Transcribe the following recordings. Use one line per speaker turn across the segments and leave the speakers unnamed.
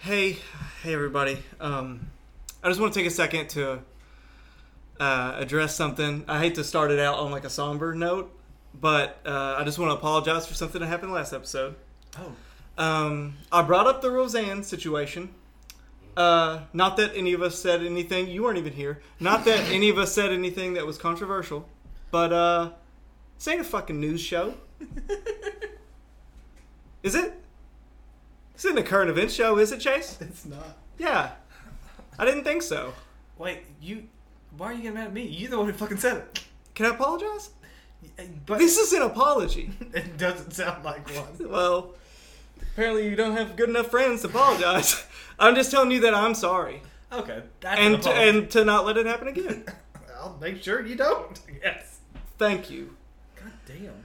hey, hey everybody. Um, I just want to take a second to uh, address something. I hate to start it out on like a somber note, but uh, I just want to apologize for something that happened last episode.
Oh.
Um, I brought up the Roseanne situation. Uh, not that any of us said anything. You weren't even here. Not that any of us said anything that was controversial, but uh, this ain't a fucking news show, is it? This isn't a current event show, is it, Chase?
it's not.
Yeah. I didn't think so.
Wait, you. Why are you getting mad at me? You're the one who fucking said
Can I apologize?
it. But
This is an apology.
it doesn't sound like one.
Well, apparently you don't have good enough friends to apologize. I'm just telling you that I'm sorry.
Okay, that's an
And to,
apology.
and to not let it happen again.
I'll make sure you don't. Yes.
Thank you.
God damn.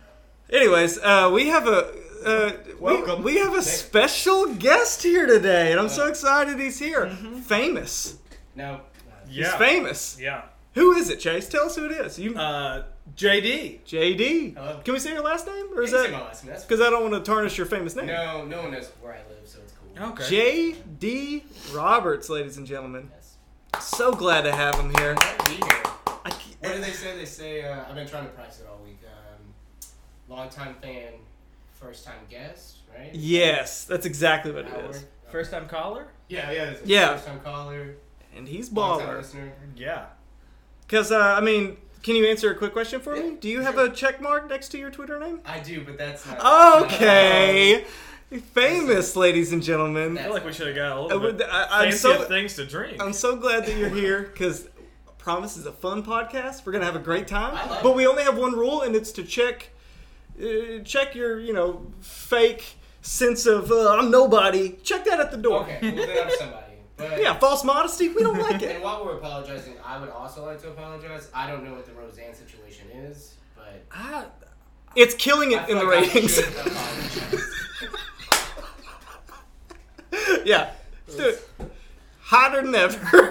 Anyways, uh, we have a uh,
Welcome. Uh,
We, we have a
Thanks.
special guest here today, and I'm so excited he's here. Famous.
No.
He's famous.
mm-hmm. Yeah.
Who is it, Chase? Tell us who it is. You,
Uh, JD.
JD.
Hello.
Can we say your last name, or is
Thanks,
that?
Emma, that's- that's-
Because I don't want to tarnish your famous name.
no, no one knows where I live, so it's cool.
Oh.
Okay.
J.D. Roberts, ladies and gentlemen.
Yes.
So glad to have him here.
Glad to be here.
I can't-
What do they say? They say uh, I've been trying to price it all week. Um, long time fan, first time guest, right?
yes, that's exactly what it
Hour.
is.
First time caller?
Yeah, yeah. it's a
Yeah.
First time caller.
And he's
Long-time
baller.
listener.
Yeah.
Because, uh, I mean, can you answer a quick question for me?
Yeah,
Do you have
sure.
a check mark next to your Twitter name?
I do, but that's not.
Oh. Okay. Famous, ladies and gentlemen.
I feel like we should have got a
I
little
would,
bit
I, am
fancy
so Oh.
things to drink.
I'm so glad that you're here because promise is a fun podcast. We're gonna have a great time,
I like
but
it.
we only have one rule, and it's to check, uh, check your you know fake sense of uh, I'm nobody. Check that at the door.
Okay. Well, then I'm somebody. But,
Yeah, false modesty. We don't like
And
it.
while we're apologizing, I would also like to apologize. I don't know what the Roseanne situation is, but
I,
It's killing
I
it in
feel
the
like I
ratings.
should apologize.
yeah, let's do it. Hotter than ever.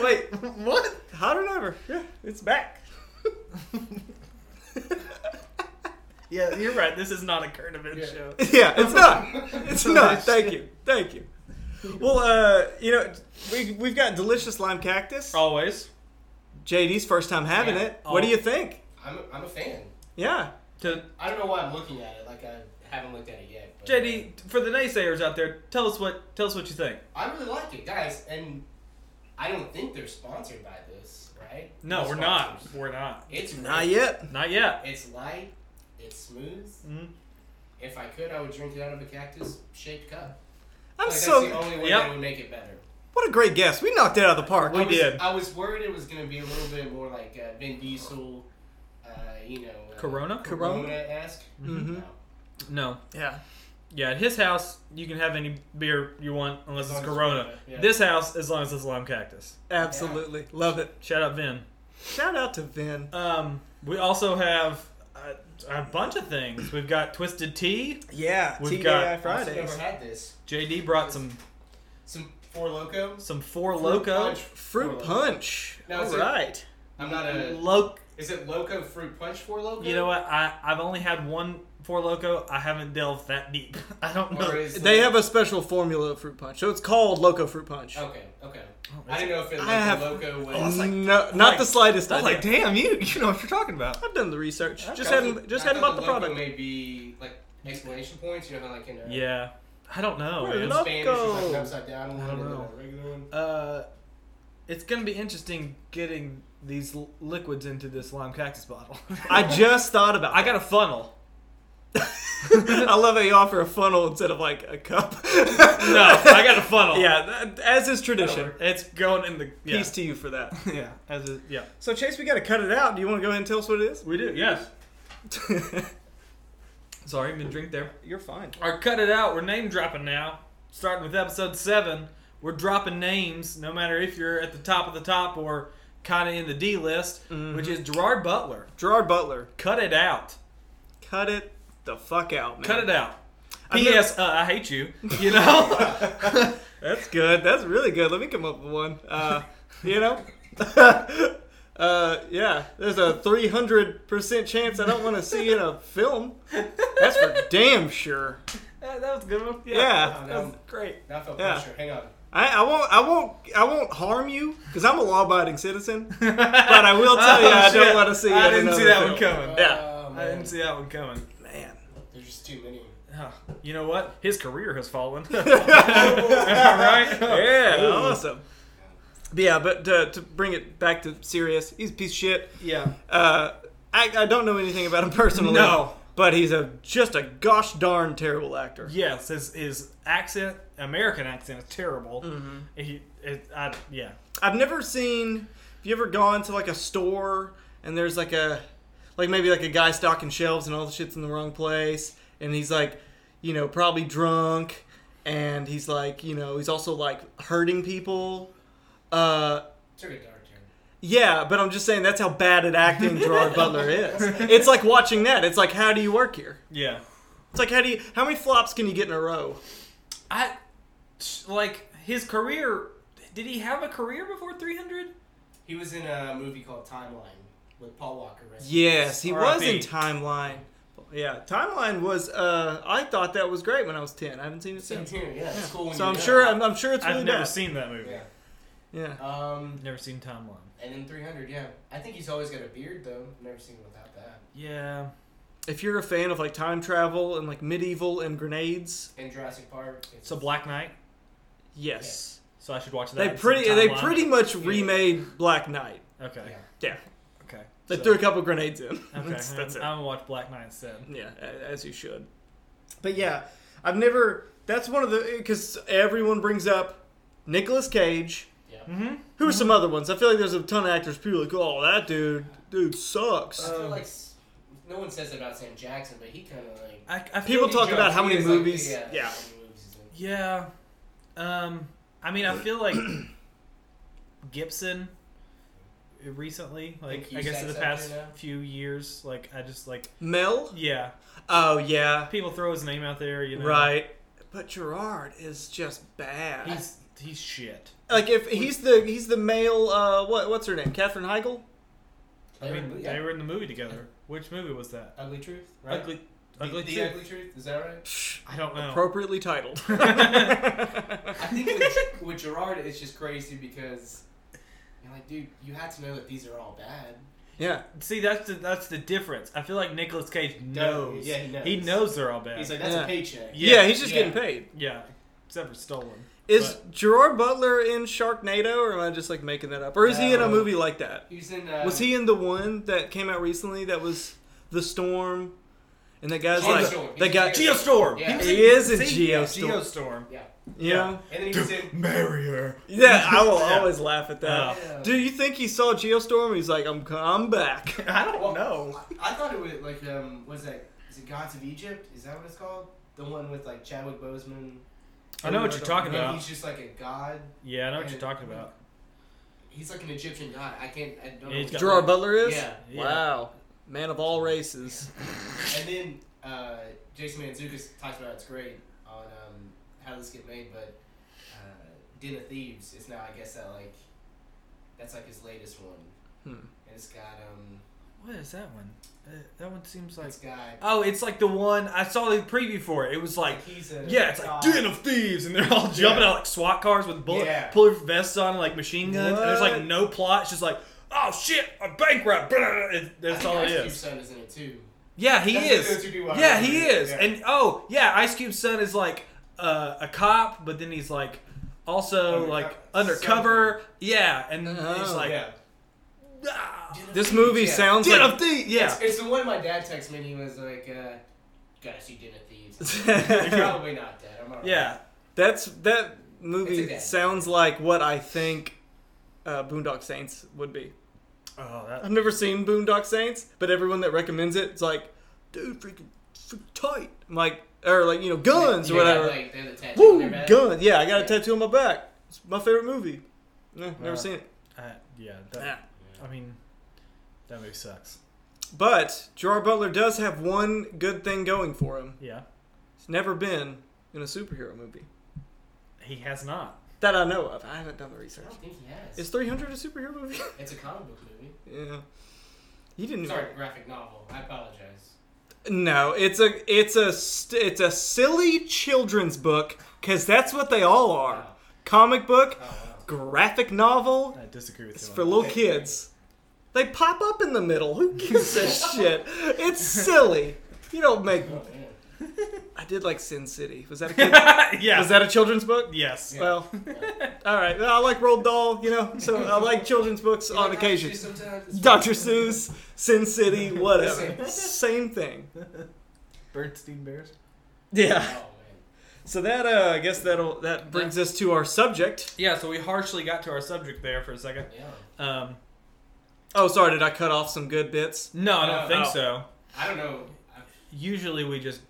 Wait,
what?
hotter than ever. Yeah, it's back.
Yeah, you're right. This is not a current event
Yeah.
show.
Yeah, it's not. It's not. Thank you. Thank you. Well, uh, you know, we, we've got delicious lime cactus.
Always.
JD's first time having
Yeah.
it. What do
Oh.
you think?
I'm a, I'm a fan.
Yeah.
To
I don't know why I'm looking at it. Like I haven't looked at it yet. But
JD, for the naysayers out there, tell us what tell us what you think.
I really like it, guys, and I don't think they're sponsored by this, right?
No,
No
we're not.
sponsors.
We're not.
It's
Not
great.
yet.
Not yet.
It's light. It's smooth.
Mhm.
If I could, I would drink it out of a cactus-shaped cup.
I'm
like, that's the
so.
only way
Yep.
that would make it better.
What a great guest. We knocked it out of the park.
We
I was,
did.
I was worried it was going to be a little bit more like uh, Vin Diesel, uh, you know, uh,
Corona?
Corona?
Corona-esque.
Mhm.
No.
No.
Yeah.
Yeah, at his house, you can have any beer you want unless
As
it's
long as
Corona.
it's Corona, yeah.
This house, as long as it's lime cactus.
Absolutely. Love it.
Shout out Vin.
Shout out to Vin.
Um, we also have a, a bunch of things. We've got Twisted Tea.
Yeah.
We've
TKI
got-
I've never
Fridays.
had this.
JD brought some
Some Four Loco.
some Four
Fruit
Loco.
punch.
Fruit
Four Loko.
punch.
Now,
All
is it-
right.
I'm not a.
Lo-
Is it Loco Fruit Punch Four Loco?
you know what? I I've only had one Four Loco. I haven't delved that deep. I don't know.
Or is
They
it-
have a special formula of fruit punch, so it's called Loco Fruit Punch.
Okay, okay.
Oh,
I didn't know if
I
it Loco
have-
Loco was.
No,
like-
not
like-
the slightest.
I was
idea.
like, damn, you you know what you're talking about.
I've done the research.
Okay.
Just
I
hadn't
thought-
just
I
hadn't bought
thought
the
Loco
product.
May be like explanation points. You know how like in a
Yeah, I don't know.
We're
man.
in
Loco.
Spanish it's like an upside down
I
one
don't
and then
know.
a regular one.
Uh, it's gonna be interesting getting these l- liquids into this lime cactus bottle.
I just thought about.
I got a funnel.
I love that you offer a funnel instead of like a cup.
No, I got a funnel.
Yeah, that, as is tradition.
That'll
it's going in the yeah.
Peace to you for that.
yeah, as a, yeah.
So Chase, we got to cut it out. Do you want to go ahead and tell us what it is?
We do. Yes. Sorry, I'm gonna drink there.
You're fine.
Our cut it out. We're name dropping now. Starting with episode seven, we're dropping names. No matter if you're at the top of the top or kind of in the D list, which is Gerard Butler.
Gerard Butler,
Cut it out.
cut it the fuck out, man.
Cut it out.
I've never-
P.S. Uh, I hate you. You know.
That's good. That's really good. Let me come up with one. Uh, you know. Uh, yeah, there's a 300% chance I don't want to see in a film. That's for damn sure.
That, that was a good one. Yeah,
Yeah.
That, that was great.
Now I feel
Yeah.
pressure. Hang on.
I, I won't, I won't, I won't harm you because I'm a law-abiding citizen. But I will tell you,
Oh,
I don't
shit.
wanna see
I
yet
didn't see
another
that one
film.
coming.
Yeah.
Oh,
I
man.
didn't see that one coming.
Man,
There's just too many.
Huh. You know what? His career has fallen. right?
yeah,
Ooh.
awesome. But yeah, but to, to bring it back to serious, he's a piece of shit.
Yeah.
Uh, I, I don't know anything about him personally.
No.
but he's a just a gosh darn terrible actor.
Yes, his his accent, American accent, is terrible.
Mm-hmm.
He, it, I, yeah.
I've never seen. Have you ever gone to like a store and there's like a, like maybe like a guy stocking shelves and all the shit's in the wrong place and he's like, you know, probably drunk and he's like, you know, he's also like hurting people. Uh,
Took a dark turn.
yeah, but I'm just saying that's how bad at acting Gerard Butler is. It's like watching that. It's like how do you work here?
Yeah.
It's like how do you how many flops can you get in a row?
I like his career. Did he have a career before 300?
He was in a movie called Timeline with Paul Walker. Right?
Yes, he was in
R.I.P..
Timeline. Yeah, Timeline was. Uh, I thought that was great when I was ten. I haven't seen it
Same
since.
here. Yeah. It's cool when
So
you
I'm
know.
sure. I'm, I'm sure it's really
I've never
bad.
seen that movie.
Yeah.
Yeah.
Um,
Never seen Timeline.
and then 300. Yeah. I think he's always got a beard though. I've never seen him without that.
Yeah.
If you're a fan of like time travel and like medieval and grenades,
And Jurassic Park. It's
So Black Knight.
yes,
So I should watch that.
they
instead
pretty
of
they
Timeline?
pretty much remade Black Knight.
Okay.
Yeah.
Yeah,
Okay.
they
So-
threw a couple grenades in.
Okay.
that's, that's it.
I'm gonna watch Black Knight instead.
Yeah, a- as you should. But yeah, I've never. That's one of the because everyone brings up Nicolas Cage.
Yeah.
Mm-hmm.
Who are some other ones? I feel like there's a ton of actors. People are like, oh, that dude, dude sucks.
I feel
Um,
like s- no one says that about Sam Jackson, but he kind of like.
I, I feel
People
like-
talk
He
about how
jumps.
many
He is,
movies-
Like,
yeah.
how many movies he's in.
Yeah. Um, I mean, I feel like Gibson recently, like
Think
I guess in the
Cusack's up
past
there now?
few years, like I just like
Mel?
yeah,
Oh yeah,
people throw his name out there, you know.
right. But Gerard is just bad.
He's he's shit.
like if he's the he's the male. Uh, what what's her name? Katherine Heigl.
I mean,
yeah.
they were in the movie together. Which movie was that?
Ugly Truth, right?
Ugly,
The-
ugly.
the,
Truth?
Ugly Truth. Is that right?
I don't know.
Appropriately titled.
I think with, with Gerard, it's just crazy because you're like, dude, you had to know that these are all bad.
yeah,
See, that's the that's the difference. I feel like Nicolas Cage knows.
Yeah, he knows.
He knows they're all bad.
He's like, that's
Yeah.
a paycheck.
yeah,
Yeah,
He's just
yeah.
getting paid.
yeah, except for stolen.
Is Gerard Butler in Sharknado, or am I just like making that up? Or is he in a
No.
movie like that?
He was in. Uh,
Was he in the one that came out recently that was the storm? And that guy's
Storm.
like
Storm.
that guy.
He's-
Geostorm.
Yeah.
was
He
in-
is in
see? Yeah,
Geostorm.
Geostorm.
Yeah.
You know?
And then he was in.
marry her.
Yeah, I will
Yeah.
always laugh at that.
Yeah.
Do you think he saw Geostorm? He's like, I'm, I'm back.
I don't
Well,
know.
I, I thought it was like um, was that is it Gods of Egypt? Is that what it's called? The one with like Chadwick Boseman.
I know what you're talking
Yeah,
about.
He's just like a god.
Yeah, I know what you're talking about.
He's like an Egyptian god. I can't. I don't
Yeah, he's
know.
got-
Gerard Butler is?
Yeah.
Yeah.
Wow. Man of all races.
And then uh, Jason Mantzoukas talks about it's great on um, how this get made, but uh, Den of Thieves is now I guess that like that's like his latest one.
Hmm.
And it's got um,
What is that one? Uh, that one seems like.
it's got
Oh, it's like the one I saw the preview for it. It was
uh,
like.
he's a
Yeah, it's like
god.
den of thieves, and they're all jumping out like SWAT cars with bullet,
Yeah.
puller vests on, like machine guns. And there's
What?
like no plot. It's just like, oh shit, I'm bankrupt. Blah. It-
I
That's
think
all it
Ice Cube's
is.
Son is in it too.
Yeah, he
That's the
is.
two people I
Yeah, he
remember.
is.
Yeah.
And oh yeah, Ice Cube's son is like uh, a cop, but then he's like also
Underco-
like undercover. Yeah, and he's
Oh.
like
yeah.
ah,
Den of
This
Thieves,
movie
yeah.
sounds
Den
like.
of Thieves. Yeah,
It's, it's the one my dad texted me. and He was like, uh, "Gotta see Den of Thieves." Probably not, Dad. I'm alright.
yeah.
Hmm. That's that
It's a
movie
bad-
sounds like what I think uh, Boondock Saints would be.
Oh, that,
I've never seen Boondock Saints, but everyone that recommends it is like, dude, freaking, freaking tight. I'm like, or like you know, guns
They
or
got,
whatever.
like, they're the tattoo on
Woo,
their back.
gun. Yeah, I got a
Yeah.
tattoo on my back. It's my favorite movie. No, never
Wow.
seen it.
uh, yeah. That,
Yeah.
I mean, that movie sucks.
But Gerard Butler does have one good thing going for him.
Yeah,
He's never been in a superhero movie
he has not.
that I know of. I haven't done the
I
research.
don't think he has.
Is 300 a superhero movie?
It's a comic book movie.
yeah. He didn't.
Sorry, graphic novel. I apologize.
No, it's a it's a st- it's a silly children's book because that's what they all are:
Wow.
comic book,
Oh, wow.
graphic novel.
I disagree with
It's
you.
for
on
little kids. They pop up in the middle. Who gives a shit? It's silly. You don't make.
Oh, man.
I did like Sin City. Was that a kid?
that. yeah.
Was that a children's book?
yes.
Yeah.
Well, all right. Well, I like Roald Dahl. You know, so I like children's books
You know,
on
Dr.
occasion.
Seuss sometimes, it's
Dr.
fine.
Seuss, Sin City, whatever.
Same.
Same thing.
Bernstein Bears.
Yeah.
Oh, man.
So that uh, I guess that'll that brings us to our subject.
Yeah. So we harshly got to our subject there for a second.
Yeah.
Um,
Oh, sorry, did I cut off some good bits?
no, I don't
Oh.
think
Oh.
so.
I don't know. I-
Usually we just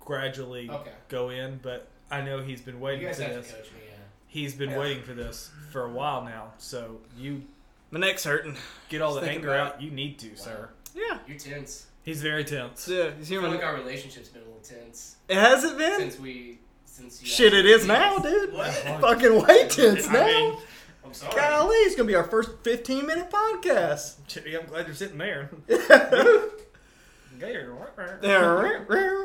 gradually
Okay.
go in, but I know he's been
You
waiting
guys
for
have to
this.
coach me. Yeah.
He's been
Yeah.
waiting for this for a while now. So you
My neck's hurting.
get all
Just
the
thinking
anger
about
out you need to, sir.
Yeah.
You're tense.
He's very tense.
Yeah, he's
I
here.
feel
when-
like our relationship's been a little tense
It hasn't been.
since we. Since you
Shit, it
actually-
is now, dude.
What?
Fucking way tense
I
now.
mean,
I'm sorry.
Golly, it's gonna be our first 15 minute podcast.
Jimmy, I'm glad you're sitting there.
Yeah.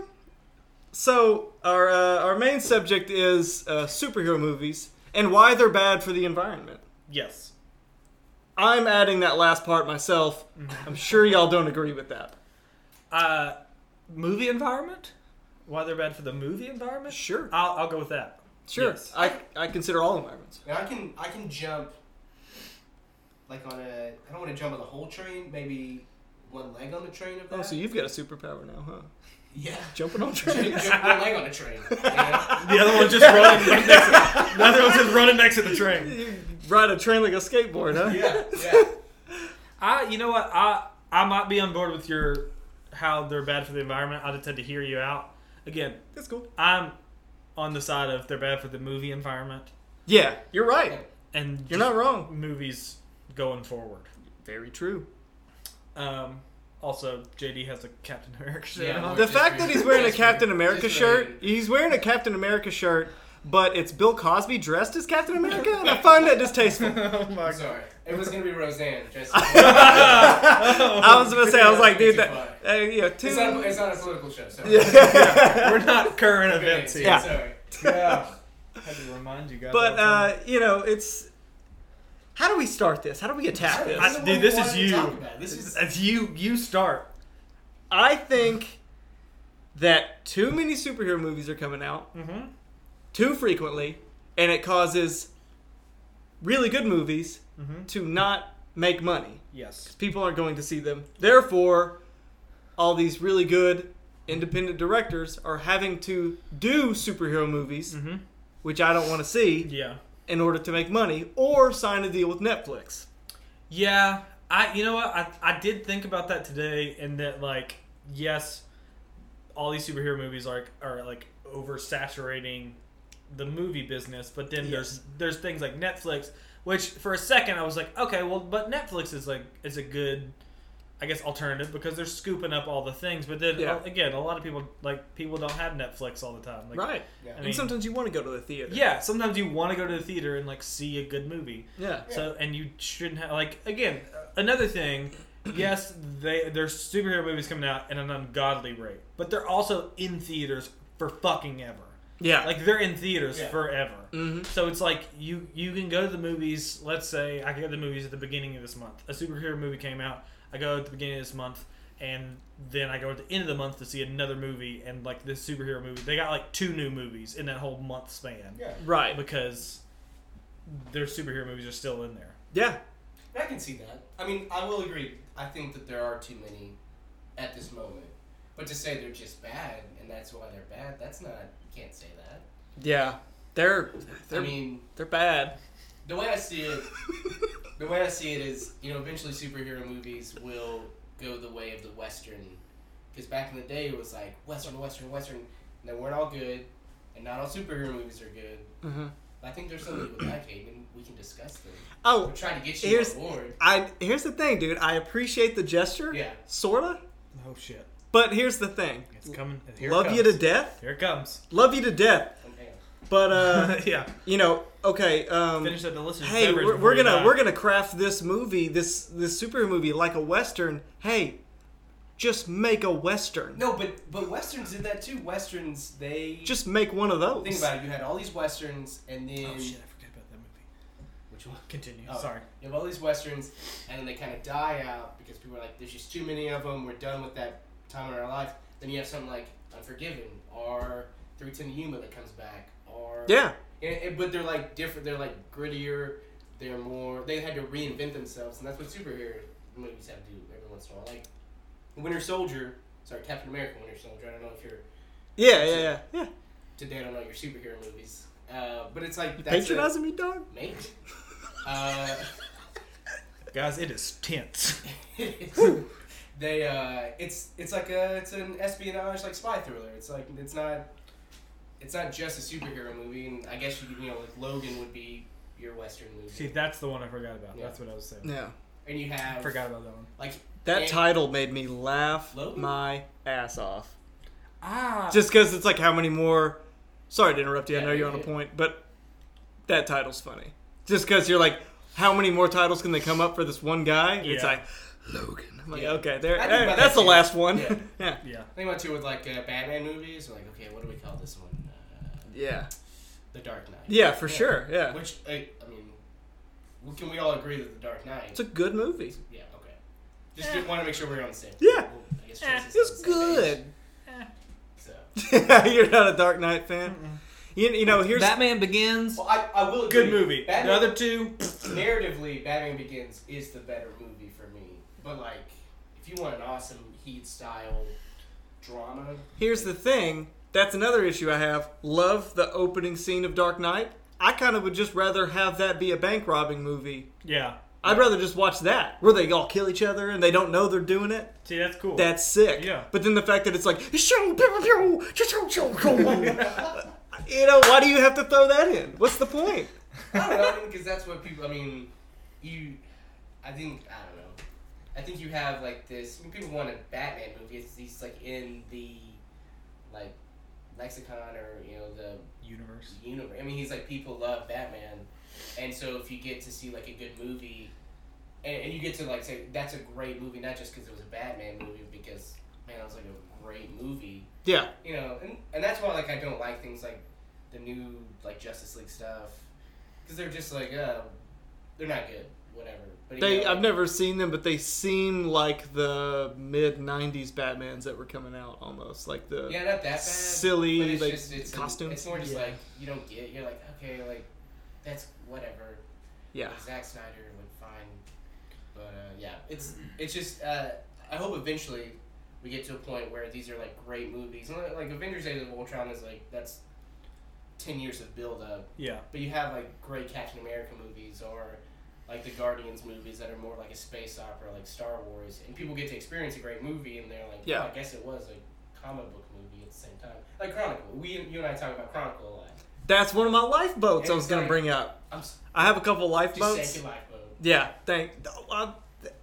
so our uh, our main subject is uh, superhero movies and why they're bad for the environment.
yes.
I'm adding that last part myself.
Mm-hmm.
I'm sure y'all don't agree with that.
Uh, movie environment? Why they're bad for the movie environment?
Sure.
I'll, I'll go with that.
Sure.
Yes.
Uh, I, I consider all environments.
Now I can I can jump. Like on a, I don't want to jump on the whole train. Maybe one leg on the train of that.
Oh, so you've got a superpower now, huh?
yeah.
Jumping on
Jump,
trains.
jump one leg on a train. you know?
The other one's just running. next to, the other one's just running next to the train.
you ride a train like a skateboard, huh?
Yeah. Yeah.
I, you know what? I I might be on board with your how they're bad for the environment. I just had to hear you out. Again,
That's cool.
I'm on the side of they're bad for the movie environment,
Yeah, you're right.
and
You're
just
not wrong.
movies going forward.
Very true.
Um, also, JD has a Captain America shirt
Yeah.
on.
The fact that he's wearing a
Just
Captain
weird.
America
Just
shirt,
weird.
he's wearing a Captain America shirt, but it's Bill Cosby dressed as Captain America, and I find that distasteful.
oh my
I'm sorry. It was gonna be Roseanne. Just.
I was gonna say, I was like, dude, that, uh, yeah,
It's not,
two.
it's not a political show. So.
We're not current events here.
Yeah.
Sorry.
yeah. uh, Had to remind you guys.
But uh, you know, it's how do we start this? How do we attack this?
I- dude, this is you.
This is
as you you start.
I think that too many superhero movies are coming out
Mm-hmm.
too frequently, and it causes really good movies
Mm-hmm.
to not make money.
Yes.
People aren't going to see them. Therefore, all these really good independent directors are having to do superhero movies,
Mm-hmm.
which I don't want to see,
Yeah.
in order to make money or sign a deal with Netflix.
Yeah. I. You know what? I I did think about that today, and that like yes, all these superhero movies are are like oversaturating the movie business, but then there's there's things like Netflix, which for a second I was like, okay, well, but Netflix is like is a good. I guess alternative because they're scooping up all the things, but then
Yeah.
uh, again, a lot of people like people don't have Netflix all the time. Like,
right.
Yeah.
I
and
mean-
sometimes you want to go to the theater.
Yeah, sometimes you want to go to the theater and like see a good movie.
Yeah.
So and you shouldn't have like again another thing. Yes, they there's superhero movies coming out at an ungodly rate, but they're also in theaters for fucking ever.
Yeah.
Like they're in theaters
Yeah.
forever.
Mhm.
So it's like you you can go to the movies. Let's say I go to the movies at the beginning of this month. A superhero movie came out. I go at the beginning of this month, and then I go at the end of the month to see another movie. And like this superhero movie, they got like two new movies in that whole month span
Yeah.
Right.
because their superhero movies are still in there.
Yeah.
I can see that. I mean, I will agree. I think that there are too many at this moment. But to say they're just bad and that's why they're bad, that's not. You can't say that.
Yeah. They're they're
I mean,
they're bad.
the way I see it, the way I see it is, you know, eventually superhero movies will go the way of the western. Because back in the day, it was like western, western, western, and they weren't all good, and not all superhero movies are good.
Mhm.
But I think there's something we like, Hayden. We can discuss them. We're
Oh,
trying to get you
Here's-
on board.
I here's the thing, dude. I appreciate the gesture.
Yeah.
Sorta.
Oh shit!
But here's the thing.
It's coming. Here
Love
it comes.
you to death.
Here it comes.
Love you to death.
Okay.
But uh,
yeah.
you know, okay. Um,
Finish up the list. of
hey,
beverage
we're,
before
we're
you
gonna
die. Oh,
we're gonna craft this movie, this this superhero movie, like a western. Hey, Just make a western.
No, but but westerns did that too. Westerns they
Just make one of those.
think about it. You had all these westerns, and then
Oh shit! I forgot about that movie.
which one?
Continue.
Oh.
Sorry.
You have all these westerns, and then they kind of die out because people are like, "There's just too many of them. We're done with that time in our life." Then you have something like Unforgiven or Three Ten to Yuma that comes back, or
Yeah.
And- and- but they're like different. They're like grittier. They're more. They had to reinvent themselves, and that's what superhero movies have to do every once in a while. Like Winter Soldier, sorry, Captain America, Winter Soldier. I don't know if you're
Yeah, yeah, yeah. yeah.
today. I don't know your superhero movies, uh, but it's like that's a-
Patronizing me, dog?
mate. Uh,
Guys, it is tense.
they uh it's it's like a it's an espionage like spy thriller it's like it's not it's not just a superhero movie and i guess you, could, you know like logan would be your western movie
See, that's the one I forgot about.
Yeah.
That's what I was saying.
Yeah.
and you have
Forgot about that one.
like
That
and-
title made me laugh
Logan?
my ass off.
Ah,
Just because it's like how many more. Sorry to interrupt you. I
Yeah,
know you're
yeah,
on a
yeah.
point, but that title's funny. Just because you're like, how many more titles can they come up for this one guy? It's
Yeah.
like Logan. I'm like,
Yeah.
okay, there.
I think
hey,
about
that's
that
the
too.
last one.
Yeah.
Yeah. yeah.
yeah.
think about too with like uh, batman movies like okay what do we call this one uh,
Yeah.
the dark knight
for sure. Yeah.
which I, I mean we- can we all agree that the dark knight
It's a good movie.
yeah okay just want to make sure we're on the same
Yeah.
well, I guess Tracy's on
It's
the same page,
good.
so
you're not a Dark Knight fan. You, you know, here's
Batman Begins.
well, I, I will
Good
agree,
movie.
Batman-
The other two.
narratively, Batman Begins is the better movie for me. But like, if you want an awesome Heat style drama,
Here's the thing. That's another issue I have. Love the opening scene of Dark Knight. I kind of would just rather have that be a bank robbing movie.
Yeah.
I'd rather just watch that, where they all kill each other and they don't know they're doing it.
See, that's cool.
That's sick.
Yeah.
But then the fact that it's like, "Shoo, pew, pew, pew, choo, choo, choo." you know, why do you have to throw that in? What's the point?
I don't know, because that's what people. I mean, you. I think I don't know. I think you have like this. When people want a Batman movie, it's these like in the like lexicon or you know the
universe.
universe. I mean, he's like people love Batman, and so if you get to see like a good movie, and, and you get to like say that's a great movie, not just because it was a Batman movie, because man, it was like a great movie,
Yeah.
you know. And and that's why like I don't like things like the new like Justice League stuff, because they're just like uh, they're not good, whatever. But you
They,
know,
I've never seen them, but they seem like the mid '90s Batman's that were coming out, almost like the
Yeah, not that bad.
silly,
but it's
like,
just, it's
costumes.
it's more just
Yeah.
like you don't get. You're like okay, like that's whatever.
yeah.
Zack Snyder would find. But uh, yeah, it's it's just uh, I hope eventually we get to a point where these are like great movies. And, Like Avengers: Age of Ultron is like that's ten years of build up,
Yeah.
but you have like great Captain America movies or like the Guardians movies that are more like a space opera, like Star Wars, and people get to experience a great movie, and they're like,
Yeah.
"Oh, I guess it was a comic book movie at the same time, like Chronicle. We you and I talk about Chronicle a lot.
That's one of my lifeboats I was going
Exactly.
to bring up.
I'm s-
I have a couple
just
lifeboats.
saying, lifeboat.
Yeah, thank. Uh,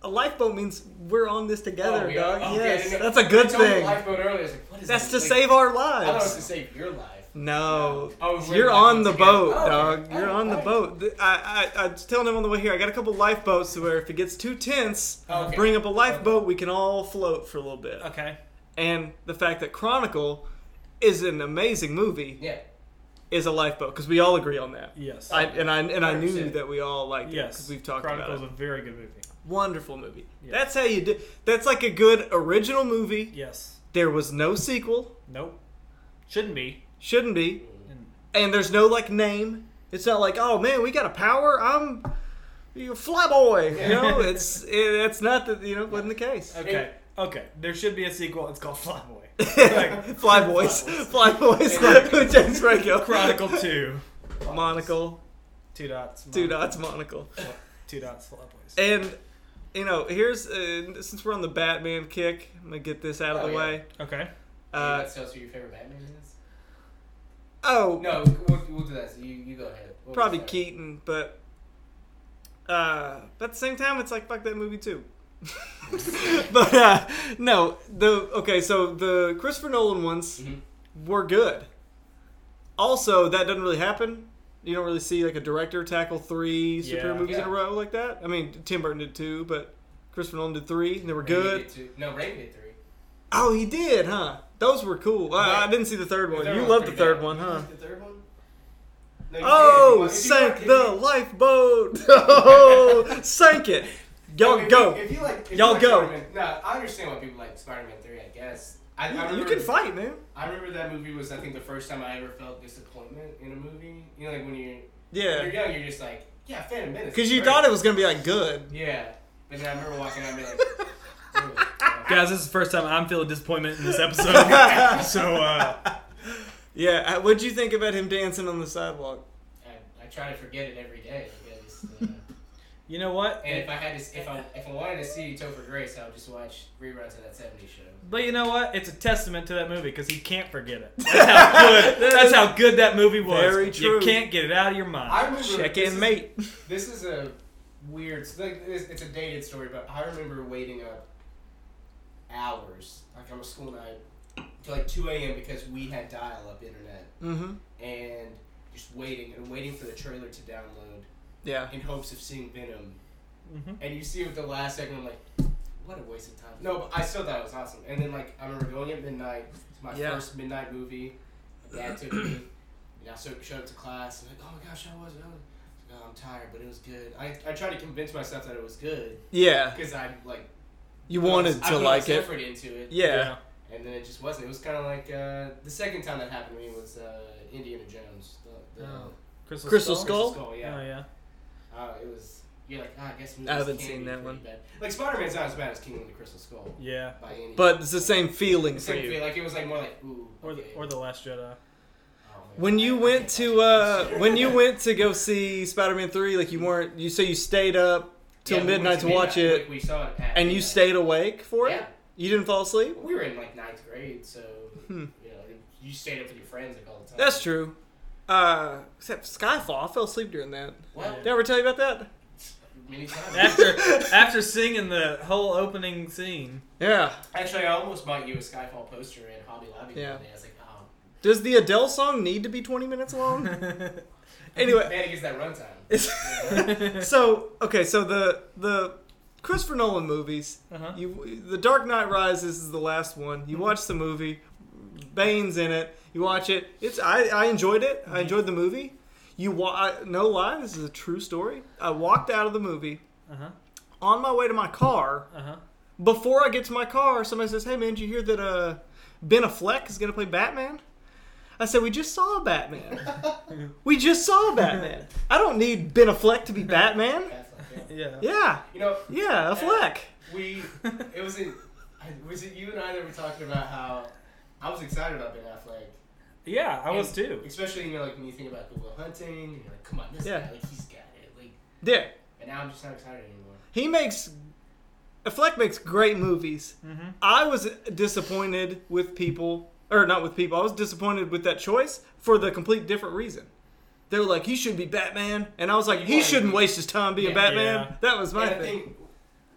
a lifeboat means we're on this together,
Oh, we are?
dog.
Okay,
yes,
no, no.
that's a good
I told you
thing.
Lifeboat earlier. I was like, what is
That's to
this? Like,
save our
I thought it was to
lives.
save your life.
No,
Yeah. Oh, we're
you're on the
together.
boat,
Oh,
dog.
okay.
You're
Oh,
on the
okay.
boat. Th- I, I, I was telling him on the way here. I got a couple lifeboats to where if it gets too tense,
Oh, okay.
bring up a lifeboat. We can all float for a little bit.
Okay.
And the fact that Chronicle is an amazing movie
Yeah.
is a lifeboat because we all agree on that.
Yes.
I, and I and I knew
100%.
that we all liked it
yes.
because we've talked
Chronicles
about it.
a very good movie.
Wonderful movie.
Yeah.
That's how you do. That's like a good original movie.
Yes.
There was no sequel.
Nope. Shouldn't be.
Shouldn't be.
And
And there's no like name. It's not like oh man, we got a power. I'm you fly boy. You know, it's it, that's not the you know wasn't the case.
okay. Okay. There should be a sequel. It's called Flyboy. Like,
fly boys, fly boys.
Chronicle.
James Franco.
Chronicle Two.
Monocle.
Two dots.
Two dots. Monocle.
Two dots. Flyboys.
And you know, here's uh, since we're on the Batman kick, I'm gonna get this out of
Oh,
the
yeah.
way.
Okay.
Uh,
Uh,
that's also your favorite Batman is?
oh,
No, we'll, we'll do that. So you, you go ahead. What was
probably
that?
Keaton, but uh, but at the same time, it's like fuck that movie too. but uh, no, the okay, so the Christopher Nolan ones
Mhm.
were good. Also, that doesn't really happen. You don't really see like a director tackle three superhero
Yeah.
movies in a
Yeah.
row like that. I mean, Tim Burton did two, but Christopher Nolan did three, and they were
Raimi
good.
did two- No, Raimi did three.
Oh, he did, huh? Those were cool. I, I didn't see the third one.
third
you
one's
loved the
pretty
third
bad.
one,
You
huh?
like The third one? No, you did.
Oh,
If you like-
sank
if you-
the lifeboat. Oh, sank it.
no,
Y'all
if
go.
you- If you like, if you
Y'all
like
go.
Spider-Man- No, I understand why people like Spider-Man Three. I guess. I, I
You,
remember,
you can fight, man.
I remember that movie was I think the first time I ever felt disappointment in a movie. You know, like when you're when
Yeah.
you're young, you're just like, yeah, Phantom Menace.
Because you
great.
thought it was going to be like good.
Yeah, but then I remember walking out and being like, oh, yeah.
Guys, this is the first time I'm feeling disappointment in this episode. so, uh,
Yeah. uh, What'd you think about him dancing on the sidewalk?
I, I try to forget it every day. I guess. Uh,
you know what?
and if I had to, if I if I wanted to see Topher Grace, I would just watch reruns of that '70s show.
But you know what? It's a testament to that movie because he can't forget it. That's how good. that's how good that movie was.
Very
You
true.
can't get it out of your mind.
I remember
Check
this
in,
is-
mate.
This is a weird. it's Like it's, it's a dated story, but I remember waiting up hours, like on a school night, to like 2 a.m. because we had dial-up internet,
Mm-hmm.
and just waiting and waiting for the trailer to download
Yeah.
in hopes of seeing Venom.
Mhm.
And you see it with the last second, I'm like, what a waste of time. No, but I still thought it was awesome. And then like I remember going at midnight to my
Yeah.
first midnight movie. My dad took me. And I so- showed up to class and like, oh my gosh, I was. I was oh, I'm tired, but it was good. I, I tried to convince myself that it was good
Yeah.
because I like
You
put all
wanted
this- I
to
put all
like
this
it.
effort into it,
Yeah.
and then it just wasn't. It was kind of like uh, the second time that happened to me was uh, Indiana Jones, the, the
Oh. Crystal,
Crystal
Skull.
Skull?
Oh
Skull,
yeah.
Uh, it was. You're like, ah, I guess.
I haven't
movies can
seen
be
that
pretty
one.
Bad. Like Spider Man's not as bad as Kingdom of the Crystal Skull
Yeah.
by any.
But it's the same feeling
The
for
same
you.
feel, Like it was like more like ooh.
Or the
okay.
or the Last Jedi.
Oh, man,
When you
I- I
went
can't
to
watch
uh,
this.
when you went to go see Spider-Man three, like you weren't you say you stayed up till
Yeah, we went
midnight to watch
midnight.
it,
Like, we saw it. At
and you
midnight.
stayed awake for it.
Yeah.
You didn't fall asleep.
We were in like ninth grade, so
Hmm.
you know you stayed up with your friends like all the time.
That's true. Uh, except Skyfall, I fell asleep during that.
Well,
Did I ever tell you about that?
many times.
After after singing the whole opening scene.
Yeah.
Actually, I almost bought you a Skyfall poster in Hobby Lobby
Yeah.
one day. I was like, oh,
Does the Adele song need to be 20 minutes long?
Uh-huh.
anyway,
man, it gets that runtime.
it's- so okay, so the the Christopher Nolan movies,
Uh-huh.
you the Dark Knight Rises is the last one. You watch the movie, Bane's in it. You watch it. It's I, I enjoyed it. I enjoyed the movie. You wa- I, no lie, this is a true story. I walked out of the movie
Uh huh.
on my way to my car.
Uh huh.
Before I get to my car, somebody says, "Hey man, did you hear that uh, Ben Affleck is going to play Batman?" I said, "We just saw Batman. we just saw Batman. I don't need Ben Affleck to be Batman."
That's like, yeah.
Yeah.
Yeah,
You know,
yeah, Affleck.
we it was in, I- was it you and I that were talking about how I was excited about Ben Affleck,
Yeah, I was too.
especially you know like when you think about Google Hunting, and you're like, come on, this
Yeah.
guy, like he's got it, like.
Yeah,
And now I'm just not excited anymore.
he makes Affleck makes great movies.
Mhm.
I was disappointed with people, or not with people. I was disappointed with that choice for the complete different reason. They were like, "He should be Batman," and I was like,
You
"He
wanted-
shouldn't waste his time being
Yeah.
Batman."
Yeah.
That was my
and I
thing.
think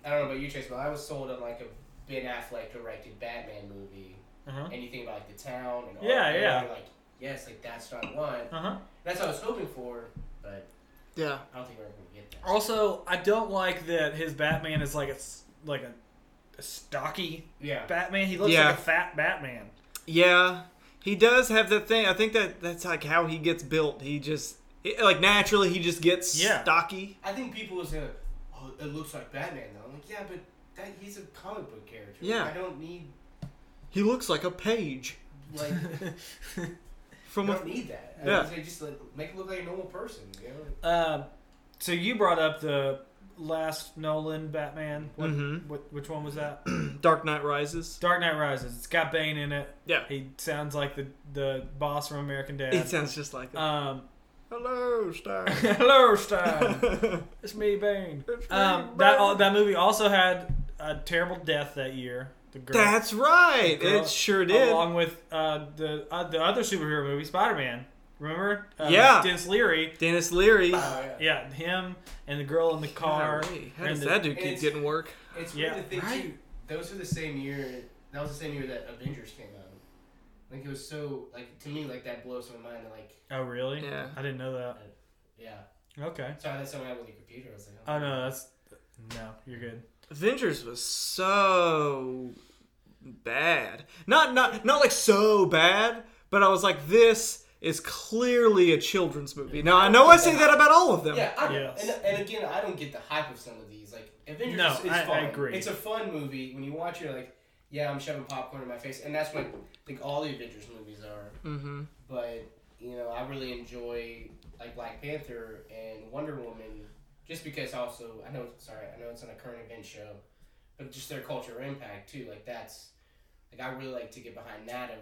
I don't know about you, Chase, but I was sold on like a Ben Affleck directed Batman movie.
Uh huh.
Anything about like the town and all
Yeah,
that, and
yeah.
you're like yes, like that's not one.
Uh huh.
That's what I was hoping for, but
Yeah.
I don't think we're ever gonna get
Oh.
that.
Also, I don't like that his Batman is like a s- like a, a stocky
Yeah.
Batman. He looks
Yeah.
like a fat Batman.
Yeah, he does have that thing. I think that that's like how he gets built. He just it, like naturally he just gets
Yeah.
stocky.
I think people was gonna. Oh, it looks like Batman though. I'm like, yeah, but that he's a comic book character.
Yeah.
I don't need
He looks like a page
like. I
from a
don't need that. I
Yeah.
mean, they just like make it look like a normal person. You know.
Um, so you brought up the last Nolan Batman. What,
Mhm.
what, which one was that?
Dark Knight Rises.
Dark Knight Rises. It's got Bane in it.
Yeah,
He sounds like the the boss from American Dad.
it sounds just like him.
um,
hello, Star.
hello, Stein. it's me, Bane.
It's me,
Um, that
Bane.
that movie also had a terrible death that year. The girl,
That's right.
Girl,
it sure did.
along with uh, the uh, the other superhero movie, Spider Man. Remember? Uh,
Yeah.
Dennis Leary.
Dennis Leary.
Oh, yeah.
Yeah, him and the girl in the car.
Golly, how
and
does
the-
that dude keep
it's-
getting work?
It's
Yeah.
weird to think
Right?
too. Those were the same year. That was the same year that Avengers came out. Like it was so like to me like that blows my mind. Like
Oh, really?
Yeah.
I didn't know that.
yeah.
Okay.
So that's something I had with your computer. I was like,
Oh no, that's no. You're good.
Avengers was so bad. Not not not like so bad, but I was like, this is clearly a children's movie. Now I know I say that about all of them.
Yeah, I,
Yes.
and, and again, I don't get the hype of some of these. Like Avengers
No,
is, is
I- I
fun.
agree.
It's a fun movie. When you watch it, you're like, yeah, I'm shoving popcorn in my face, and that's what like all the Avengers movies are.
Mm-hmm.
But you know, I really enjoy like Black Panther and Wonder Woman, just because also I know. Sorry, I know it's on a current event show, but just their culture impact too. Like that's like I really like to get behind that of.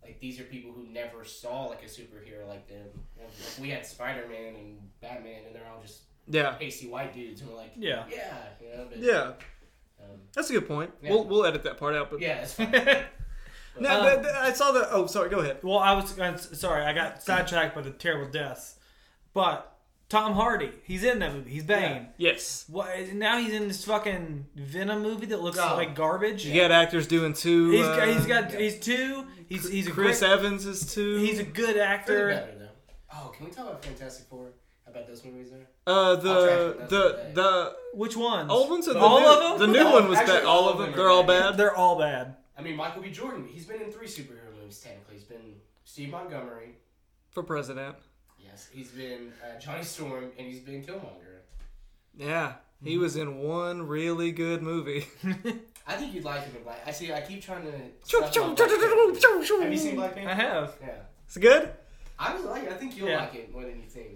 Like these are people who never saw like a superhero like them. You know, Like, we had Spider Man and Batman, and they're all just
Yeah.
pasty white dudes, and we're like,
Yeah.
yeah, you know, but,
Yeah.
um,
That's a good point.
Yeah.
We'll we'll edit that part out. But
yeah, it's fine.
no,
Um,
but- but I saw the. Oh, sorry. Go ahead.
Well, I was uh, s- sorry, I got sidetracked by the terrible deaths. But Tom Hardy, he's in that movie. He's Bane.
Yes.
What, now he's in this fucking Venom movie that looks
Oh.
like garbage.
You got actors doing two.
He's,
uh,
he's got
yeah.
he's two. He's he's a
Chris
great,
Evans is two.
he's a good actor.
better though. Oh, can we talk about Fantastic Four? How about those movies there?
uh
I'll track
the
him
the
down
the
Which ones?
old ones. Or the
All
new,
of them?
The new
No,
one was
actually,
bad. All
all
of
of
them.
them
They're
are
all
bad.
bad.
They're all bad.
I mean, Michael B. Jordan. He's been in three superhero movies technically. He's been Steve Montgomery.
For president.
Yes, he's been uh, Johnny Storm, and he's been Killmonger.
Yeah. He was in one really good movie.
I think you'd like him in Black. I see. I keep trying to. stuff on Black Panther. Have you seen Black
I
Panther?
have.
Yeah,
It's good.
I really like. it. I think you'll
Yeah.
like it more than you think.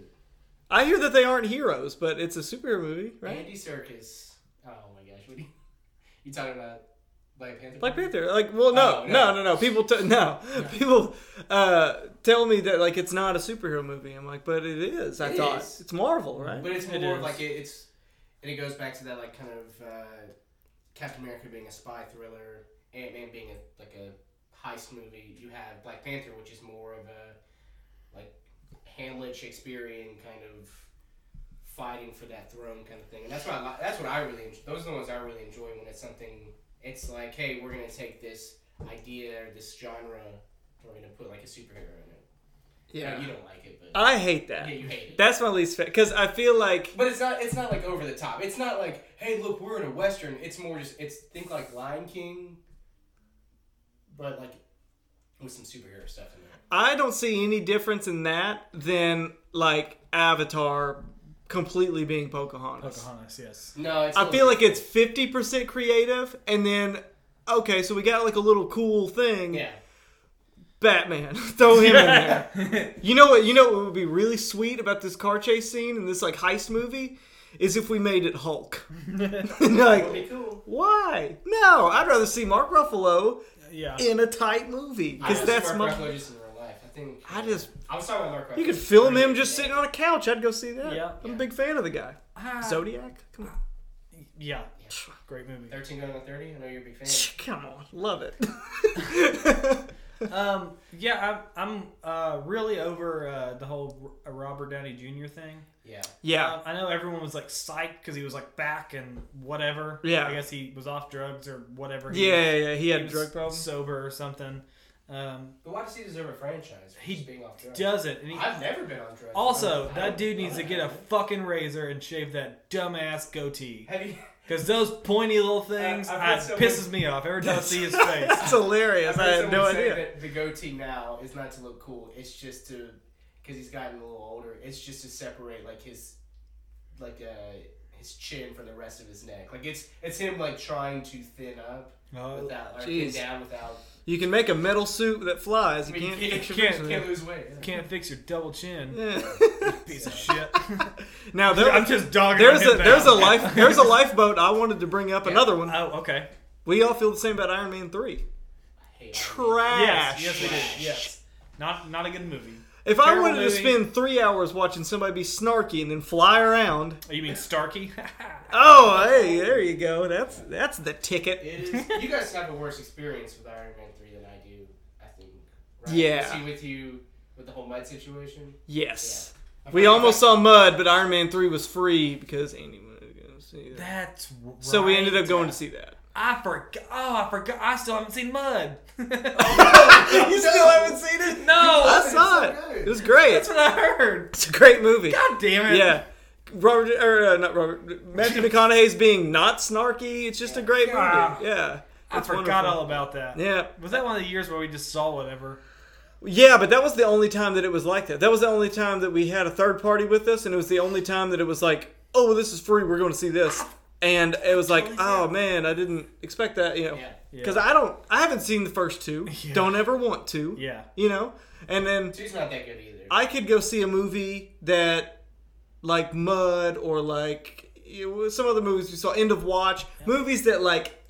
I hear that they aren't heroes, but it's a superhero movie, right?
Andy Serkis. Oh my gosh, what are you? You talking about Black Panther?
Black Panther. Like, well, no,
Oh,
no,
no.
no, no. People, t- no, people uh, tell me that like it's not a superhero movie. I'm like, but it is. I
It
thought
is.
it's Marvel, right?
But it's
It
more
is.
of like it, it's, and it goes back to that like kind of uh, Captain America being a spy thriller, Ant Man being a, like a heist movie. You have Black Panther, which is more of a like Hamlet Shakespearean kind of fighting for that throne kind of thing, and that's what I, li- that's what I really enjoy. those are the ones I really enjoy when it's something. It's like, hey, we're gonna take this idea or this genre, and we're gonna put like a superhero in it. Yeah, you don't like it, but
I hate that.
Oh, yeah, you hate it.
That's my least favorite because I feel like
But it's not it's not like over the top. It's not like, hey, look, we're in a western. It's more just it's think like Lion King, but like with some superhero stuff in there.
I don't see any difference in that than like Avatar completely being Pocahontas.
Pocahontas, yes.
No, it's. a
I
little
feel like
different.
it's fifty percent creative, and then okay, so we got like a little cool thing.
yeah.
Batman, throw him in there. You know what? You know what would be really sweet about this car chase scene in this like heist movie is if we made it Hulk. And you're
It'll be
like,
cool.
why? No, I'd rather see Mark Ruffalo
yeah.
in a tight movie
I
because
don't
that's
see Mark
my.
Ruffalo just in real life. I think.
I just-
I was talking about Mark Ruffalo.
You could film him just sitting on a couch. I'd go see that.
Yeah.
I'm a big fan of the guy.
Ah,
Zodiac, come on,
yeah. Great movie.
Thirteen going on thirty. I know you're a big fan.
come on, love it.
Um, yeah, I'm, I'm uh, really over uh, the whole R- Robert Downey Jr. thing.
Yeah.
yeah,
Um, I know everyone was like psyched because he was like back and whatever.
Yeah.
I guess he was off drugs or whatever. He
yeah, yeah, yeah. He had a
he was
drug problem.
sober or something. Um,
But why does he deserve a franchise? For
He
just being off drugs.
doesn't. And he,
I've never been on drugs.
also,
I don't-
that dude needs to get a fucking razor and shave that dumbass goatee
Have you?
because those pointy little things
I've
I,
heard someone-
pisses me off every time I see his face.
That's hilarious. I
heard
had no
someone say
idea.
That the goatee now is not to look cool. It's just to, because he's gotten a little older. It's just to separate like his, like uh, his chin from the rest of his neck. Like it's it's him like trying to thin up
Oh,
without or
jeez.
thin down without.
You can make a metal suit that flies. You
I mean,
can't.
you
fix your
can't-
face with
Can't lose weight. yeah.
can't fix your double chin,
it. Yeah.
piece of shit.
Now there,
I'm just dogging.
there's
on him
a there's a
now.
life there's a lifeboat. I wanted to bring up another one.
Oh, okay.
We all feel the same about Iron Man three.
Hey, I mean,
Trash.
Yes, yes, we did. Yes, not not a good movie.
If I
Terrible
wanted to
movie.
spend three hours watching somebody be snarky and then fly around,
Oh, you mean Starkey?
oh hey, there you go. That's that's the ticket.
It is. You guys have a worse experience with Iron Man three than I do. I think. Right?
Yeah.
See with you with the whole mud situation.
Yes,
I've
we
heard
almost
that-
saw mud, but Iron Man three was free because Andy wanted to go see that.
That's right.
So we ended up going to see that.
I forgot. Oh, I forgot. I still haven't seen Mud. Oh,
you
No.
seen it?
no,
I saw it.
It's so good.
It was great.
that's what I heard.
It's a great movie.
God damn it.
Yeah. Robert, or uh, not Robert, Matthew McConaughey's being not snarky. It's just a great movie.
Ah.
Yeah.
I
It's
forgot
wonderful.
all about that.
Yeah.
Was that one of the years where we just saw whatever?
Yeah, but that was the only time that it was like that. That was the only time that we had a third party with us, and it was the only time that it was like, oh, well, this is free. We're going to see this. And it was like,
Totally
oh,
fair.
man, I didn't expect that, you know.
Yeah.
Yeah.
Because I don't, I haven't seen the first two.
Yeah.
Don't ever want to.
Yeah.
You know? And then
Two's not that good either.
I could go see a movie that, like Mud or like you know, some other movies we saw, End of Watch, movies that like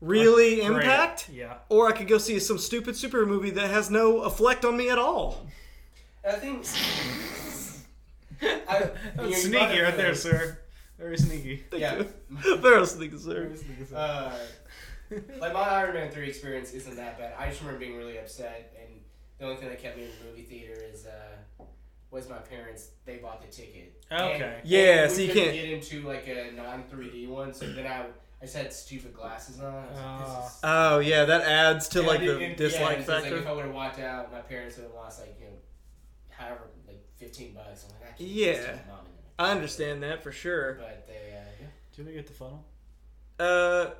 really
Great.
impact.
Yeah.
Or I could go see some stupid superhero movie that has no effect on me at all.
I think. I,
That
you-
was
you brought
sneaky
up
right there,
the-
sir. Very sneaky.
Thank
Yeah.
you. Very sneaky, sir.
Uh, like my Iron Man three experience isn't that bad. I just remember being really upset, and the only thing that kept me in the movie theater is uh, was my parents. They bought the ticket. And-
Oh, Okay.
Yeah,
and
so
we
you
couldn't
can't-
get into like a non three D one. So then I, I just had stupid glasses on. I was like, this is-
Oh yeah, that adds to
Yeah,
like
and-
the
and- yeah,
dislike
it's just,
factor.
Like if I would have walked out, my parents would have lost like you know, however like fifteen bucks. I'm like, I can't
Yeah.
just tell my mom and dad.
I understand that for sure.
But they, uh, yeah.
Do you want to get the funnel?
Uh,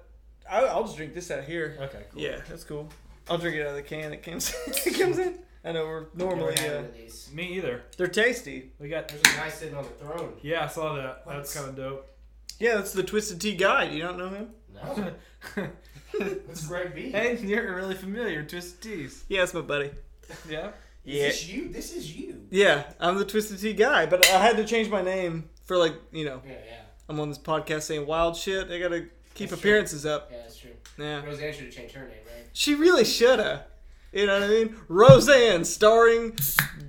I, I'll just drink this out here.
Okay, cool.
Yeah, that's cool. I'll drink it out of the can. It comes. it comes in. I know we're normally
Never had
uh,
one of these.
Me either.
they're tasty.
We got.
There's a guy sitting on the throne.
Yeah, I saw that. That's kind of dope.
Yeah, that's the Twisted Tea guy. You don't know him?
No, it's Greg B.
hey, you're really familiar. Twisted Tees.
Yeah, it's my buddy.
Yeah.
Yeah.
This is you. This is you.
Yeah, I'm the Twisted Tea guy, but I had to change my name for like you know
Yeah, yeah,
I'm on this podcast saying wild shit. I gotta keep
That's true.
appearances up.
yeah. That's true.
Yeah.
Roseanne should have changed her name, right?
She really shoulda. You know what I mean? Roseanne starring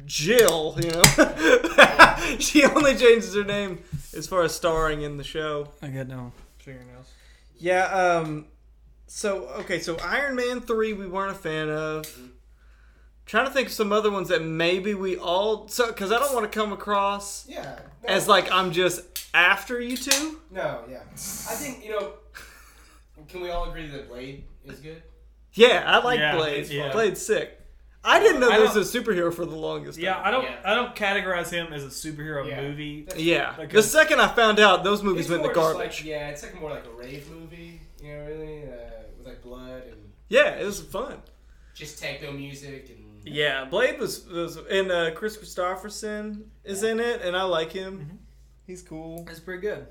Jill, you know? she only changes her name as far as starring in the show.
I got no fingernails.
Yeah, um so okay, so Iron Man 3 we weren't a fan
Mm-hmm.
of. Trying to think of some other ones that maybe we all so cuz I don't want to come across
Yeah. No,
as like I'm just after you two.
no, yeah. I think you know. Can we all agree that Blade is good?
Yeah, I like
Yeah,
Blade.
yeah.
Blade's sick. I didn't know
I
there was
don't-
a superhero for the longest time.
Yeah, I don't.
Yeah.
I don't categorize him as a superhero
Yeah.
movie.
That's-
Yeah.
Like
the
a-
second I found out, those movies
It's
went to
more just
garbage.
Like, yeah, it's like more like a rave movie. You know, really, uh, with like blood and
yeah, it was fun.
just techno music and.
Yeah, Blade was, was and uh, Chris Christopherson is in it, and I like him.
Mm-hmm.
He's cool.
That's pretty good.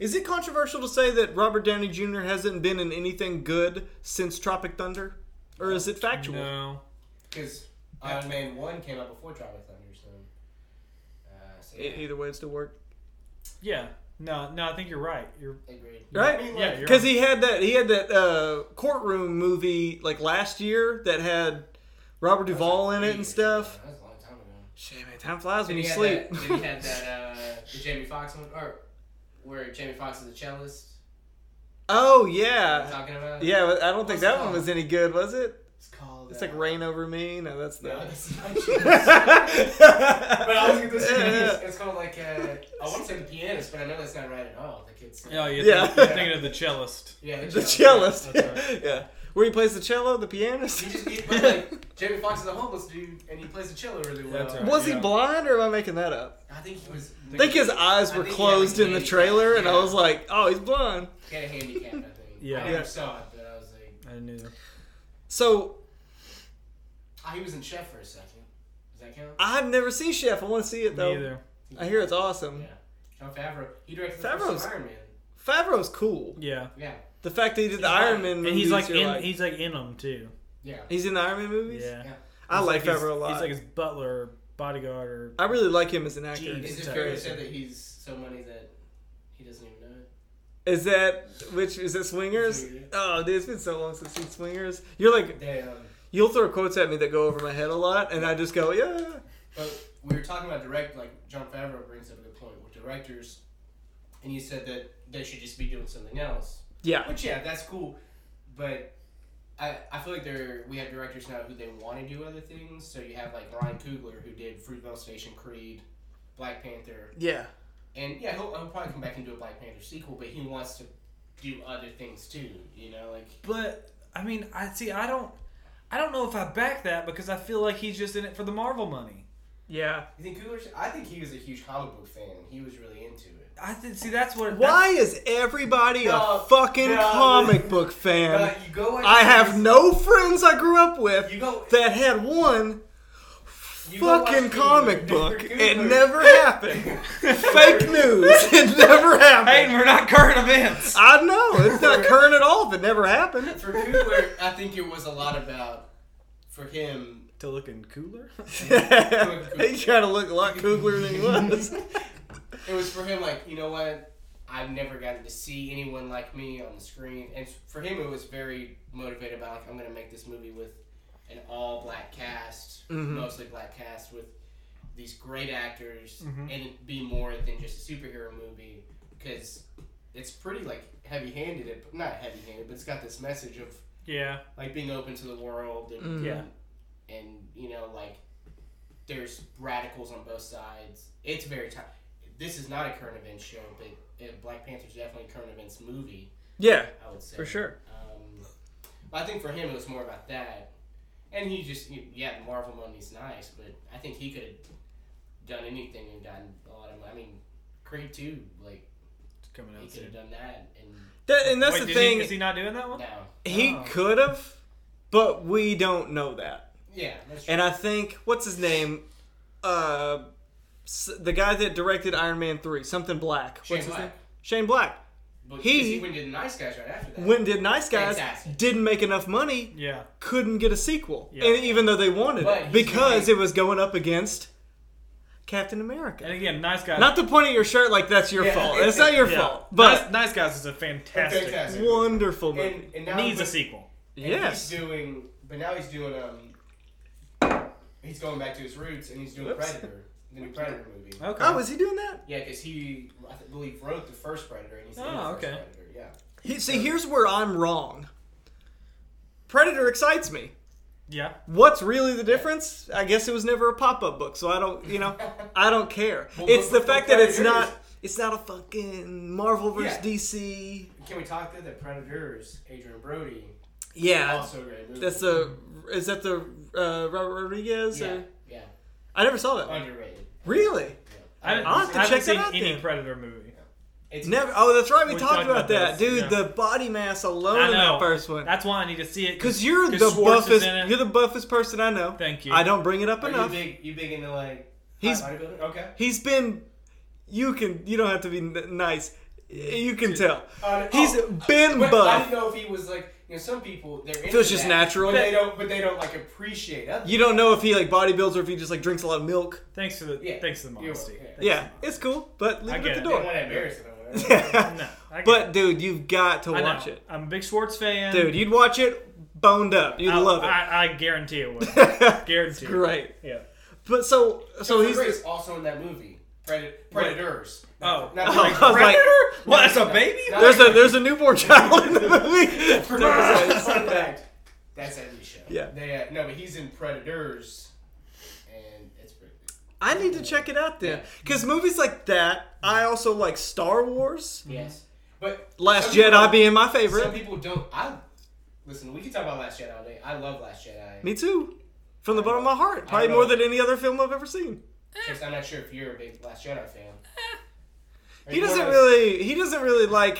Is it controversial to say that Robert Downey Jr. hasn't been in anything good since Tropic Thunder, or is it factual?
No.
Because Iron Man One came out before Tropic Thunder, so. Uh, so
E-
yeah,
either way, it still worked.
Yeah. No. No. I think you're right. You're.
agreed.
Right?
I mean,
Yeah,
like,
you're-
Because he had that he had that uh, courtroom movie like last year that had Robert
that was
Duvall in
like
it
three
and
years
stuff.
ago. That was a long time ago.
Shit, man, time flies when
Then
you
he had
sleep.
That, then he had that uh, the Jamie Foxx one, or where Jamie Foxx is a cellist.
oh
you know what
yeah,
I'm talking about.
Yeah, but I don't think
What's
that
it
one
called?
was any good, was it?
It's called.
It's
uh,
like Rain Over Me. No, that's
No,
the.
that's not
but
But I was gonna
yeah, yeah.
say it's called like uh, I want to say the pianist, but I know that's not right at all. Like it's.
Oh, Yeah. You're,
Yeah.
Thinking, you're thinking of the cellist.
yeah,
the
cellist.
cellist. Yeah,
That's
where he plays the cello, the pianist.
He just he, but like Jamie Foxx is a homeless dude, and he plays the cello really well.
That's right.
was he
Yeah.
blind, or am I making that up?
I think he was.
I think his eyes
I
were
think he had,
closed
like,
in the
handicap.
trailer, and I
Yeah.
was like, "Oh, he's blind."
He had a handicap, I think.
Yeah.
I never
Yeah.
saw it, but I was like,
I knew.
So
ah, he was in Chef for a second. Does that count?
I've never seen Chef. I want to see it though.
Me either.
I hear it's awesome.
Yeah. John Favreau. He directed the
Favreau's-
first Iron Man.
Favreau's cool.
Yeah.
Yeah.
The fact that he did the
Yeah.
Iron Man
And
movies,
he's like
you're
in. He's like in them too.
Yeah.
he's in the Iron Man movies.
Yeah.
Yeah.
I
He's
like,
his-
Favreau a lot.
He's like his butler, or bodyguard, or
I really like him as an actor.
Jeez.
Is it
Sorry.
fair to say that he's so money that he doesn't even know it?
Is that which is it Swingers?
Swingers.
Oh, dude, it's been so long since seen Swingers. You're like
Damn.
you'll throw quotes at me that go over my head a lot, and I just go yeah.
But we were talking about direct, like John Favreau brings up a good point with directors, and you said that they should just be doing something else.
Yeah,
Which yeah, that's cool, but I I feel like there we have directors now who they want to do other things. So you have like Ryan Coogler who did Fruitvale Station, Creed, Black Panther,
yeah,
and yeah, he'll, he'll probably come back and do a Black Panther sequel, but he wants to do other things too. You know, like
But I mean, I see. I don't. I don't know if I back that because I feel like he's just in it for the Marvel money.
Yeah.
You think Cooler? Sh- I think he was a huge comic book fan. He was really into it.
I think see that's what
Why is everybody
No,
a fucking
no.
comic book fan?
But you go. watch
Um, I have
movies-
no friends I grew up with
You go.
that had one
You go watch
fucking
Cooler.
comic book.
Cooler.
It never happened. Fake news. It never happened.
Hayden, we're not current events.
I know. It's not current at all if it never happened.
For Cooler, I think it was a lot about for him.
To looking cooler.
He's trying to look a lot cooler than he was.
It was for him like you know what. I've never gotten to see anyone like me on the screen, and for him it was very motivated by like I'm gonna make this movie with an all black cast,
Mhm.
mostly black cast with these great actors,
Mhm.
and it be more than just a superhero movie because it's pretty like heavy handed, not heavy handed, but it's got this message of
Yeah.
like being open to the world and
Mhm.
Yeah.
and you know like there's radicals on both sides. It's very time. This is not a current event show, but uh, Black Panther's definitely a current events movie.
Yeah,
I would say
for sure.
Um, but I think for him it was more about that, and he just you- yeah, the Marvel money's nice, but I think he could have done anything and gotten a lot of money. I mean, Creed two, like
It's coming
he
out
could have
soon.
done that, and
That, and that's
Wait,
the
did he-
thing.
is he not doing that one?
now
He
Oh.
could have, but we don't know that.
yeah, that's true.
And I think what's his name, uh, s- the guy that directed Iron Man three, something Black.
Shane
what's his
Black.
name? Shane Black.
But
He-
he, he went to the nice guys right after that.
When did Nice Guys
Exactly.
didn't make enough money,
Yeah.
couldn't get a sequel,
Yeah.
and even though they wanted
But
it
he's
because
made-
it was going up against Captain America.
And again, nice guys.
not to point at your shirt like that's your
Yeah.
fault. It's not your
Yeah.
fault, but
nice, Nice guys is a fantastic.
Fantastic.
wonderful movie.
and, and now
Needs a
but-
sequel.
and
yes,
He's doing, but now he's doing um. He's going back to his roots, and he's doing
Whoops.
Predator, the new Predator movie.
Okay.
oh, is he doing that?
Yeah, because he, I th- believe, wrote the first Predator, and he's in the
Oh,
Ah,
first
okay.
Predator. Yeah.
He, see, here's where I'm wrong. Predator excites me.
yeah.
What's really the difference? I guess it was never a pop-up book, so I don't, you know, I don't care.
Well,
it's the
but- but
fact that it's
Predators-
not, it's not a fucking Marvel versus
Yeah.
DC.
Can we talk that the Predators, Adrian Brody,
Yeah,
also a great movie.
that's the, is that the uh, Robert Rodriguez?
yeah,
Or?
yeah,
I never saw that. one.
underrated.
Really?
Yeah.
I haven't,
I'll have to
I haven't
check that
seen
out
any
then.
Predator movie.
It's
Never. Oh, that's right. We,
We
talked, about, that,
this,
dude.
yeah.
The body mass alone
I
in
know.
that first one.
That's why I need to see it.
Because you're the
'Cause Schwartz is in
buffest.
it.
You're the buffest person I know.
Thank you.
I don't bring it up
Are you
enough.
big? You big into like?
He's-
high bodybuilding? okay.
He's been. You can. You don't have to be n- nice. You can tell.
Uh,
He's
oh,
been
But I
buff.
didn't know if he was like you know some people they're into
Feels just
that,
natural.
but they don't but they don't like appreciate other
You don't know if he like bodybuilds or if he just like drinks a lot of milk.
Thanks for the
Yeah.
thanks for the
You're-
modesty.
yeah.
Thanks
Yeah,
for
it's cool, but leave
I
it
get
at
it.
the
They don't
door.
want to embarrass them. or whatever.
the
Yeah.
modesty. No, I get
But dude, you've got to
it. I know.
watch it.
I'm a big Schwartz fan,
Dude, you'd watch it boned up. You'd
I,
love it.
I, I guarantee it would. guarantee. it.
Great.
Yeah.
But so so
Christopher
he's
Grace also in that movie Pred- Predators.
Oh.
Not-
Oh,
not-
I was like-
What? That's a baby?
not-
there's a there's a newborn child in the
No, no,
movie.
it's not that. That's Eddie show.
Yeah.
They, uh, no, but he's in Predators, and it's pretty.
I need to check it out then, because movies like that. I also like Star Wars.
Yes, but
Mm-hmm. Last
some people-
Jedi being my
Some
favorite.
people don't. I listen. We can talk about Last Jedi all day. I love Last Jedi.
Me too. From the bottom of my heart, probably
know.
more than any other film I've ever seen.
Chris, I'm not sure if you're a big Last Jedi fan. Are
He
you one
doesn't
of those-
really. He doesn't really like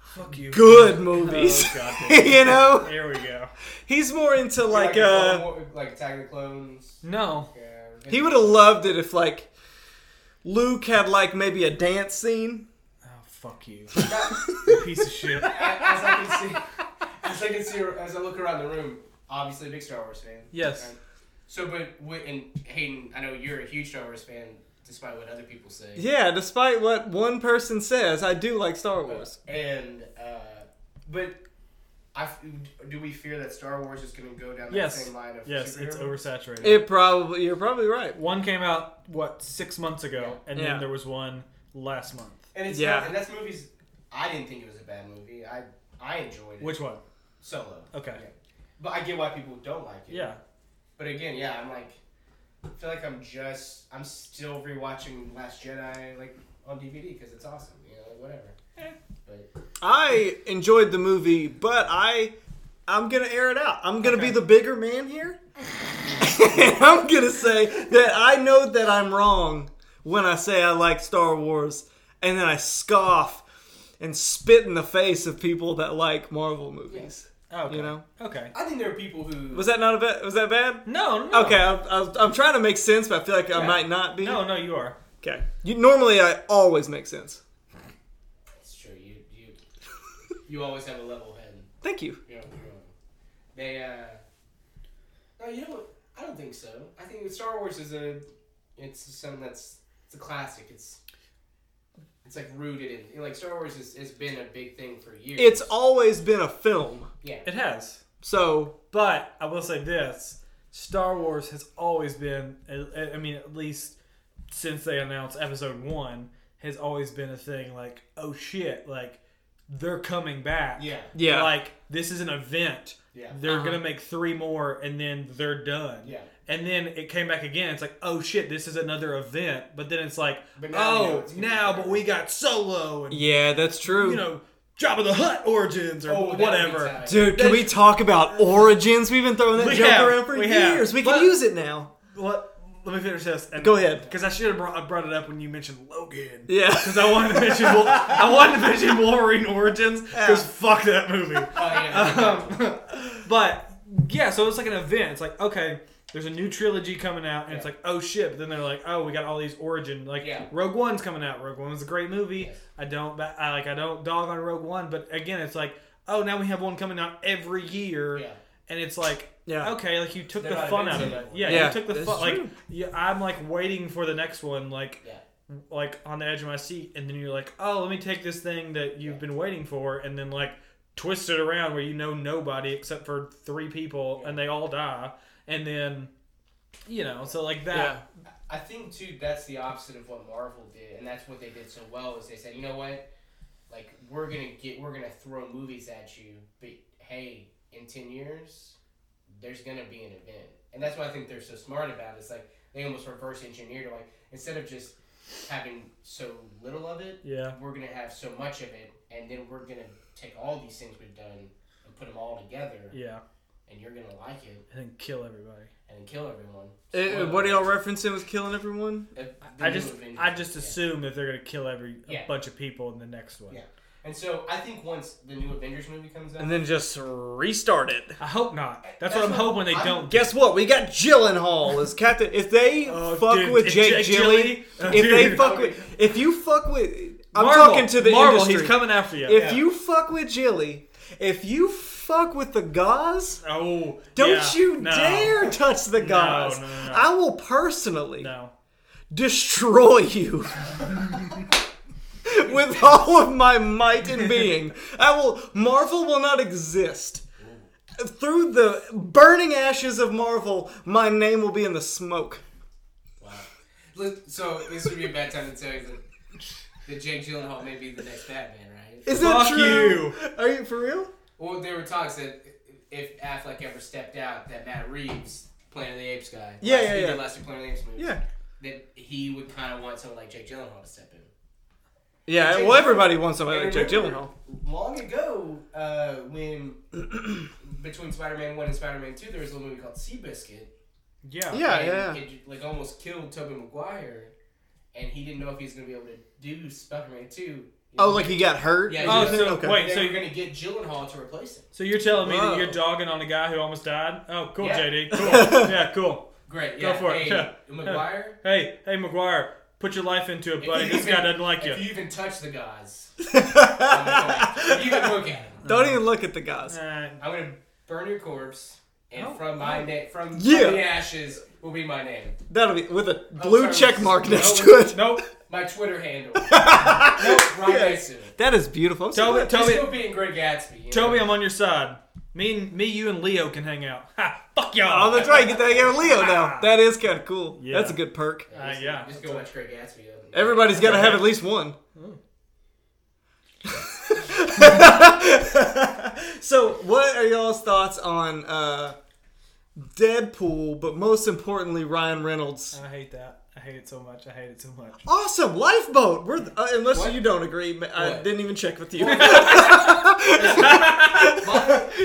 Fuck you.
good movies.
Oh, God damn.
you know,
Here we go.
he's more into
you
like.
the Clone
uh Mm.
War- like Attack of the Clones.
No.
Yeah,
He would have loved it if like Luke had like maybe a dance scene.
Oh, fuck you.
As
You Piece of shit.
I can see, as I can see, as I look around the room, obviously a big Star Wars fan.
Yes.
Right? So, but wi- and Hayden, I know you're a huge Star Wars fan, despite what other people say.
Yeah, despite what one person says, I do like Star Wars.
And uh, but I f- do we fear that Star Wars is going to go down that
Yes.
same line of
Yes, it's
superhero?
oversaturated.
It probably you're probably right.
one came out what six months ago, and
Yeah.
then there was one last month.
And it's
Yeah.
not, and that's movies. I didn't think it was a bad movie. I I enjoyed it.
Which one?
Solo.
Okay.
Yeah. But I get why people don't like it.
Yeah.
But again, yeah, I'm like, I feel like I'm just, I'm still rewatching Last Jedi like on DVD because it's awesome. You know, like, whatever. But
I enjoyed the movie, but I I'm gonna air it out. I'm gonna
Okay.
be the bigger man here. I'm gonna say that I know that I'm wrong when I say I like Star Wars, and then I scoff and spit in the face of people that like Marvel movies.
Oh, Okay.
You know,
Okay.
I think there are people who
was that not a bad? Was that bad?
No. no.
Okay, I, I, I'm trying to make sense, but I feel like I
Yeah.
might not be.
No, no, you are.
Okay. You, normally, I always make sense.
It's true. You you you always have a level head.
Thank you.
You know, you know. They uh. No, you know what? I don't think so. I think that Star Wars is a. It's something that's it's a classic. It's. It's like rooted in you know, like Star Wars has, has been a big thing for years.
It's always been a film,
yeah.
It has.
so
But I will say this: Star Wars has always been, I I mean, at least since they announced Episode One, has always been a thing. Like, oh shit, like they're coming back.
Yeah.
yeah.
Like this is an event.
Yeah.
They're
Uh-huh.
gonna make three more, and then they're done.
Yeah.
And then it came back again. It's like, oh shit, this is another event. But then it's like,
But now we know
oh,
it's gonna be
now,
better.
but we got Solo and
yeah, that's true.
you know, Job of the Hut origins or
Oh, that would be
whatever.
exciting.
Dude, can we talk about origins? We've been throwing that
We
joke
have,
around for
we have.
years. We can
But-
use it now.
Let, let me finish this. and-
Go ahead.
Because I should have brought, I brought it up when you mentioned Logan.
Yeah.
Because I wanted to mention Wol- I wanted to mention Wolverine Origins. Because fuck that movie.
Oh, yeah.
Um, but yeah, so it's like an event. It's like okay, there's a new trilogy coming out, and it's
Yeah.
like oh shit. But then they're like oh we got all these origin like
Yeah.
Rogue One's coming out. Rogue One was a great movie.
Yes.
I don't ba- I like I don't dog on Rogue One, but again it's like oh now we have one coming out every year.
Yeah.
And it's like,
Yeah.
okay, like you took
They're
the
not
fun out of
invincible.
it. Yeah,
Yeah,
you took the
that's
fun.
true.
Like, yeah, I'm like waiting for the next one, like,
Yeah.
like on the edge of my seat, and then you're like, oh, let me take this thing that you've been waiting for, and then like twist it around where you know nobody except for three people, and they all die, and then, you know, so like that.
Yeah.
I think too that's the opposite of what Marvel did, and that's what they did so well is they said, you know what, like we're gonna get we're gonna throw movies at you, but hey, in ten years, there's gonna be an event, and that's what I think they're so smart about. It's like they almost reverse engineered it, like instead of just having so little of it,
Yeah.
we're gonna have so much of it, and then we're gonna take all these things we've done and put them all together,
Yeah.
and you're gonna like it
And then kill everybody.
and then kill everyone.
Uh, what are y'all referencing was killing everyone?
The- the
I
new
just
Avengers.
I just
Yeah.
assume that they're gonna kill every
Yeah.
a bunch of people in the next one.
Yeah. And so I think once the new Avengers movie comes out,
And then just restart it.
I hope not. That's,
That's
what I'm
what
hoping they
I'm-
don't.
Guess what? We got Gyllenhaal as Captain. If they
Oh,
fuck
dude,
with
if
Jake,
Jake
Gilly,
Gyllenhaal- Oh,
if they
dude.
fuck with, if you fuck with, I'm
Marvel,
talking to the
Marvel,
industry.
he's coming after you.
if
Yeah.
you fuck with Gilly, if you fuck with the gauze,
Oh,
don't
yeah.
you
No.
dare touch the gauze.
no, no, no.
I will personally
No.
destroy you with all of my might and being. I will. Marvel will not exist. Through the burning ashes of Marvel, my name will be in the smoke.
wow. Look, So this would be a bad time to tell you that, that Jake Gyllenhaal may be the next Batman, right?
Is that
Fuck
true? Are you for real?
Well, there were talks that if Affleck ever stepped out, that Matt Reeves, Planet of the Apes guy,
Yeah,
last-
yeah,
he did
yeah.
last two Planet of the Apes movies,
Yeah.
that he would kind of want someone like Jake Gyllenhaal to step in.
Yeah.
Jake
Well,
Gyllenhaal.
everybody wants somebody like
And
Jake
remember,
Gyllenhaal.
Long ago, uh, when between Spider-Man One and Spider-Man Two, there was a little movie called Seabiscuit.
Yeah.
Yeah, yeah.
and It, like almost killed Tobey Maguire, and he didn't know if he was gonna be able to do Spider-Man Two.
Oh, like he got hurt. or
Yeah, yeah.
Oh,
something?
so
okay.
wait,
They
so
so
you-
you're gonna get Gyllenhaal to replace him.
So you're telling me
Whoa.
that you're dogging on a guy who almost died? Oh, cool,
Yeah.
JD. Cool. yeah, cool.
Great.
Go
Yeah.
for it,
hey,
yeah.
Maguire.
Hey, hey, McGuire, put your life into it,
if
buddy.
you
This
even-
guy doesn't like
If
you.
you even touch the guys, you can look at him.
Don't even look at the guys.
Uh,
I'm gonna burn your corpse, and
Oh,
from my name, from, from
Yeah.
the ashes will be my name,
That'll be with a blue
sorry.
check mark
No,
next to
nope,
it.
Nope.
my Twitter handle. nope, Rob Mason.
That is beautiful. I'm so
Toby,
glad-
Toby,
Still being Greg Gatsby. you
Toby,
know?
I'm on your side. Me and me, you and Leo can hang out. Ha! Fuck
Oh,
y'all.
that's right. Get that guy Leo now. That is kind of cool.
Yeah.
That's a good perk.
Uh,
just,
yeah.
Just go watch Greg Gatsby. though.
Everybody's got to have at least one. so, what are y'all's thoughts on uh, Deadpool, but most importantly, Ryan Reynolds?
I hate that. I hate it so much. I hate it so much.
Awesome lifeboat. We're th- uh, unless
What?
you don't agree. ma- I
What?
didn't even check with you.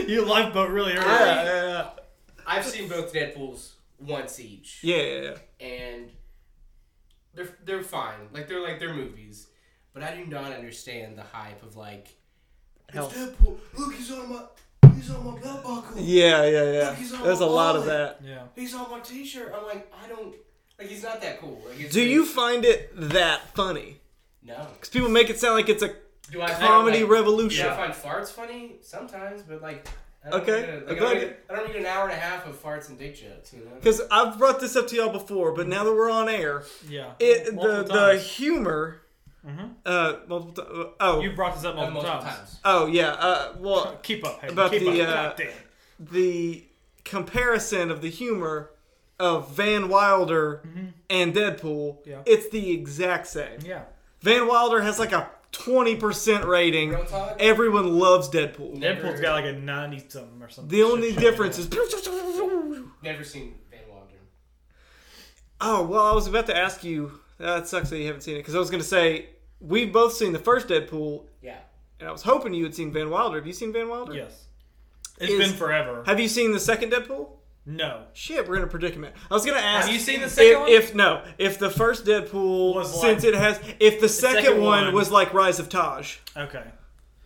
you lifeboat really early.
Yeah, yeah, yeah.
I've seen both Deadpool's. once each.
Yeah, yeah, yeah.
and they're they're fine. Like they're like they're movies, but I do not understand the hype of like.
Health.
It's Deadpool. Look, he's on my he's on my belt buckle.
Yeah, yeah,
Look, he's
yeah.
all
There's a lot of
over it.
that.
Yeah.
He's on my T-shirt. I'm like, I don't like. He's not that cool. Like, it's
Do
like-
you find it that funny?
No.
Because people make it sound like it's a
Do I find,
comedy
like,
revolution.
Do I
Yeah.
find farts funny sometimes? But like. I don't
Okay,
Need a,
I'm
like, I,
glad
don't
you-
need, I don't need an hour and a half of farts and dick jokes. You know.
Because I've brought this up to y'all before, but now that we're on air,
Yeah.
it the,
Multiple
the
times. humor. Mhm.
uh multiple ti- oh
You brought this up multiple,
Multiple
times.
times.
oh yeah uh well
Keep up, hey.
About
Keep
the,
up.
uh,
God damn.
the comparison of the humor of Van Wilder and Deadpool
Mm-hmm. Yeah.
it's the exact same.
Yeah.
Van Wilder has like a twenty percent rating.
Real talk.
Everyone loves Deadpool.
Deadpool's got like a 90 something or something.
The only
Shit.
difference is
Never seen Van Wilder.
Oh, well, I was about to ask you. That sucks that you haven't seen it because I was going to say we've both seen the first Deadpool,
Yeah.
and I was hoping you had seen Van Wilder. Have you seen Van Wilder?
Yes. It's
Is-
been forever.
Have you seen the second Deadpool?
No.
Shit, we're in a predicament. I was going to ask.
Have you seen the second
if,
one?
if no, if the first Deadpool,
Was like-
since it has, if the second,
second
one,
one-
was like Rise of Taj,
Okay.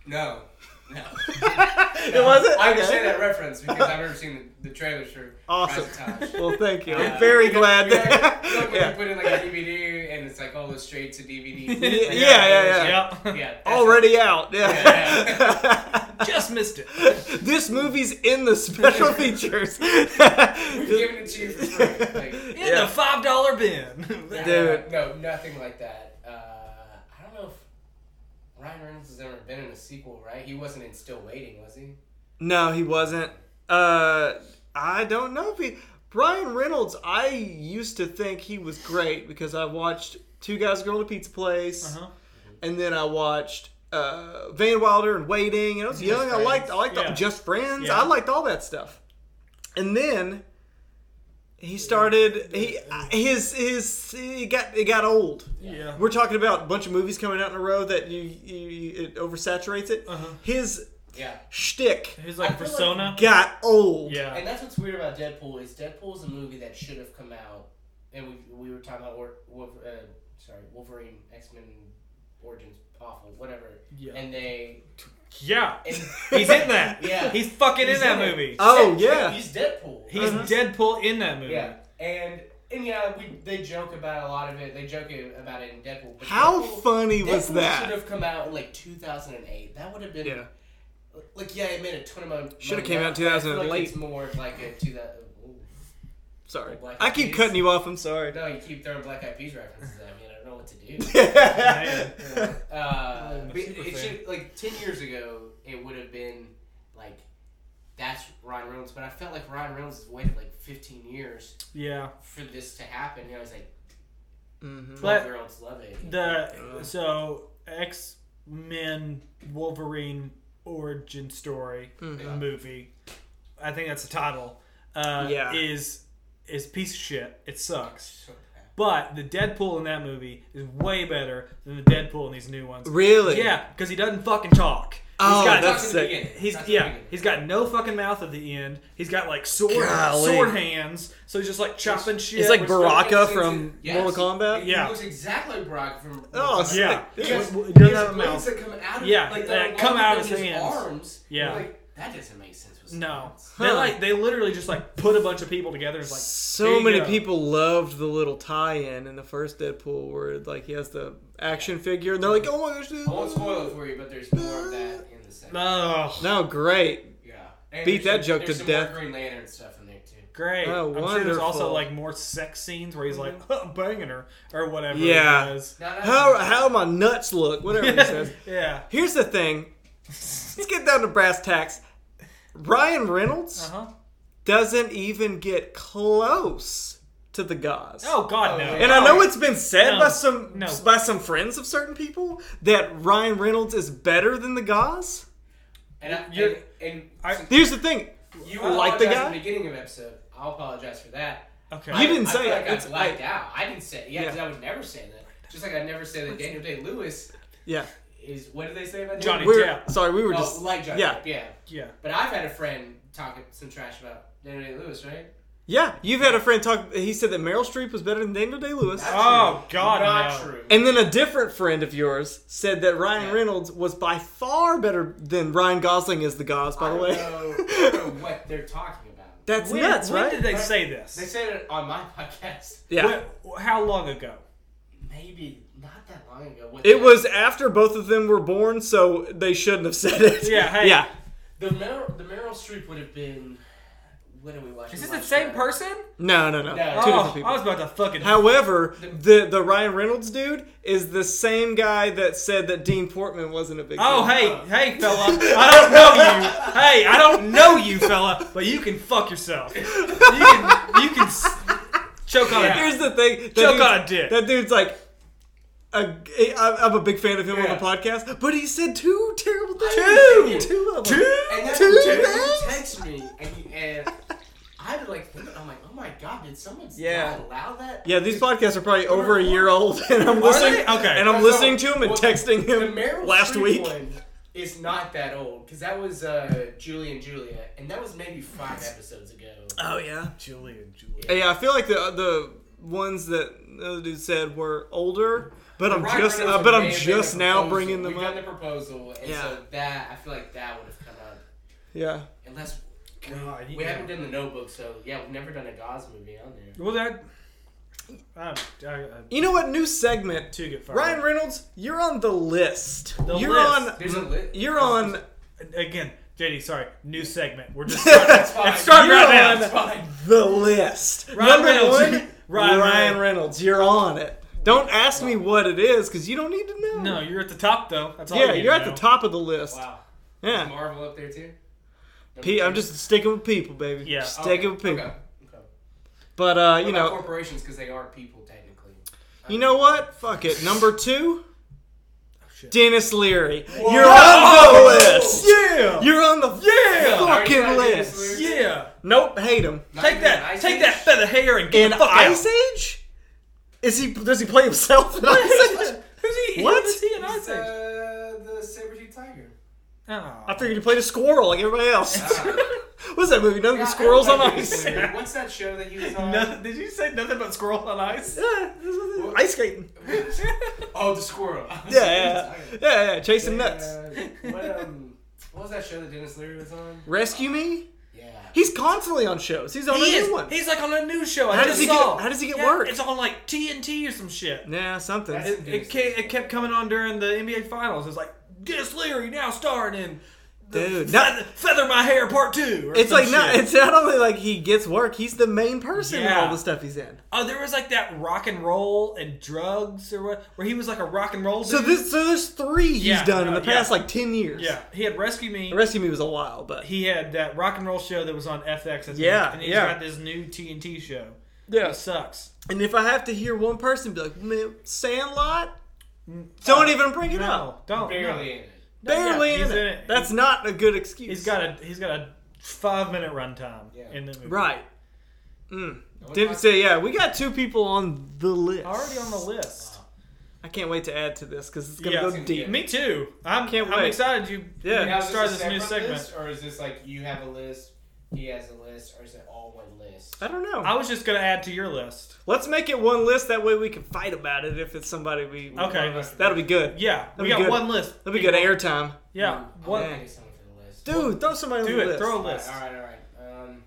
No. No.
it wasn't.
I
Okay.
understand that reference because I've never seen the, the trailers for
Awesome.
Rise of Taj.
Well, thank you.
Uh,
I'm very
you know,
glad.
you know, you
That,
know, when you
yeah.
put in like a DVD and it's like all the straight to DVD. Like,
yeah, yeah, yeah.
Yeah.
Yeah, that's
Already out.
Yeah.
Yeah.
Just missed it.
this movie's in the special features.
it. We've given it to you for free. Like,
In
Yeah.
the five dollar bin.
yeah,
Dude.
No, nothing like that. Uh, I don't know if Ryan Reynolds has ever been in a sequel, right? He wasn't in Still Waiting, was he?
no, he wasn't. Uh, I don't know if he. Brian Reynolds, I used to think he was great because I watched Two Guys Girl at a Pizza Place,
Uh-huh.
and then I watched uh, Van Wilder and Waiting, and I was young. I
Friends.
liked, I liked all-
Yeah.
Just Friends.
Yeah.
I liked all that stuff. And then he started. He his his he got it got old.
Yeah.
We're talking about a bunch of movies coming out in a row that you, you, you it oversaturates it.
Uh-huh.
His
Yeah.
shtick
He's
I
like
feel like-
persona.
got old.
yeah.
And that's what's weird about Deadpool is Deadpool's a movie that should have come out, and we, we were talking about or, Wolf, uh, sorry Wolverine X Men Origins awful whatever,
Yeah.
and they
Yeah.
and
He's in that.
Yeah.
He's fucking
He's
in that
in it.
movie.
Oh yeah.
he's Deadpool.
He's
Uh-huh.
Deadpool in that movie.
yeah, and and yeah, we they joke about a lot of it. They joke about it in Deadpool. But
How
Deadpool,
funny
Deadpool
was
Should
that?
have come out in like 2008. That would have been
Yeah.
Like yeah, it made a ton of money.
Should have came out in
but I feel
2008.
Like it's more of like a 2000. ooh.
Sorry.
Black
I keep
Keys.
cutting you off. I'm sorry.
No, you keep throwing Black Eyed Peas references at me, and I don't know what to do.
yeah.
Uh,
I'm a
but
super fan.
it should, like ten years ago, it would have been like that's Ryan Reynolds. But I felt like Ryan Reynolds has waited like fifteen years
Yeah.
for this to happen. And I was like,
Mhm.
twelve year olds love it.
The so X Men Wolverine origin story
Mhm.
movie. I think that's the title. Uh,
Yeah.
Is is a piece of shit. It sucks.
So bad.
But the Deadpool in that movie is way better than the Deadpool in these new ones.
Really?
Yeah, because he doesn't fucking talk. He's
Oh,
got,
that's
Talk to the
sick.
beginning.
He's
Talk to the
yeah.
beginning.
He's got no fucking mouth at the end. He's got like sword
Golly.
sword hands. So he's just like chopping shit.
It's like
with-
Baraka
Yes,
from
yes.
Mortal Kombat.
He
Yeah.
looks exactly like Brock from.
Oh, sick.
Yeah.
He has,
It
he
doesn't
has
have a
blades
mouth.
that come out of
Yeah,
like, that
that
are
come
longer
out
than
of his
his
hands.
arms.
Yeah.
like that doesn't make sense. With
No,
swords.
they
Huh.
like they literally just like put a bunch of people together. And it's like "Here
So
you
many
go."
people loved the little tie-in in the first Deadpool, where like he has the action figure, and they're like, "Oh my gosh!" this-
I won't spoil it for you, but there's more of that in the second.
Oh,
No, great.
Yeah. And
Beat
there's
that
some-
joke
there's
to
some more
death.
Green Lantern stuff in there too.
great!
Oh,
I'm sure there's
wonderful.
also like more sex scenes where he's like banging her or whatever.
Yeah.
It is.
No, no,
How
no.
how my nuts look? Whatever he says.
yeah.
Here's the thing. Let's get down to brass tacks. Ryan Reynolds
Uh huh.
doesn't even get close to the gauze.
Oh God, no.
Oh,
And I know
no.
it's been said
No.
by some
No.
by some friends of certain people that Ryan Reynolds is better than the gauze.
And, I,
You're-
and, and
I-
Here's the thing.
you
I like
like
the
the
guy.
At the beginning of episode, I'll apologize for that.
Okay.
You didn't
I
say
feel
it.
like
It's-
I blacked
I-
out. I didn't say it. Yeah,
Yeah.
'cause I would never say that. Just like I never said that Daniel Day Lewis
Yeah.
is. What did they say about
Johnny
Daniel?
We're
Depp.
sorry, we were
oh,
just
like Johnny
yeah.
Depp, yeah.
yeah.
But I've had a friend talk some trash about Daniel Day Lewis, right?
Yeah, you've had a friend talk. He said that Meryl Streep was better than Daniel Day Lewis.
Not
Oh,
true.
God,
Not
no.
true.
And then a different friend of yours said that Ryan
Yeah.
Reynolds was by far better than Ryan Gosling is the Goss. By
I
the
don't
way,
know, I don't know what they're talking about.
that's
when,
nuts,
when
right?
did they say this?
They said it on my podcast.
yeah,
Wh- how long ago?
Maybe not that long ago. What
it
the-
was after both of them were born, so they shouldn't have said it.
Yeah, hey.
yeah.
the Meryl. The Meryl Streep would have been. When did we watch?
Is
We
this the
watched
same
that.
person?
No, no, no,
No.
two
Oh,
different
I
people.
was about to fucking.
However, the the Ryan Reynolds dude is the same guy that said that Dean Portman wasn't a big.
Oh
deal.
hey hey fella, I don't know you. Hey, I don't know you fella, but you can fuck yourself. You can you can s- choke on it.
Here's the thing. That
Joe
dude's-
got a dick.
That dude's like, a, I- I'm a big fan of him
Yeah.
on the podcast, but he said two terrible things.
Two!
two, of them.
Two?
And that's
Two
when Jeremy
days?
texted me, and, he, and I was like, thinking, I'm like, oh my god, did someone
Yeah.
not allow that?
Yeah, these podcasts are probably over a year old, and I'm listening.
they? Okay.
and I'm
So,
listening to him and
well,
texting
The
him
Meryl
last
Streep
week.
one is not that old because that was uh, Julie and Julia, and that was maybe five episodes ago.
Oh yeah.
Julia, Julia.
Yeah, I feel like the the ones that the other dude said were older, but I'm
Ryan
just
Reynolds
uh, but
may
I'm
have done
just
the
now
proposal.
bringing them
We've done
up.
the proposal, and
Yeah.
so that I feel like that would have come up
Yeah.
unless
God, you
we
know.
haven't done the Notebook, so yeah, we've never done a Gauze movie on there.
Well, that. I'm, I, I,
You know what? New segment.
two get fired.
Ryan Reynolds, you're on the list.
The
you're
list.
on.
There's a li-
You're on.
again, JD. Sorry, new segment. We're just starting,
That's
fine.
it's starting
You're
right
on
now.
That's fine.
the list.
Ryan
Number
Reynolds.
one,
Ryan
Ryan,
Reynolds.
Reynolds. You're on it. Don't ask me what it is because you don't need to know.
No, you're at the top though. That's all.
Yeah,
you
you're at
know.
the top of the list.
Wow. Is
Yeah.
Marvel up there too? Number
P- I'm
two?
just sticking with people, baby.
Yeah.
Just
Okay,
Sticking with people.
okay, okay.
But uh, you
What about
know,
corporations because they are people technically.
you know what? Fuck it. Number two,
Oh, shit.
Dennis Leary. You're on the list.
Yeah.
You're on the
Yeah.
Are you
fucking
not Dennis
list.
Leary?
Yeah.
Nope, hate him.
Not
Take
even in
that.
Ice
Take
Age?
that feather hair and get
In
the fuck
Ice
out.
Age, is he? Does he play himself in Ice Age?
Who's he?
What?
Who's he in Ice
It's,
Age?
uh, the saber-tooth tiger.
Oh.
I figured he played a squirrel like everybody else.
Ah.
What's that movie? None of the squirrels on ice. Yeah,
Leary.
What's that show that he was on?
Nothing, did you say nothing but squirrel on ice?
this is- ice skating.
Oh, the squirrel.
Yeah, yeah, yeah, yeah, yeah,
The,
chasing nuts.
uh, What, um, what was that show that Dennis Leary was on?
Rescue Me.
Yeah.
He's constantly on shows. He's on
he
a
is.
new one.
He's like on a new show. I
How
just
does he
saw.
get- how does he get
yeah,
work?
It's on like TNT or some shit.
Nah, something.
That's-
It, it, kept, it kept coming on during the NBA Finals. It's like Dennis Leary now starring in the
Dude,
Feather, Feather My Hair Part Two. or
it's
some
like not.
shit.
It's not only like he gets work. He's the main person in
Yeah.
all the stuff he's in.
oh, there was like that rock and roll and drugs or what, where he was like a rock and roll.
So
dude.
this, so there's three he's
Yeah,
done in
no,
the past
yeah.
like ten years.
yeah, he had Rescue Me.
Rescue Me was a while, but
he had that rock and roll show that was on FX. I think,
Yeah,
and he's
yeah.
got this new TNT show. It
yes.
sucks.
And if I have to hear one person be like, "Man, Sandlot," don't even bring it up.
No, don't
Barely
no.
in it.
No, yeah,
Barely
he's
in, it.
in it.
That's not a good excuse.
He's got a he's got a five minute runtime
Yeah.
in the movie.
right. Mm.
What
Did
about-
so yeah, we got two people on the list.
already on the list.
I can't wait to add to this because it's gonna
Yeah.
go
Yeah.
deep.
Me too. I'm
Can't
I'm
wait.
excited you
Yeah.
you
Now, is
start
a
this new
separate
segment.
list, or is this like you have a list, he has a list, or is it all one list?
I don't know.
I was just gonna add to your list.
Let's make it one list. That way we can fight about it if it's somebody we. we
Okay.
love. That'll be good.
Yeah, we
be
got
good.
one list.
That'll be good airtime.
Yeah,
I
what?
want to do something for the list.
Dude, throw somebody
Do
on the
it.
list.
Throw a
All
list.
right, Oh, all right, all right. Um,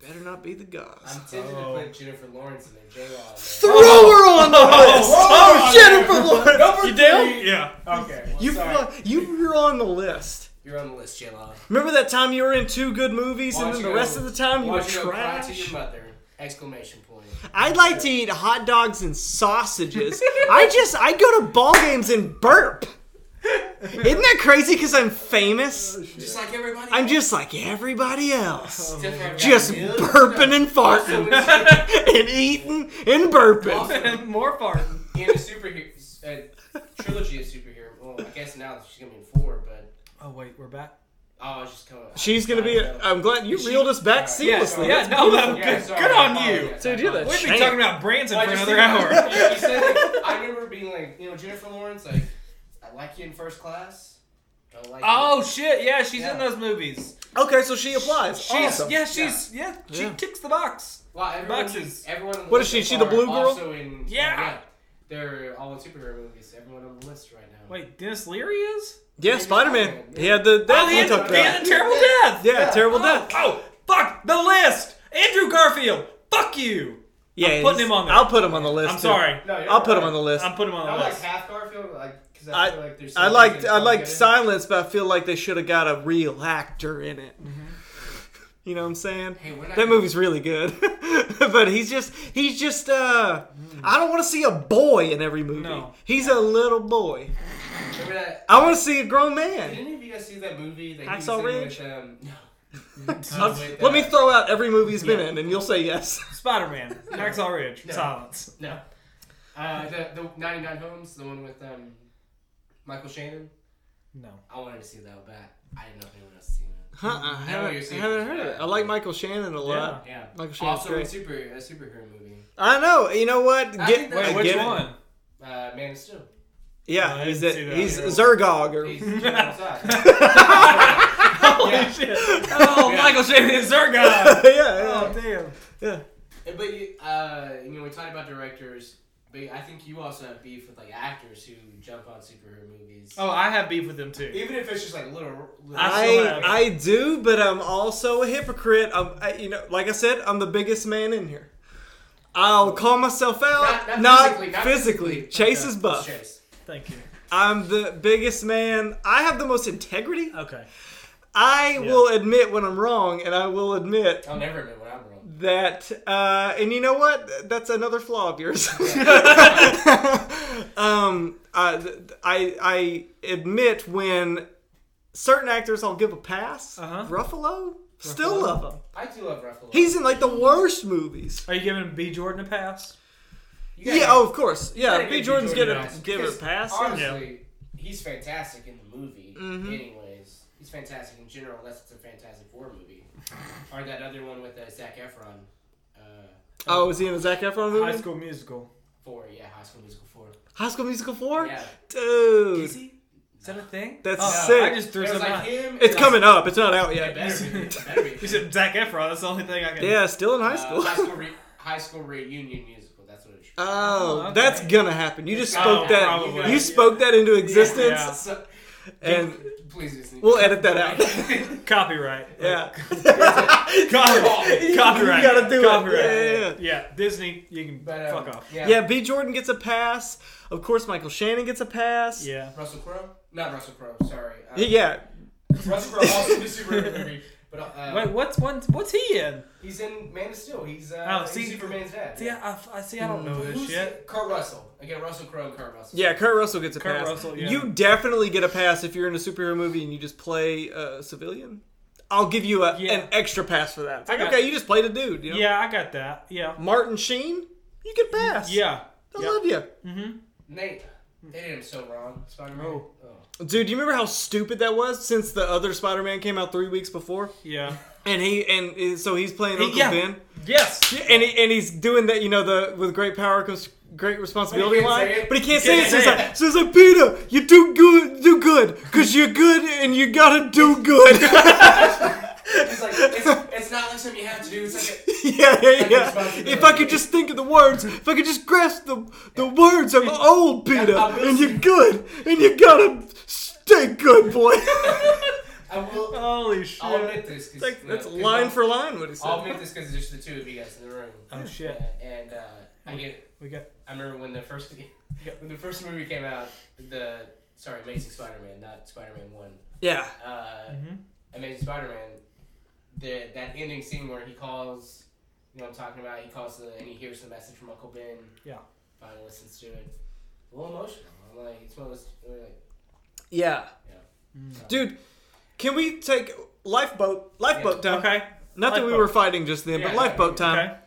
Better not be the
I'm
gods.
tempted
Oh.
to put Jennifer Lawrence in there. J Law.
Throw her on the list.
whoa,
Oh, Jennifer Lawrence.
Number
you down?
three.
Yeah.
Okay. Well,
You
sorry.
fu- you you're on the list.
You're on the list, J Law.
Remember that time you were in two good movies,
Why
and then
don't
the
you
rest
go-
of the time you
Why
were
don't you go cry to your
trash.
mother? Exclamation point.
I'd like to eat hot dogs and sausages. I just I go to ball games and burp. Isn't that crazy? Because I'm famous.
Just like everybody.
I'm just like everybody else.
else. Except for I've got
just
millions of
burping and
dollars
farting and eating and burping.
More farting.
In a superhero uh, trilogy of superhero. Well, I guess now she's gonna be in four, but
Oh wait, we're back.
oh, it's just coming.
She's gonna be. I'm glad you
She-
reeled us back
Alright, yeah,
seamlessly.
yeah,
That's
no,
beautiful.
that- good- good on you.
Dude, you're the
We've been
Shame.
talking about Branson for another hour.
you said, like, I remember being like, you know, Jennifer Lawrence, like, I like you in first class. Don't like you.
Oh shit! Yeah, she's
Yeah.
in those movies.
Okay, so she applies.
She's
awesome.
yeah, she's yeah, she
Yeah.
ticks the box.
Well, everyone,
Boxes.
everyone. on
What is
list
she?
so
She the
far
blue
are
girl?
Also in,
Yeah.
They're all in superhero movies. Everyone on the list right now.
Wait, Dennis Leary is?
Yeah,
Maybe
Spider Man.
Spider-Man,
He
yeah.
had the death
oh, he
we
had,
talked
he had
about.
a terrible death.
Yeah, terrible
Oh,
death.
oh, fuck the list. Andrew Garfield. Fuck you.
Yeah,
I'm putting
he's-
him on there.
I'll put him on the list.
I'm
too.
sorry.
No, you're
I'll put him
right.
on the list.
I'm putting him on
I
the
like
list.
half Garfield, like because I,
I-
feel like there's.
I liked I liked
side.
silence, but I feel like they should have got a real actor in it.
Mm-hmm.
You know what I'm saying?
Hey, we're
that
not gonna-
movie's really good, but he's just he's just uh I don't want to see a boy in every movie.
Mm. No.
He's a little boy.
Remember that?
I want to see a grown
Did
man.
any of you guys see that movie that he was
Hacksaw
in
Ridge?
with? Um, no.
Mm.
I'll-
wait,
Let me
uh,
throw out every movie he's been
Yeah.
in, and you'll say yes.
Spider Man. Hacksaw Ridge.
No.
Silence.
No. Uh, the the 99 Homes, the one with um, Michael Shannon.
No.
I wanted to see that, but I didn't know if anyone else seen
Mm-hmm.
it.
Huh? I haven't,
you're seeing-
haven't heard it. I like Michael Shannon a lot.
Yeah.
Michael Shannon's
Also, a
great.
super a superhero movie.
I know. You know what?
I
Get-
think that's-
Wait,
I
which
get it.
one?
Uh, Man of Steel.
Yeah,
No, I
he's
didn't
a,
see that.
he's
Yeah.
Zergog or
He's outside.
Holy
Yeah.
shit. Oh,
Yeah.
Michael Shannon is our
yeah,
guy.
yeah.
oh, damn.
yeah.
And- But you, uh, you know, we talked about directors, but I think you also have beef with like actors who jump on superhero movies.
Oh, I have beef with them too.
Even if it's just like little. little
I still
I
have it.
I do, but I'm also a hypocrite. I'm I, you know, like I said, I'm the biggest man in here. I'll call myself out,
Not- not physically, not physically. uh,
Chase is
Let's
buff.
chase.
Thank you.
I'm the biggest man. I have the most integrity.
Okay.
I
Yeah.
will admit when I'm wrong, and I will admit
I'll never admit what I'm wrong.
that. Uh, and you know what? That's another flaw of yours. um, I, I I admit when certain actors I'll give a pass.
Uh-huh.
Ruffalo, still love him.
I do love Ruffalo.
He's in like the worst movies.
Are you giving B. Jordan a pass?
You
Yeah,
gotta-
oh, of course.
you
Yeah,
gotta
B.
give
Jordan's
Jordan
gonna
a
give
because
it a pass.
Honestly, he's fantastic in the movie.
Mm-hmm.
Anyways, he's fantastic in general. Unless it's a Fantastic Four movie, or that other one with uh, Zac Efron. Uh,
oh, is he in a Zac Efron movie?
High
High School,
School Musical.
four, yeah, High School Musical four.
Musical Four?
Yeah.
Dude,
he? Is that a thing?
That's
oh,
sick.
I just threw
There's
something
like
out.
him.
it's
and-
coming up. It's not out
It
yet.
better be. It better be.
You said Zac Efron. That's the only thing I can.
Yeah, still in
Uh,
high school.
high school, re- high school reunion musical. That's what it should. be.
Oh,
okay.
that's gonna happen. You just
Oh,
spoke that.
probably.
You spoke that into existence,
Yeah.
So-
Uh, and
please listen.
we'll edit that out.
Copyright.
yeah.
Copyright. Copyright.
You gotta do it.
Copyright.
Yeah, yeah,
Yeah, Disney, you can
But, um,
fuck off.
Yeah.
Yeah, B. Jordan gets a pass. Of course, Michael Shannon gets a pass.
Yeah.
Russell Crowe? Not Russell Crowe. Sorry. Uh,
Yeah.
Russell Crowe also in the superhero movie. But uh,
Wait, what's one? What's he in?
He's in Man of Steel. He's, uh,
Oh,
he's
see-
Superman's dad.
See, I, I see. I don't know this
Who's
shit.
Kurt Russell. Again, Russell Crowe and Kurt Russell.
Yeah, Kurt Russell gets a
Kurt
pass.
Russell, yeah.
You definitely get a pass if you're in a superhero movie and you just play a civilian. I'll give you a,
Yeah.
an extra pass for that. It's like,
I got-
okay, you just played a dude. You know?
Yeah, I got that. Yeah.
Martin Sheen, you get pass.
Yeah.
I
Yeah.
love you,
Nate. They did him so wrong. Spider-Man.
Oh.
dude. Do you remember how stupid that was? Since the other Spider-Man came out three weeks before,
Yeah.
and he and and so he's playing
Hey,
Uncle
yeah.
Ben,
Yes.
Yeah, and he, and he's doing that. You know, the with great power comes great responsibility
But he can't
line,
say it.
but he can't
He
say
can't
it. So he's
say
like, so he's like, Peter, you do good, do good, cause you're good and you gotta do good.
It's like, it's, it's not like something you have to do. It's like, a,
Yeah, yeah, yeah.
responsibility.
If I could just think of the words, if I could just grasp the the words, I'm old, Peter,
I will
and
see.
you're good, and you gotta stay good, boy.
I will,
Holy shit.
I'll admit this. 'cause,
It's like
you know,
that's
'cause
line
I'll-
for line what he
I'll
said.
admit this because it's just the two of you guys in the room.
Oh shit.
Uh, and uh, I get
We got.
I remember when the first when the first movie came out, the sorry, Amazing Spider-Man, not Spider-Man One,
Yeah,
uh,
Mm-hmm.
Amazing Spider-Man, the that ending scene where he calls, you know, what I'm talking about, he calls the, and he hears the message from Uncle Ben.
Yeah.
finally listens to it. A little emotional. I'm like, it's one of those. uh, Like,
yeah, dude. Can we take lifeboat lifeboat time?
Okay.
Not that we
Lifeboat.
were fighting just then,
Yeah,
but
yeah,
lifeboat
yeah,
time.
Okay.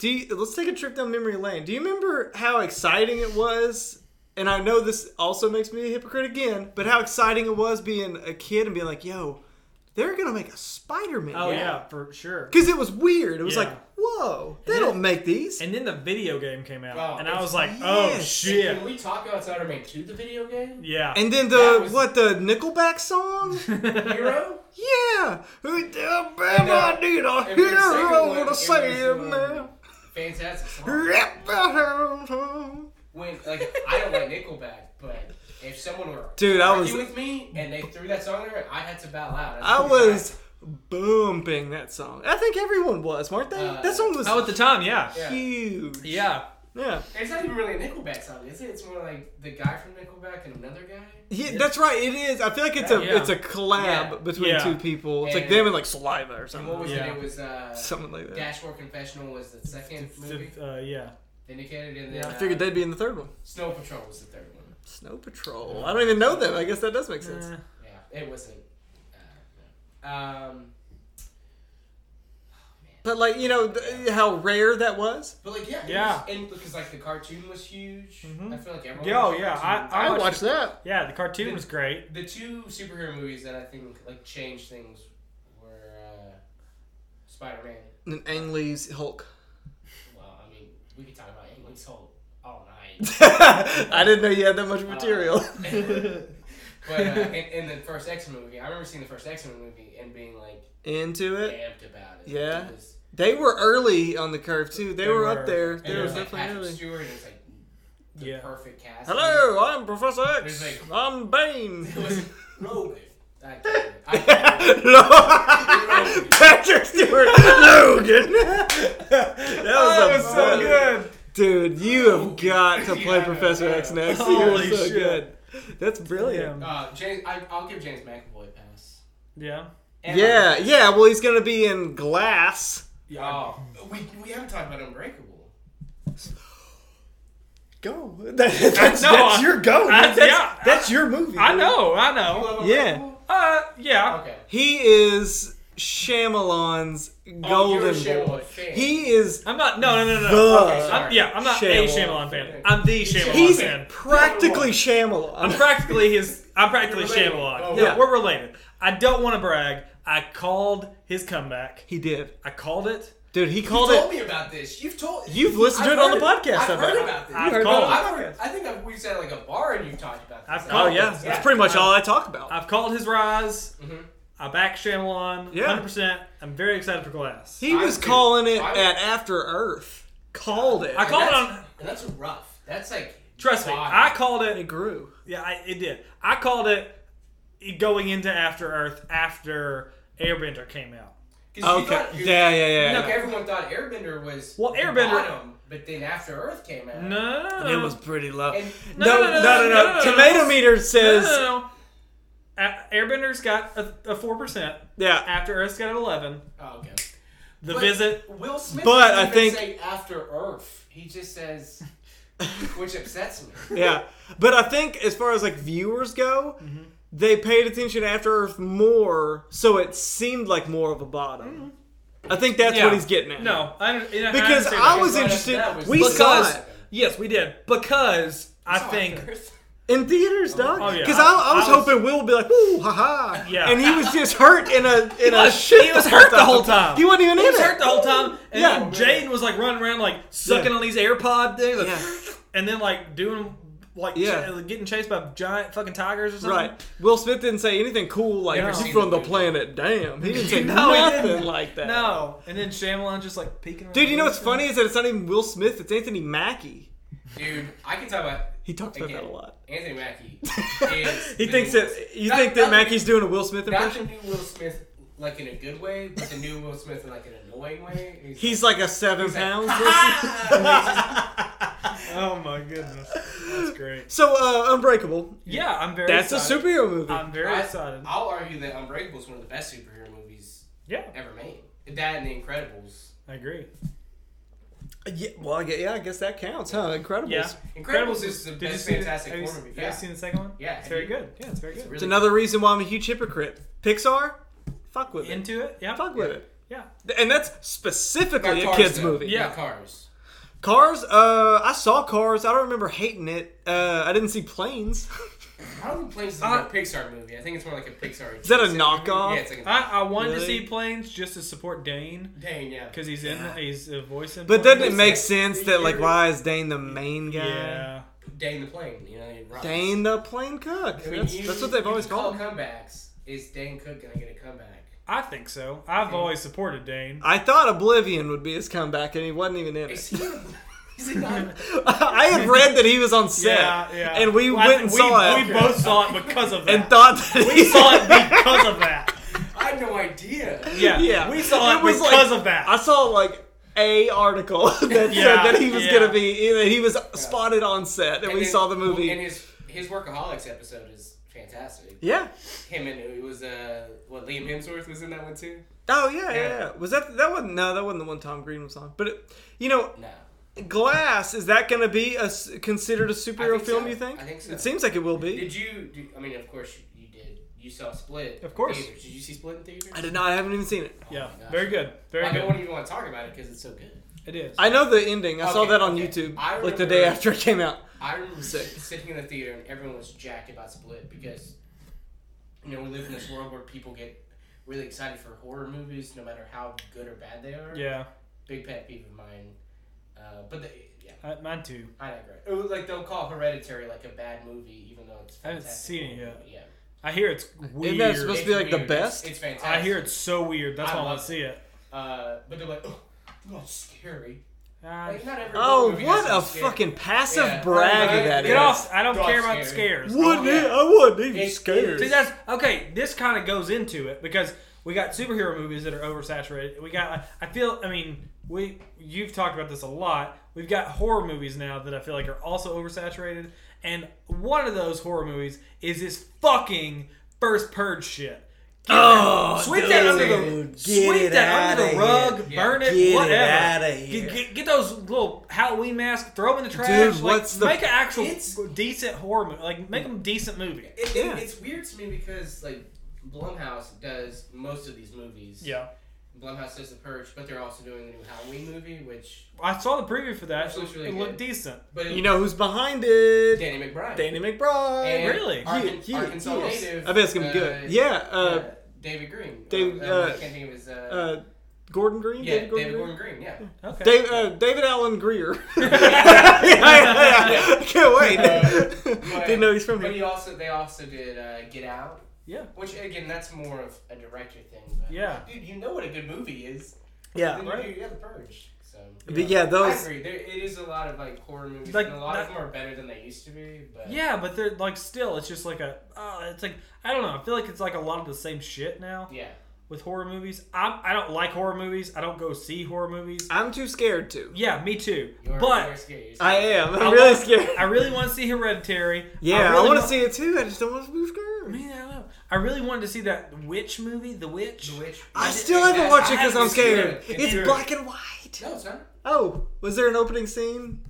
Do you, let's take a trip down memory lane. Do you remember how exciting it was? And I know this also makes me a hypocrite again, but how exciting it was being a kid and being like, "Yo, they're gonna make a Spider-Man."
Oh yeah.
Yeah.
for sure.
because it was weird. It was
Yeah.
like, whoa, they
then-
don't make these.
And then the video game came out,
Oh,
and I was like,
yes.
oh
And
shit,
Can we talk about Spider Man 2, the video game?
yeah.
And then the
That was-
what the Nickelback song?
Hero?
yeah, who tell
And, uh,
I need a
and for the second
hero
one, it
to
was,
save
um,
me.
Fantastic song.
Wrap my hands around.
When, like, I don't like Nickelback, but if someone were
Dude, I
arguing
was-
with me and they threw that song there, I had to bow out.
I was bumping that song. I think everyone was, weren't they?
Uh,
that song was
oh, at the time, yeah,
Yeah.
huge.
yeah.
Yeah.
It's not even really a Nickelback song, is it? It's more like the guy from Nickelback and another guy.
Yeah, that's right. It is. I feel like it's a
Yeah.
it's a collab
Yeah.
between
Yeah.
two people. It's like
And-
them and like saliva or
And
something.
what was
Yeah.
it? It was uh,
Something like that.
Dashboard Confessional was the second movie
Fifth, uh, yeah.
indicated, and then
I
uh,
figured they'd be in the third one.
Snow Patrol was the third one.
Snow Patrol. I don't even know them. I guess that does make sense.
Eh.
Yeah, it wasn't. Uh, no. Um, oh,
But like you know th- how rare that was.
but like yeah, it
Yeah.
was- and because like the cartoon was huge.
Mhm.
I feel like everyone.
Yo,
watched
yeah,
cartoons.
I watched it.
that.
yeah, the cartoon was great.
the two superhero movies that I think like changed things were uh, Spider Man.
And Ang Lee's Hulk.
Well, I mean, we could talk about England's whole all night. Uh,
I didn't know you had that much material.
But uh, in, in the first X Men movie, I remember seeing the first X Men movie and being like
Into it.
amped about it.
Uh, Yeah.
It was-
They were early on the curve too. They,
They
were,
were.
up there.
and
They
it
were
was like
definitely
Patrick
early.
Stewart. and It was like the
Yeah.
perfect cast.
Hello, I'm Professor X.
There's like-
I'm Bane.
It was Logan. I can't do it. I can't do it.
Logan. Patrick Stewart. Logan. that
Oh,
was,
that was
so
so
good.
good.
Dude, you have got to play
Yeah,
Professor X
yeah.
next.
Holy
You're so
shit.
good. That's brilliant.
Uh, James, I, I'll give James McAvoy a pass.
Yeah.
And
Yeah, yeah. Well, he's gonna be in Glass.
like, oh, we, we haven't talked about Unbreakable.
Go. that's
No,
that's
I-
your go.
I-
dude. that's,
yeah,
that's your movie.
I
dude.
know. I
You
know.
love
Yeah.
Unbreakable?
Uh, yeah.
Okay.
He is Shyamalan's
Oh, you're a
golden boy.
Shyamalan fan.
He is.
I'm not. No, no, no, no.
The
okay, I'm, yeah, I'm not a
Shyamalan
Shyamalan fan. I'm the Shyamalan
He's
fan.
practically
I'm
Shyamalan.
practically his. I'm practically
You're related.
Shyamalan.
Oh,
yeah,
wow.
we're related. I don't want to brag. I called his comeback.
He did,
I called it.
dude. He
You
called
told
it.
me about this. You've told.
You've listened
I've
to it on the
heard-
podcast.
I've
I
heard
bet.
about this.
You heard
I've
about it
called it.
on the
I've heard,
podcast.
I think I've, we've sat at like a bar and you've talked about this.
Oh. I've
Oh
called
yeah,
Yeah.
that's pretty much all I talk about.
I've called his rise.
Mhm.
I back Shyamalan.
Yeah.
100%. I'm very excited for Glass.
He was
I'm-
calling it
I'm-
at After Earth. Called it.
I
And
called it
that's-
on-
And that's rough. That's like.
Trust me,
God.
I called it.
It grew.
Yeah, I, it did. I called it going into After Earth after Airbender came out.
'Cause you
Okay.
thought- you-
Yeah, yeah,
Look,
yeah. yeah.
everyone thought Airbender was
Well,
the
Airbender-
bottom, but then After Earth came out.
No, no, no, no.
It was pretty low.
And-
No, no, no, no. Tomato meter
No, no,
says
no, no. A- Airbender's got a four percent.
yeah.
After Earth's got an eleven.
Oh, okay.
The
But
visit.
Will Smith.
But
doesn't
I
even
think-
say After Earth. He just says, which upsets me.
yeah. But I think as far as like viewers go,
Mm-hmm.
they paid attention to After Earth more, so it seemed like more of a bottom. I think that's
Mm-hmm. Yeah.
what he's getting at.
No, I don't. You know,
Because
understand
I
that.
was
Right after
interested.
that was
we
the-
saw
because
it
yes, we did because I
It's
think
After Earth.
in theaters, dog.
oh, yeah.
Because I, I was
I was-
hoping Will would be like, "Ooh, haha,"
Yeah.
and he was just hurt in a in a
was-
shit.
he was hurt the whole time.
He wasn't even
He
in
was
it.
hurt the whole time, and
Yeah.
then Jaden was like running around, like sucking
Yeah.
on these AirPod things, like,
Yeah.
and then like doing like
Yeah.
ch- getting chased by giant fucking tigers or something.
Right. Will Smith didn't say anything cool like
No.
you from the planet. Damn, he didn't say
No, he
nothing
didn't.
like that.
No, and then Shyamalan just like peeking.
Dude, you know what's funny is that it's not even Will Smith. It's Anthony Mackie.
Dude, I can talk about
He talks about
Again,
that a lot.
Anthony Mackie. is
He
the
thinks
new
that
Will Smith.
you
Not-
think
not
that
the-
Mackie's doing a Will Smith
Not
impression.
the new Will Smith, like in a good way, but the new Will Smith in like an annoying way.
He's like a seven
like,
pounds.
Oh my goodness, that's great.
so uh, Unbreakable.
Yeah, I'm very.
That's a
excited.
superhero movie.
I'm very
I,
excited.
I'll argue that Unbreakable is one of the best superhero movies
yeah,
ever made. That and The Incredibles.
I agree.
yeah, well, I guess, yeah, I guess that counts, huh? Incredibles.
Yeah,
Incredibles is the
Did you
best
see the-
Fantastic
have you-
Four movie.
Have
Yeah,
you seen the second one?
yeah.
it's very good. Yeah, it's very
It's
good.
It's
really
another reason why I'm a huge hypocrite. Pixar, fuck with it.
Into it. Yeah,
Fuck with it.
yeah.
And that's specifically
Got
a
Cars,
kids'
though.
movie.
Yeah.
Got Cars.
Cars. Uh, I saw Cars. I don't remember hating it. Uh, I didn't see Planes.
I don't think Planes is like a Pixar movie. I think it's more like a Pixar.
Uh, Is that a
adjacent movie.
knockoff? Uh,
Yeah, it's like a
I, I wanted to
Really?
see planes just to support Dane
Dang, yeah.
because he's
Yeah.
in he's a voice in.
But
Planes.
doesn't it make sense that like
Yeah.
why is Dane the main guy?
Yeah,
Dang the plane, you know. It rocks.
Dane the plain cook.
I mean,
that's,
you-
that's what they've
you
always
can call
called him.
comebacks. Is Dane Cook gonna get a comeback?
I think so. I've always supported Dane.
I thought Oblivion would be his comeback, and he wasn't even in
Is
it.
he? Is he not?
I had read that he was on set,
Yeah, yeah.
and we
Well, I
went and
think
saw
we,
it
We both saw it because of that.
and thought that
we
he
saw it because of that.
I had no idea.
Yeah,
Yeah.
We saw it,
It was
because
like-
of that.
I saw like a article that
Yeah,
said that he was
yeah.
gonna be that he was spotted on set, and,
And
we
then-
saw the movie.
And his his workaholics episode is fantastic.
yeah.
Him and it was uh what Liam Hemsworth was in that one too.
Oh yeah, yeah,
Yeah.
yeah. Was that that wasn't no, that wasn't the one Tom Green was on. But it, you know,
No,
Glass is that going to be a s considered a superhero
I think
film?
so.
You think?
I think so.
It seems like it will be.
did you? Do, I mean, of course you, you did. You saw Split.
Of course.
in theaters. Did you see Split in theaters?
I did not. I haven't even seen it.
yeah,
my gosh.
very good, very
I
good.
don't even want to talk about it because it's so good.
It is.
I know the ending. I saw
Okay,
that on
okay.
YouTube,
I
like the
remember-
day after it came out.
I remember
Sick.
s- sitting in the theater and everyone was jacked about Split because, you know, we live in this world where people get really excited for horror movies, no matter how good or bad they are.
yeah,
Big pet peeve of mine. Uh, but the, yeah,
I, mine too.
I digress. It was like they'll call Hereditary like a bad movie, even though it's.
I haven't
fantastic
seen it
horror
yet.
movie. Yeah,
I hear it's weird.
Isn't that supposed to be
It's
like the
weird. It's-
best?
It's fantastic.
I hear it's so weird. That's
I
why I want
love
to see it.
Uh, but they're like, oh, not scary.
Ah,
Like, not every horror
Oh,
movie
what
is
a
so scary.
fucking passive
Yeah.
brag
Alright,
that is!
get off! I don't
Dog
care about the
scary.
scares.
Wouldn't
Oh, yeah.
it? I wasn't even
It-
scared.
See, that's okay. This kind of goes into it because we got superhero movies that are oversaturated. We got, I feel, I mean, we you've talked about this a lot. We've got horror movies now that I feel like are also oversaturated, and one of those horror movies is this fucking first purge shit. Get
Oh,
that- sweep that under the
dude, get
sweep
it
that
outta
under the
here.
rug,
Yeah.
burn it,
Get it
whatever.
outta here.
Get, get, get those little Halloween masks, throw them in the trash. like,
what's the-
make an actual
It's-
decent horror movie? Like make them decent movie.
It, it-
Yeah.
it's weird to me because like Blumhouse does most of these movies.
Yeah.
Blumhouse does The Purge, but they're also doing the new Halloween movie, which
I saw the preview for that.
Which looks really
it looked
good.
decent.
but
you know who's behind it?
Danny McBride,
Danny McBride.
and
Really?
Arkan-
Yeah, yeah,
Arkansas
yes.
native.
I bet it's gonna be
uh,
good. Yeah, uh,
yeah, David Green.
David,
Uh, I
uh,
can't think of his. Uh,
uh, Gordon Green.
yeah,
David Gordon Green.
Green. Yeah.
Okay.
Dave, uh, David Allen Greer. yeah, yeah, yeah. Can't wait.
But-
Didn't know he's from
But
here.
he also they also did uh, Get Out,
yeah.
which again that's more of a director thing. But,
Yeah.
Dude, you know what a good movie is.
Yeah.
Then
right.
you do, yeah, The Purge. So.
But yeah,
I
those.
agree. There, it is a lot of like horror movies,
Like,
and a lot of
that-
them are better than they used to be. But
Yeah, but they're like still. It's just like a. Uh, it's like I don't know. I feel like it's like a lot of the same shit now
yeah,
with horror movies. I I don't like horror movies. I don't go see horror movies.
I'm too scared to.
Yeah, me too.
you're,
but
you're scared. You're
I
scared.
am. I'm
I
really
want-
scared.
I really want to see Hereditary.
yeah, I,
really
want to
wa-
see it too. I just don't want to be scared.
Man, I don't know. I really wanted to see that witch movie, The Witch.
The Witch.
I
It-
still haven't
has-
watched it
I
because
haven't
I'm
seen
scared.
it.
It's
Dude.
black and white.
No, it's not.
Oh, was there an opening scene?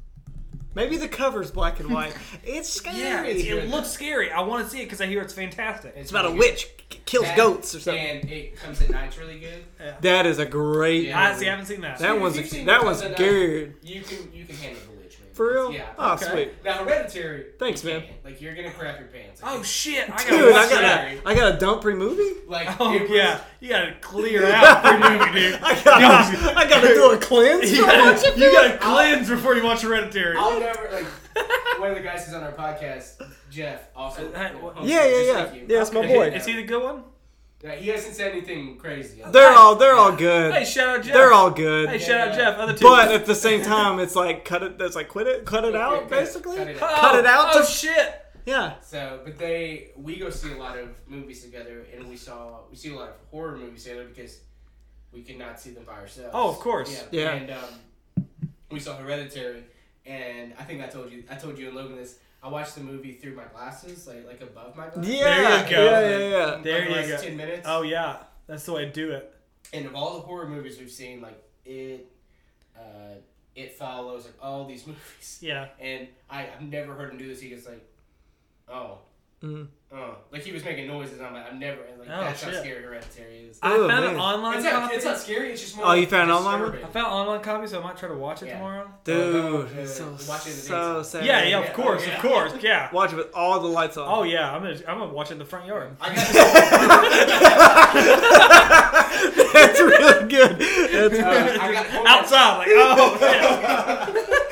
Maybe the cover's black and white. it's scary.
Yeah,
it's,
it's,
good.
it looks scary. I want to see it because I hear it's fantastic.
about a
really
witch k-
good.
kills
That-
goats or something.
And it comes at night's really good.
That is a great.
Yeah.
I
movie.
see. I haven't seen that.
That
Dude,
one's
if you've seen
that
It
one's
Comes at Night,
good.
You can you can handle the witch. Man.
For real?
Yeah.
Oh,
okay.
sweet.
Now hereditary.
Thanks,
you
man.
can't. Like you're gonna crap your pants.
Oh shit! I gotta
Dude,
watch
I got
that.
a I got a dump movie.
Like
Oh
it was-
yeah, you gotta clear out for movie, dude.
I gotta, I gotta do a cleanse.
you gotta, you gotta cleanse before you watch Hereditary.
I'll never like one of the guys who's on our podcast, Jeff. Also,
Uh, uh,
Yeah, yeah,
just
yeah.
like you.
Yeah, it's my
Is
boy.
he- Is he the good one?
Yeah, he hasn't said anything crazy.
They're all they're all
Hey,
good.
shout out Jeff.
They're all
Hey,
good.
shout out Jeff. Other two.
But at the same time, it's like cut it. That's like quit it, cut it out,
Cut it,
basically.
cut it
oh,
out.
cut it out
Oh
to-
shit!
Yeah,
So, but they we go see a lot of movies together, and we saw we see a lot of horror movies together because we could not see them by ourselves.
Oh, of course.
Yeah.
Yeah.
And um, we saw Hereditary, and I think I told you I told you and Logan this. I watched the movie through my glasses, like like above my glasses.
yeah,
There you go.
yeah, yeah, yeah.
There
Like the
you
last
go.
Ten minutes.
Oh yeah, that's the way to do it.
and of all the horror movies we've seen, like it, uh, it follows like all these movies,
Yeah.
and I, I've never heard him do this. He just like, oh,
Mhm.
Uh, like he was making noises. I'm like, I'm never like
Oh,
that's how
shit.
scary Hereditary is.
I
Oh,
found an
man.
online
It's
copy.
not, it's not scary. It's just more.
Oh, you found an
like
online one?
I
disturbing.
found an online copy, so I might try to watch it
Yeah.
tomorrow.
Dude,
Uh,
it's so,
watch it in the
so
daytime.
sad.
Yeah, yeah,
yeah.
of course,
Oh, yeah.
of course, yeah.
Watch it with all the lights
Oh
on.
yeah, I'm gonna I'm gonna watch it in the front yard.
I got.
That's really good. That's
Uh,
Oh,
good.
I got home.
Outside, like oh shit.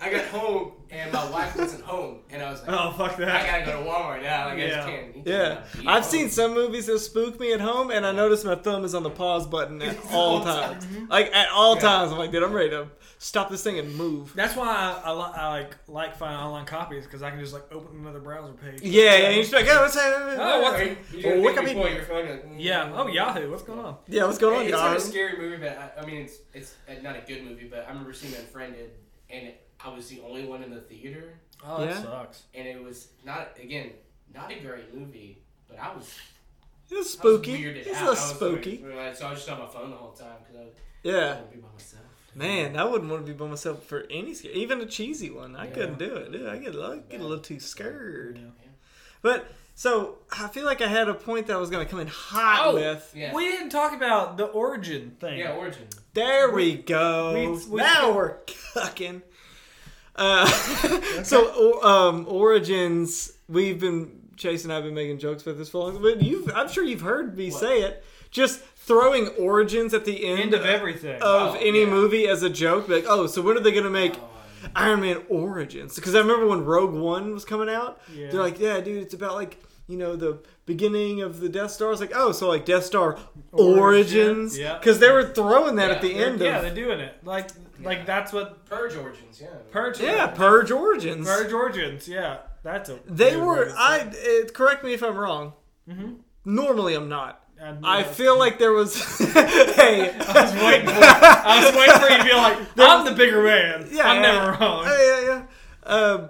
I got home and my wife wasn't home, and I was like,
oh fuck
I
that.
gotta go to Walmart now. Like, I
Yeah.
just can't. you
Yeah,
cannot be
I've
home.
seen some movies that spook me at home, and I notice my thumb is on the pause button at all times. Like at all
Yeah.
times, I'm like, dude, I'm ready to stop this thing and move.
That's why I, I, li- I like like finding online copies because I can just like open another browser page.
Yeah, yeah. You're just like, oh, what's
Oh,
happening?
what-
Right? You
Well,
didn't
what
think
can
before
we-
your phone, like, mm.
Yeah. Oh Yahoo, what's going on?
Yeah, what's going on,
It's not a
guys?
scary movie, but I, I mean, it's it's not a good movie. But I remember seeing Unfriended, and I was the only one in the theater,
Oh, that
Yeah.
sucks.
and it was not again not a great movie. But I was,
It's
I was
spooky.
weirded
It's a
out.
little
I was
spooky.
weird- like, so I was just on my phone the whole time because I was I
Yeah,
wanted to be by myself.
man, I wouldn't want to be by myself for any scare, even a cheesy one. I
Yeah.
couldn't do it. Dude, I get, I get a little too scared.
Yeah.
But so I feel like I had a point that I was going to come in hot
Oh.
with.
Yeah.
We didn't talk about the origin thing.
yeah, origin.
There we go.
we- we-
now we're cooking. Uh, so o- um, origins, we've been Chase and I've been making jokes with this for long, but you, I'm sure you've heard me
What?
say it. Just throwing origins at the end,
End of everything.
of
Oh,
any
yeah.
movie as a joke, like, oh, so when are they gonna make
Oh,
Iron Man Origins? Because I remember when Rogue One was coming out,
Yeah.
they're like, yeah, dude, it's about like you know the beginning of the Death Star. It's like, oh, so like Death Star
Origin,
Origins,
yeah.
because they were throwing that at
Yeah,
the
They're-
end
yeah,
of
they're doing it. Like
Yeah.
like that's what
Purge origins. Yeah.
Purge.
Yeah, Purge Origins.
Purge origins. Yeah, that's a.
They
good way
were.
to say
I.
it.
It, correct me if I'm wrong.
Mhm.
Normally, I'm not.
I, knew
I
that.
feel like there was. hey.
I was waiting for. I was waiting for you to be like,
There
I'm
was-
the bigger man.
Yeah,
I'm
yeah, Oh,
never wrong.
Yeah, yeah, yeah. Um,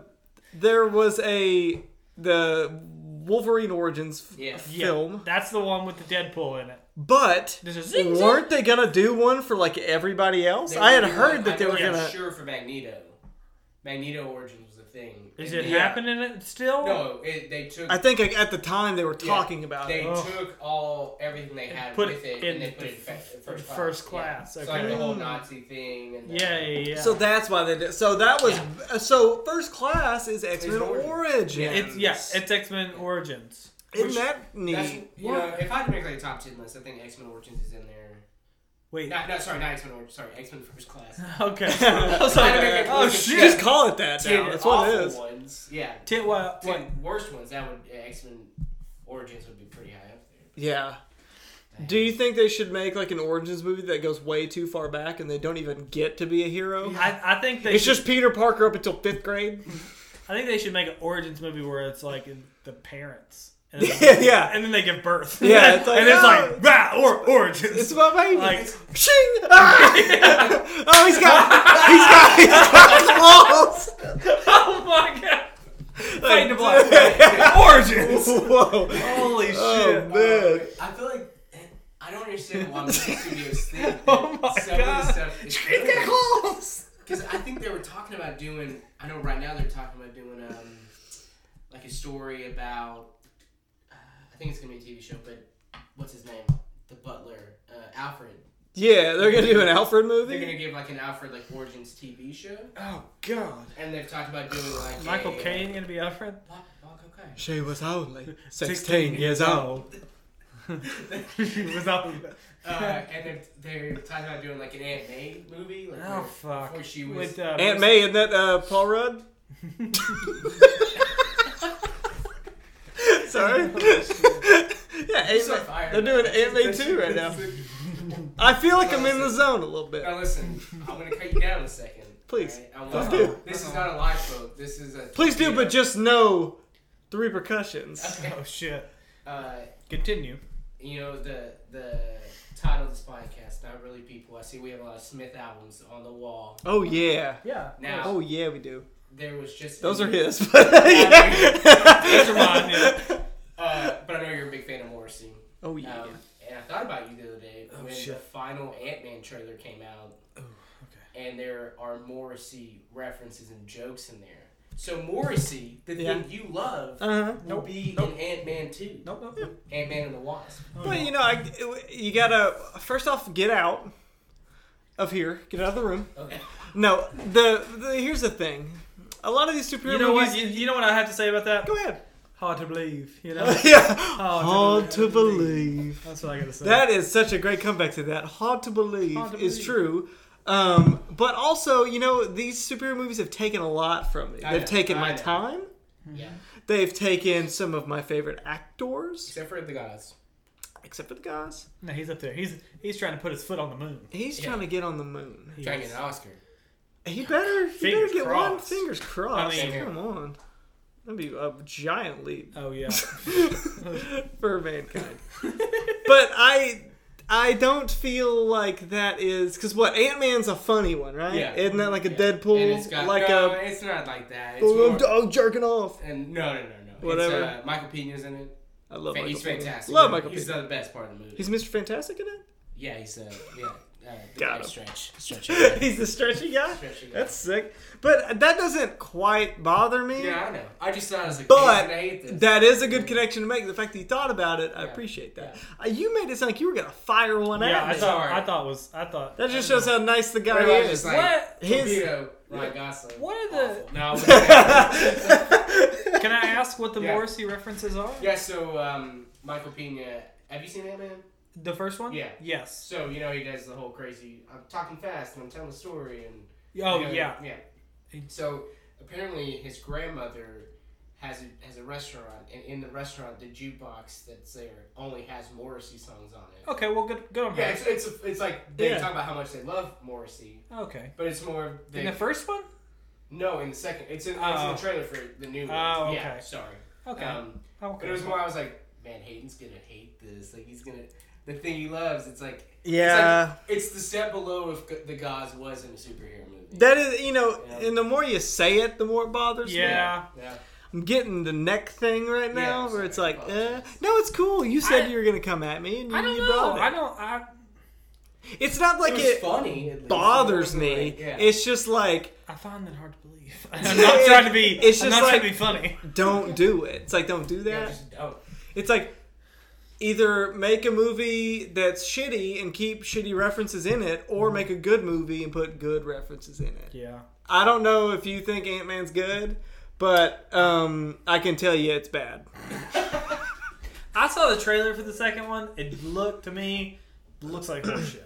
there was a the Wolverine Origins f-
Yeah.
Yeah,
film,
That's the one with the Deadpool in it.
but
There's a zing, zing.
weren't they gonna do one for like everybody else? I had heard that they were
I'm
gonna.
Sure for Magneto. Magneto origins was a thing.
Is
And
it
they-
happening it still?
No, it, they took.
I think like, at the time they were
yeah,
talking about
They
it.
Ugh.
took all everything they had
put
with
it
it,
in
and they put
the
it in fa-
f-
first,
first class,
Yeah. So like the
okay.
whole Nazi thing. And the-
Yeah, yeah, yeah.
So that's why they did. So that was. uh, So first class is X Men
Origin.
Origins.
it's yeah, it's X Men Origins.
Isn't
Which-
that
That's,
neat?
you know, if I had to make like a top ten list, I think X Men Origins is in there.
Wait.
No, no, sorry, not X Men Origins. Sorry, X Men First Class.
Okay.
I was
like,
oh
uh,
Just
shit.
call it that now.
Ten
That's what it
awful
is.
Ones. Yeah.
Tit what?
Ten
what-
worst ones. That would X Men Origins would be pretty high up there.
Yeah. Do you think they should make like an origins movie that goes way too far back and they don't even get to be a hero?
I, I think they
It's
should,
just Peter Parker up until fifth grade.
I think they should make an origins movie where it's like in the parents. And
Yeah, yeah.
And then they give birth.
Yeah, it's like,
and it's
oh,
like rah, or origins.
It's my baby.
Like-
Shing! Ah! Oh, he's got, he's got, he's got his balls.
oh my god. Fade to black. origins.
Whoa!
Holy shit.
Oh man!
I feel like I don't understand why movie studios think that
Oh my
some of
God.
this stuff is
Balls.
because I think they were talking about doing. I know right now they're talking about doing um like a story about. Uh, I think it's gonna be a TV show, but what's his name? The butler, uh, Alfred.
Yeah, they're gonna do an Alfred
They're
movie.
gonna give like an Alfred like origins TV show,
Oh god.
and they've talked about doing like
Michael
a,
Caine gonna be Alfred?
Wa- Michael Caine.
She was only sixteen years old.
was out.
Uh, and they're, they're talking about doing like an Aunt May movie, like
Oh
where-
fuck.
before she was
With, uh,
Aunt May, isn't that uh, Paul Rudd? Sorry. yeah,
You're
Aunt
so
May.
fired.
They're doing Aunt May 2 right now. I feel like I'm in the zone a little bit.
Now listen, I'm gonna cut you down a second.
Please.
alright? I want-
Please do.
This is not a lifeboat. This is a.
Please do, but just know the repercussions.
Okay.
Oh shit.
Uh,
Continue.
you know the the title of this podcast, not really people. I see we have a lot of Smith albums on the wall.
Oh, yeah.
Yeah.
Now-
Oh, yeah, we do.
There was just
Those are his. But, yeah.
Those are mine, yeah.
Uh, but I know you're a big fan of Morrissey.
Oh,
Um,
yeah.
And I thought about you the other day
Oh,
when
shit.
the final Ant Man trailer
Oh,
came out. And there are Morrissey references and jokes in there. So Morrissey, the
Yeah.
thing you love,
Uh huh.
will
Nope,
be
nope.
in Ant Man two.
Nope, nope. nope.
Ant Man and the Wasp.
oh,
But you know, I, you gotta first off get out of here, get out of the room.
Okay.
Mm-hmm.
No, the, the here's the thing. A lot of these superhero
You know
movies.
what? You, you know what I have to say about that?
Go ahead.
Hard to believe. You know.
yeah.
Hard
Hard
to
to believe.
That's what I gotta say.
That is such a great comeback to that. Hard to believe,
Hard to
is
believe.
true. Um, but also, you know, these superhero movies have taken a lot from me.
I
They've
know,
taken
I
my
know.
time.
Yeah.
They've taken some of my favorite actors,
Except for the guys.
except for the guys.
no, he's up there. He's he's trying to put his foot on the moon.
He's
Yeah.
trying to get on the moon.
He
Trying to
is.
get an Oscar.
He better, he better
Fingers
get one.
crossed.
Fingers crossed.
I mean-
Come on. That'd be a giant leap.
Oh yeah.
for mankind. but I I don't feel like that is because what Ant Man's a funny one, right?
Yeah.
Isn't that like a
Yeah. And it's
Deadpool,
got,
like
no,
a
It's not like that. It's
oh,
more,
I'm, oh, jerking off?
and no, no, no, no.
Whatever.
It's, uh, Michael Pena's in it.
I love
Fa-
Michael.
he's
Pena.
fantastic.
Love Michael
He's
Pena.
the best part of the movie.
He's Mr. Fantastic in it.
yeah, he's uh, yeah. Uh, the
Got
guy
him.
stretch, stretch. it.
he's the stretchy guy.
Stretchy guy.
That's sick. But that doesn't quite bother me.
yeah, I know. I just thought I was like,
But
man, I hate this.
That is a good connection to make. The fact that you thought about it, I
Yeah.
appreciate that.
Yeah.
Uh, you made it sound like you were gonna fire one
yeah,
at
I
me.
thought I thought was I thought
that just shows how nice the
What
guy
about
is.
just like
What?
His-
Torpedo, Ryan Gosling?
What are the-
Awful. No.
Can I ask what the
Yeah.
Morrissey references are?
yeah. So um, Michael Pena. Have you seen Ant Man?
The first one?
Yeah.
Yes.
So you know he does the whole crazy. I'm talking fast and I'm telling a story and.
Oh
you know,
yeah.
yeah. So apparently his grandmother has a, has a restaurant, and in the restaurant the jukebox that's there only has Morrissey songs on it.
Oh, Okay. Well, good. Good on
Yeah,
her.
it's it's, it's like they
Yeah.
talk about how much they love Morrissey,
Okay.
but it's more of
In the
they,
first one?
no in the second. It's in, it's in
Oh.
the trailer for the new. one.
Oh,
Yeah,
okay.
sorry.
Okay.
Um, but
okay.
it was more I was like, man, Hayden's gonna hate this. Like he's gonna the thing he loves. It's like
Yeah.
it's, like, it's the step below if G- the Gods was in a superhero movie.
That is, you know,
Yeah.
and the more you say it, the more it bothers me.
yeah.
yeah.
I'm getting the neck thing right now
Yeah,
where it's
sorry,
like, uh,
apologies.
no, it's cool. You said
I-
you were going to come at me and you,
I don't
you
know.
brought it.
I don't. I.
It's not like
it was
it
funny. at least.
bothers
It wasn't
me.
like- yeah.
It's just like,
I find that hard to believe. I'm not trying to be.
It's
I'm
just
not
like-
trying to be funny.
don't do it. It's like, don't do that.
yeah, just oh, don't.
It's like, either make a movie that's shitty and keep shitty references in it, or make a good movie and put good references in it.
Yeah.
I don't know if you think Ant Man's good, but um, I can tell you it's bad.
I saw the trailer for the second one. It looked to me looks like horseshit.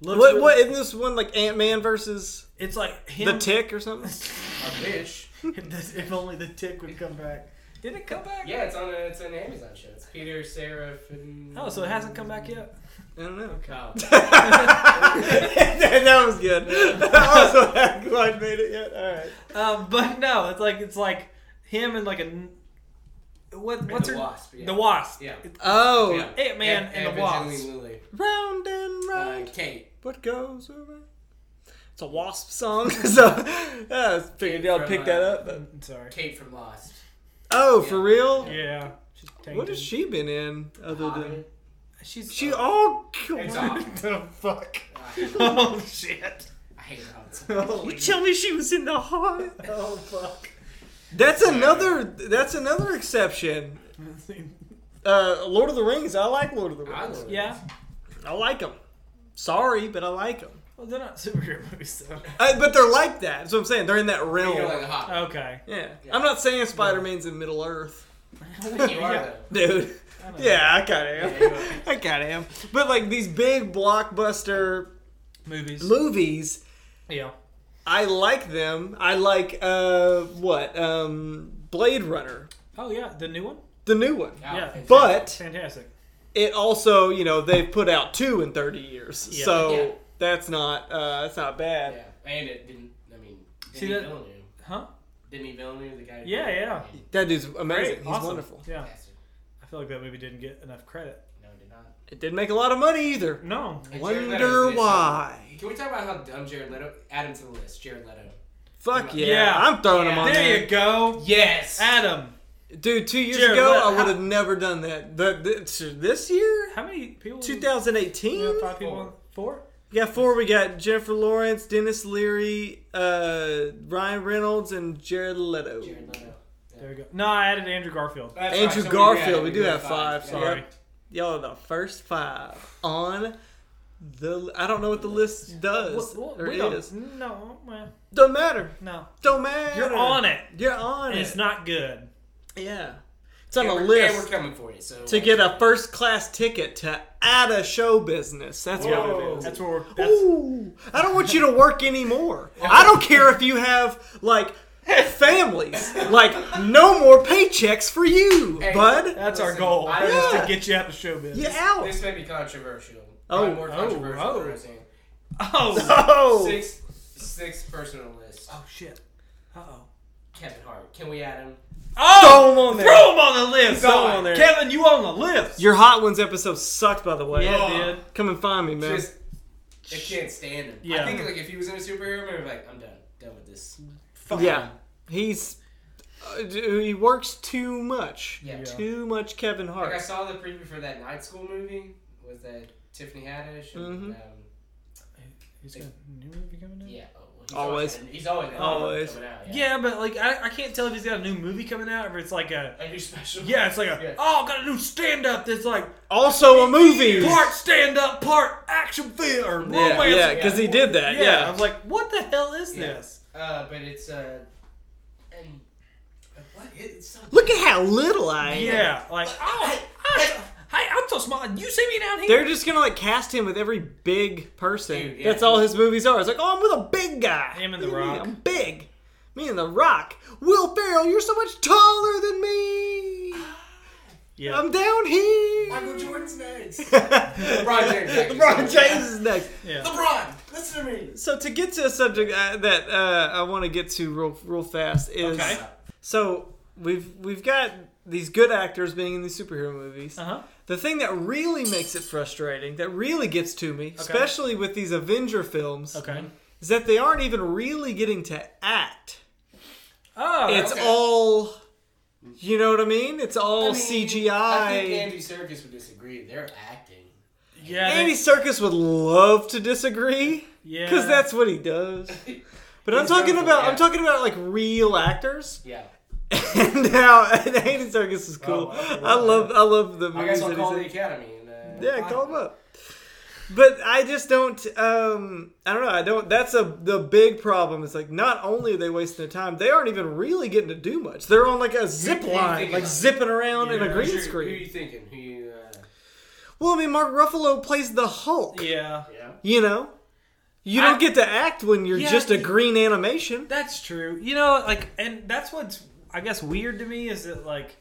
Looks
What
really-
what isn't this one like Ant Man versus
It's like him.
the Tick or something?
I wish.
if if only the tick would come back. Did it come back?
Yeah, it's on a, it's on an Amazon show. It's Peter, Seraph, and
Oh, so it hasn't come back yet.
I don't know.
Kyle.
that that was good. also, had Clyde made it yet? All right.
Um, but no, it's like it's like him and like a n- what what's
the
her
Wasp, yeah.
the wasp.
Yeah.
It-
Oh,
Yeah.
Ant Man and, the Wasp.
Evangeline Lilly.
round and
Uh,
round.
Kate.
what goes around? It's a Wasp song, so uh, I was figured y'all
From,
pick
uh,
that up. But...
I'm sorry.
Kate from Lost.
Oh,
yeah.
for real?
Yeah. She's
What has she been in other than
Hobbit.
She's
she? Oh, come
It's
on.
off.
the fuck.
I
oh shit.
hate Hobbit.
You tell me she was in the heart.
Oh fuck.
That's another. That's another exception. Uh, Lord of the Rings. I like Lord of the
I
Rings.
love it.
yeah.
I like them. Sorry, but I like them.
Well, they're not superhero movies though.
I, but they're like that. That's what I'm saying. They're in that
You
realm.
know, like the Hobbit.
Okay.
yeah. I'm not saying Spider Man's in Middle Earth,
You are
Yeah.
though.
dude.
I know.
Yeah, I kind of
Yeah, you
am.
are.
I kind of am. But like these big blockbuster
Movies.
movies,
yeah.
I like them. I like uh what um Blade Runner,
Oh yeah, the new one.
the new one.
Yeah.
fantastic.
But
Fantastic.
it also, you know, they've put out two in 30 years,
Yeah.
so
Yeah.
that's not uh, that's not bad.
Yeah, and it didn't. I mean, Demi
See that-
Villeneuve.
Huh?
Demi Villeneuve, the guy. who-
Yeah, yeah.
That dude's amazing.
Great.
He's
awesome.
wonderful.
Yeah.
Bastard.
I feel like that movie didn't get enough credit.
No, did not.
It didn't make a lot of money either.
No.
And Jared Leto
Wonder
is-
why?
Can we talk about how dumb Jared Leto? Add him to the list, Jared Leto.
Fuck yeah!
Yeah.
I'm throwing him
Yeah.
on
there
there,
you go.
Yes.
Adam.
dude. Two years
Jared
ago,
Leto.
I would have never done that. The, the- to this year,
How many people?
2018,
Yeah, five people. Four.
We got four. We got Jennifer Lawrence, Dennis Leary, uh, Ryan Reynolds, and Jared Leto.
Jared Leto.
There we go. No, I added Andrew Garfield.
That's
Andrew
right, so we were at-
Garfield. We do
were at
have five.
yeah.
Sorry.
Y'all are the first five on the. I don't know what the list does
Well,
or
we don't-
is.
No, well,
Don't matter.
no.
Don't matter.
You're on it.
You're on
And it's
it.
not good.
yeah. It's on
Yeah,
a
we're- yeah, we're
list
coming for you. So
to get a first class ticket to out of show business. That's what it
Whoa.
is.
That's what we're. That's,
Ooh, I don't want you to work anymore. I don't care if you have like families. Like no more paychecks for you,
Hey.
bud.
that's our
Listen,
goal.
I-
is
Yeah.
to get you out of show business.
You out.
This may be controversial.
Oh,
Probably more
oh,
controversial
oh.
than Roseanne.
Oh.
Oh,
Six, six personal list.
oh shit. Uh oh.
Kevin Hart. Can we add him?
throw
Oh.
'em on there.
Throw him on the list.
Throw 'em on there.
Kevin, you on the list?
Your hot ones episode sucked, by the way.
Yeah,
Oh.
dude.
Come and find me, man.
Just, I can't stand him.
Yeah.
I think like if he was in a superhero movie, I'd be like I'm done, done with this.
Fuck.
yeah, he's uh, d- he works too much.
Yeah.
Yeah.
Too much Kevin
Like I
Hart.
saw the preview for that night school movie with that Tiffany Haddish.
Mhm.
And, um,
He's got a new movie coming out.
yeah. oh, well, he's
Always.
got a- He's always. got a
Always.
coming out, yeah.
Yeah, but like I, I can't tell if he's got a new movie coming out or if it's like a
A new special.
yeah, it's like a
Yeah.
oh, I got a new stand up that's like
Also a movie.
part stand up, part action film or
Yeah,
romance.
yeah, because he did that.
Yeah, I
Yeah.
was like, what the hell is
Yeah.
this?
Uh, but it's uh, and like, what? It's so.
Look at how little I am.
Yeah, like oh, I, hey, I'm so small. You see me down here?
They're just gonna like cast him with every big person.
Dude, yeah.
That's all his movies are. It's like, oh, I'm with a big guy.
Him and The
What do you mean?
Rock.
I'm big. Me and The Rock. Will Ferrell, you're so much taller than me.
Yeah,
I'm down here.
Michael Jordan's next.
LeBron
James.
LeBron James is next.
yeah.
LeBron, listen to me.
So to get to a subject uh, that uh, I want to get to real, real fast is
Okay.
so we've we've got these good actors being in these superhero movies.
Uh-huh.
Uh huh.
The thing that really makes it frustrating, that really gets to me, especially with these Avenger films,
Okay.
is that they aren't even really getting to act.
Oh,
It's
okay.
all, you know what I mean? It's all
I mean,
CGI.
I think Andy Serkis would disagree. They're acting.
yeah, they-
Andy Circus would love to disagree
yeah,
because that's what he does. But I'm
He's
talking
known for
about
that.
I'm talking about like real actors,
Yeah.
and how and Andy Circus is cool.
Oh, okay,
I
well,
love I love the
I
movies.
guess
that
I'll
he's
call
in.
the Academy. And, uh,
Yeah, call him up. But I just don't. Um, I don't know. I don't. That's a the big problem. It's like not only are they wasting their time, they aren't even really getting to do much. They're on like a zip
who you
line,
thinking
like
of?
zipping around in a
Yeah.
green
Who you- Who
screen.
you thinking? Who you? Uh,
Well, I mean, Mark Ruffalo plays the Hulk.
yeah.
yeah.
You know, you don't
I-
get to act when you're
Yeah,
just a
you-
green animation.
That's true. You know, like, and that's what's I guess weird to me is that like,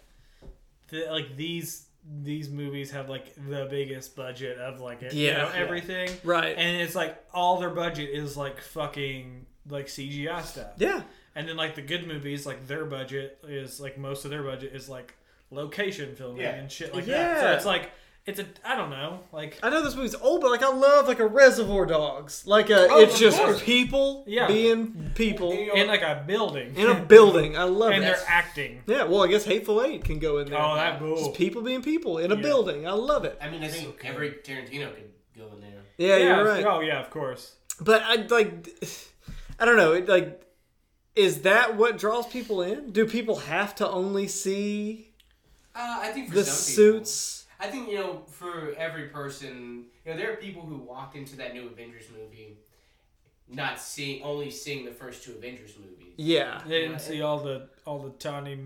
the, like these these movies have like the biggest budget of like e, you
Yeah.
know, everything,
Right.
and it's like all their budget is like fucking like CGI stuff,
yeah.
and then like the good movies, like their budget is like most of their budget is like location filming
Yeah.
and shit like that. So
Yeah.
it's like it's a I don't know like
I know this movie's old, but like I love like a Reservoir Dogs. Like a,
Oh,
it's
of
just
course.
people
Yeah.
being people
And, you know,
in like a building
in a building. I love
and
that.
they're acting.
Yeah, well, I guess Hateful Eight can go in there.
Oh, that
Just
cool.
people being people in a
Yeah.
building. I love it.
I mean, I think
okay.
every Tarantino could go in there.
Yeah, you're right.
Oh yeah, of course.
But I like, I don't know. It, like, is that what draws people in? Do people have to only see
Uh, I think for
the
some
suits?
People, I think you know, for every person, you know, there are people who walked into that new Avengers movie, not seeing only seeing the first two Avengers movies.
Yeah,
They didn't see all the all the tiny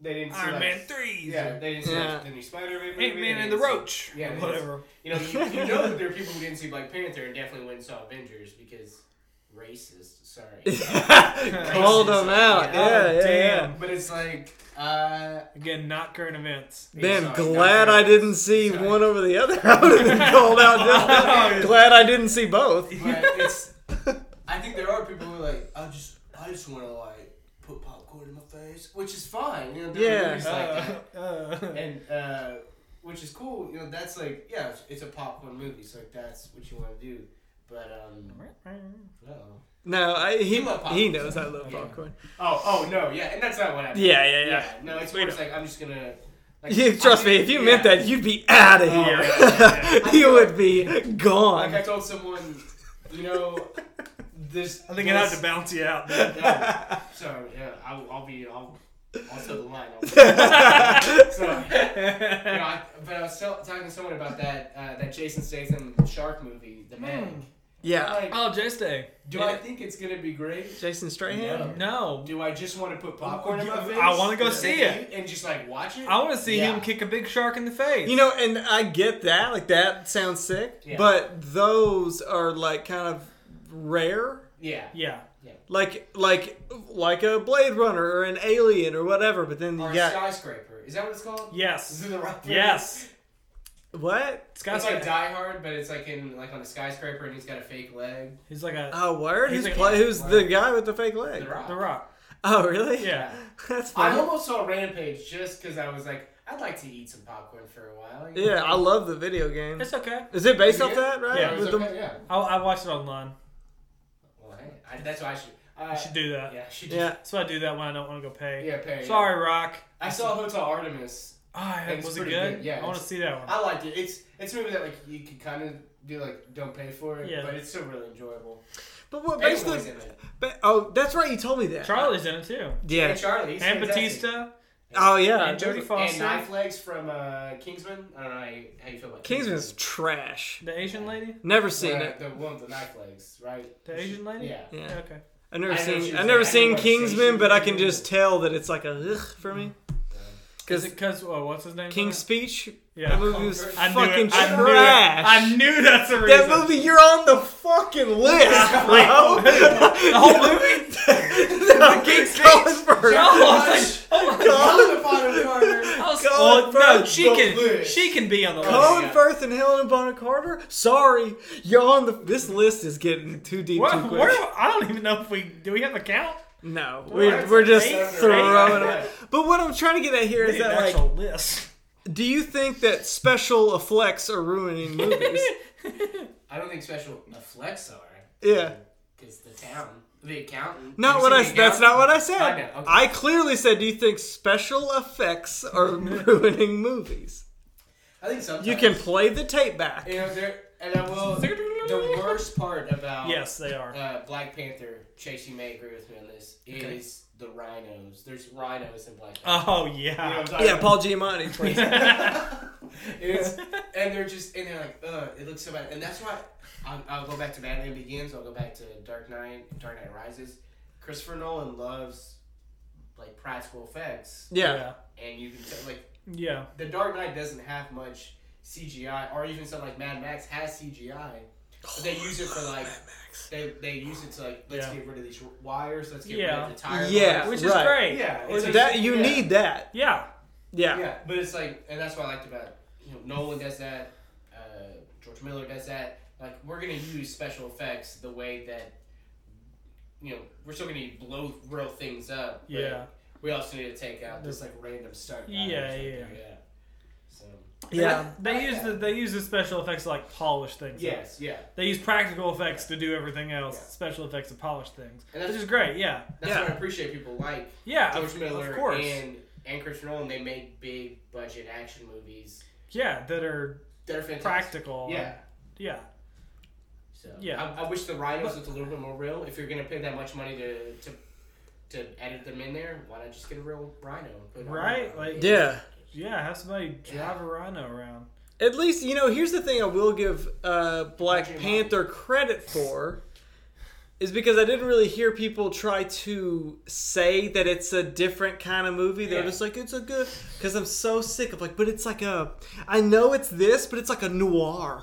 They didn't see
Iron
like,
Man threes,
Yeah, they didn't see
Yeah.
like, the new Spider-Man movie.
Ant Man
they
and the
didn't see-
Roach,
Yeah,
or
they didn't
whatever.
You know, you, you know that there are people who didn't see Black Panther and definitely went and saw Avengers because racist. Sorry,
called them out.
Oh,
Yeah, yeah, yeah.
damn.
but it's like, uh,
Again, not current events.
Man,
sorry,
glad
no,
I didn't see
sorry.
one over the other. I would have been called out. Just, glad I didn't see both.
but it's. I think there are people who are like, I just, I just want to like put popcorn in my face, which is fine. You know, there
Yeah.
are movies like that.
Uh, uh,
and uh, which is cool. You know, that's like, yeah, it's, it's a popcorn movie, so like that's what you want to do. But um, no.
No, I, he
You love
he
popcorn.
knows I love
Yeah.
popcorn.
Oh, oh no, yeah, no, and that's not what I.
Yeah, yeah, yeah.
no, it's
We
more just like I'm just gonna Like,
You, trust
I-
me, if you meant
yeah.
that, you'd be out of
Oh,
here.
yeah, yeah,
yeah.
you would be
Like I
gone.
told someone, you know, this.
I think I'd have to bounce you out. man.
Yeah. So yeah, I'll, I'll be. I'll. I'll toe the line. I'll- so, you know, I, but I was tell, talking to someone about that uh, that Jason Statham shark movie, The Meg.
Yeah.
Like,
Hmm. oh, J Stay.
do I think it's gonna be great?
Jason Strahan?
No. Oh,
Do I just want to put popcorn in my face?
I wanna go see
and, and just like watch it.
I want to see
Yeah.
him kick a big shark in the face.
You know, and I get that. Like, that sounds sick.
Yeah.
But those are, like, kind of rare.
Yeah.
Yeah.
Like, like, like a Blade Runner or an Alien or whatever. But then you
Or a
got.
skyscraper. Is that what it's called? Is
Yes.
it the right? movie?
Yes.
What?
It's
Skyscraper.
like Die Hard, but it's like in like on a skyscraper, and he's got a fake leg.
He's like a
Oh, word?
He's
Who's,
like,
play,
yeah,
who's the guy with the fake leg?
The Rock.
the Rock.
Oh, really?
Yeah.
That's
I
funny.
almost saw Rampage just because I was like, I'd like to eat some popcorn for a while. you know?
Yeah, I love the video game.
It's okay.
Is it based
Is it
off
good?
that, right?
Yeah,
Yeah.
it was
With the-
okay, yeah.
I I watched it online.
Well, hey, I, that's what I should. Uh,
I should do that.
Yeah, I should.
yeah.
That's why I do that when I don't want to go pay.
Yeah, pay.
Sorry, Rock.
I saw Hotel Artemis.
Oh, yeah,
It's
was it
pretty
good?
good, yeah,
I want to
it's-
see that one.
I liked it. It's it's a movie that like you can kind of do like don't pay for it,
Yeah.
but it's still really enjoyable.
But what
Everyone's
basically?
in it.
Ba- oh, that's right. You told me that.
Charlie's in it too.
Yeah.
And Charlie. He's
and
fantastic. Uh,
Batista
Oh yeah.
and Jodie
And
Foster,
Knife Legs from uh, Kingsman. I don't know how you, how you feel about
Kingsman's trash.
the Asian lady,
Never
The-
seen it.
The one with the knife legs, right?
the Asian lady.
Yeah.
Yeah.
Okay.
I've never
I know
seen.
she was
I've never
in- I
seen
know she was in-
Kingsman, but I can just tell that it's like a ugh for me. Because
Is it because oh, what's his name?
King's Speech,
Yeah.
that movie was
Comfort.
I knew
fucking
it. I knew it.
trash.
I knew that's the reason.
that movie, you're on the fucking list, bro.
The whole movie.
no, King's Speech.
No, I was like, oh my god. I was,
God,
oh, no,
bro,
she
the
can.
list.
She can be on the list.
Oh,
Colin Firth and Helena Bonham Carter. Sorry, you're on the. This list is getting too deep
What,
too quick.
where- I don't even know if we do. We have a count.
No,
that's
we're, we're just
eight,
throwing
right?
it. But what I'm trying to get at here
We
is
need an
that, like,
actual list.
do you think that special effects are ruining movies?
I don't think special effects are.
Yeah.
Because the town, the accountant.
not
Have
what
you
I.
seen The
That's not what I said.
I
I,
know, okay.
clearly said, do you think special effects are ruining movies?
I think sometimes.
You can play the tape back.
You know, there, and I will. the worst part about
yes, they are.
uh, Black Panther, Chase, you may agree with me on this, is the rhinos. There's rhinos in Black Panther.
Oh
You know
yeah.
what I'm talking
Uh, Yeah,
about?
Paul Giamatti. plays it.
It's- and they're just and they're like, ugh, it looks so bad, and that's why I'll, I'll go back to Batman Begins. I'll go back to Dark Knight, Dark Knight Rises. Christopher Nolan loves like practical effects,
Yeah,
and you can tell like
Yeah.
the Dark Knight doesn't have much CGI, or even something like Mad Max has CGI. But they use it for like they, they use it to like let's
Yeah.
get rid of these wires, let's get
Yeah.
rid of the tire.
Yeah.
lines.
Which is
Right.
great.
yeah,
Which
it's
is-
like-
that you
yeah.
need that.
Yeah.
Yeah.
Yeah, but it's like, and that's what I liked about you know Nolan does that, uh, George Miller does that. Like we're gonna use special effects the way that you know we're still gonna blow real things up. but
Yeah.
we also need to take out this like random stunt. guy or
Yeah,
something,
yeah.
yeah. So
yeah.
They use the they use the special effects to like polish things. up.
yes, yeah,
They use practical effects to do everything else.
Yeah.
Special effects to polish things,
And
which
that's-
is great. Yeah.
that's
Yeah.
what I appreciate. People like
Yeah. Oh,
George
of,
Miller
of course.
and and Christopher Nolan. They make big budget action movies.
yeah, that are
They're fantastic.
practical.
Yeah.
Yeah.
So
Yeah.
I, I wish the rhinos looked a little bit more real. If you're gonna pay that much money to to to edit them in there, why not just get a real rhino? and put it on
Right,
there?
like-
yeah.
Yeah. Have somebody drive a rhino around.
At least, you know, here's the thing I will give uh, Black
Roger
Panther credit for is because I didn't really hear people try to say that it's a different kind of movie. They're
Yeah.
just like, it's a good. Because I'm so sick of like, but it's like a. I know it's this, but it's like a noir.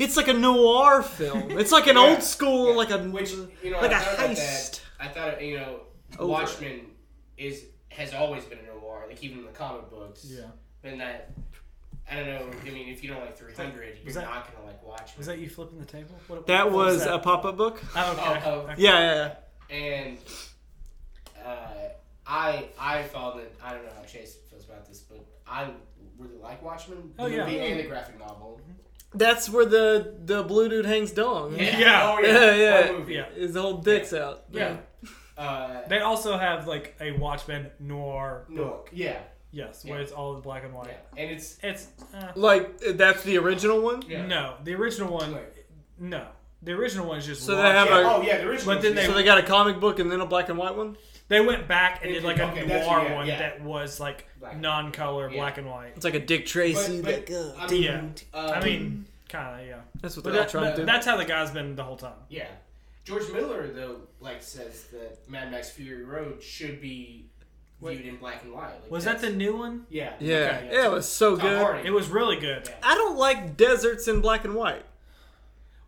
It's like a noir film. It's like an
Yeah.
old school,
Yeah.
like a
which you know
like
I
a
thought about
heist.
that. I thought you know
Over.
Watchmen is has always been a noir, like even in the comic books.
Yeah.
Been that. I don't know. I mean, if you don't like 300, you're
Was that-
not gonna like Watchmen.
Was that you flipping the table? What,
That
what
was
that?
a pop up book.
Oh, okay.
Oh, oh.
Okay.
Yeah, yeah, yeah.
and uh, I I found that I don't know how Chase feels about this, but I really like Watchmen, the
Oh, yeah.
movie and the graphic novel.
That's where the the blue dude hangs dong.
Yeah.
Oh,
Yeah, yeah.
That movie.
Yeah.
His whole dick's out.
Yeah. Uh,
They also have like a Watchmen noir.
no, yeah.
Yes,
Yeah.
where it's all black and white.
Yeah. And it's
It's uh,
Like that's the original one.
yeah.
no, the original one.
Wait.
No, the original one is just.
So they
raw.
have
Yeah,
a-
oh yeah, the original.
But then
So they got a comic book and then a black and white one.
They went back and did like a
Okay, that's-
noir
yeah,
one
yeah.
that was like
Black and
non-color,
Yeah.
black and white.
It's like a Dick Tracy.
But-
like, uh,
I mean,
Yeah.
um,
I mean, kind of, yeah.
that's what
But
they're all
that,
trying to do.
that's how the guy's been the whole time.
yeah. George Miller though, like says that Mad Max Fury Road should be
Wait.
viewed in black and white. Like,
Was that the
that's-
new one?
Yeah.
yeah,
okay,
yeah, it was so
Tom
good.
Hardy.
It was really good.
Yeah.
I don't like deserts in black and white.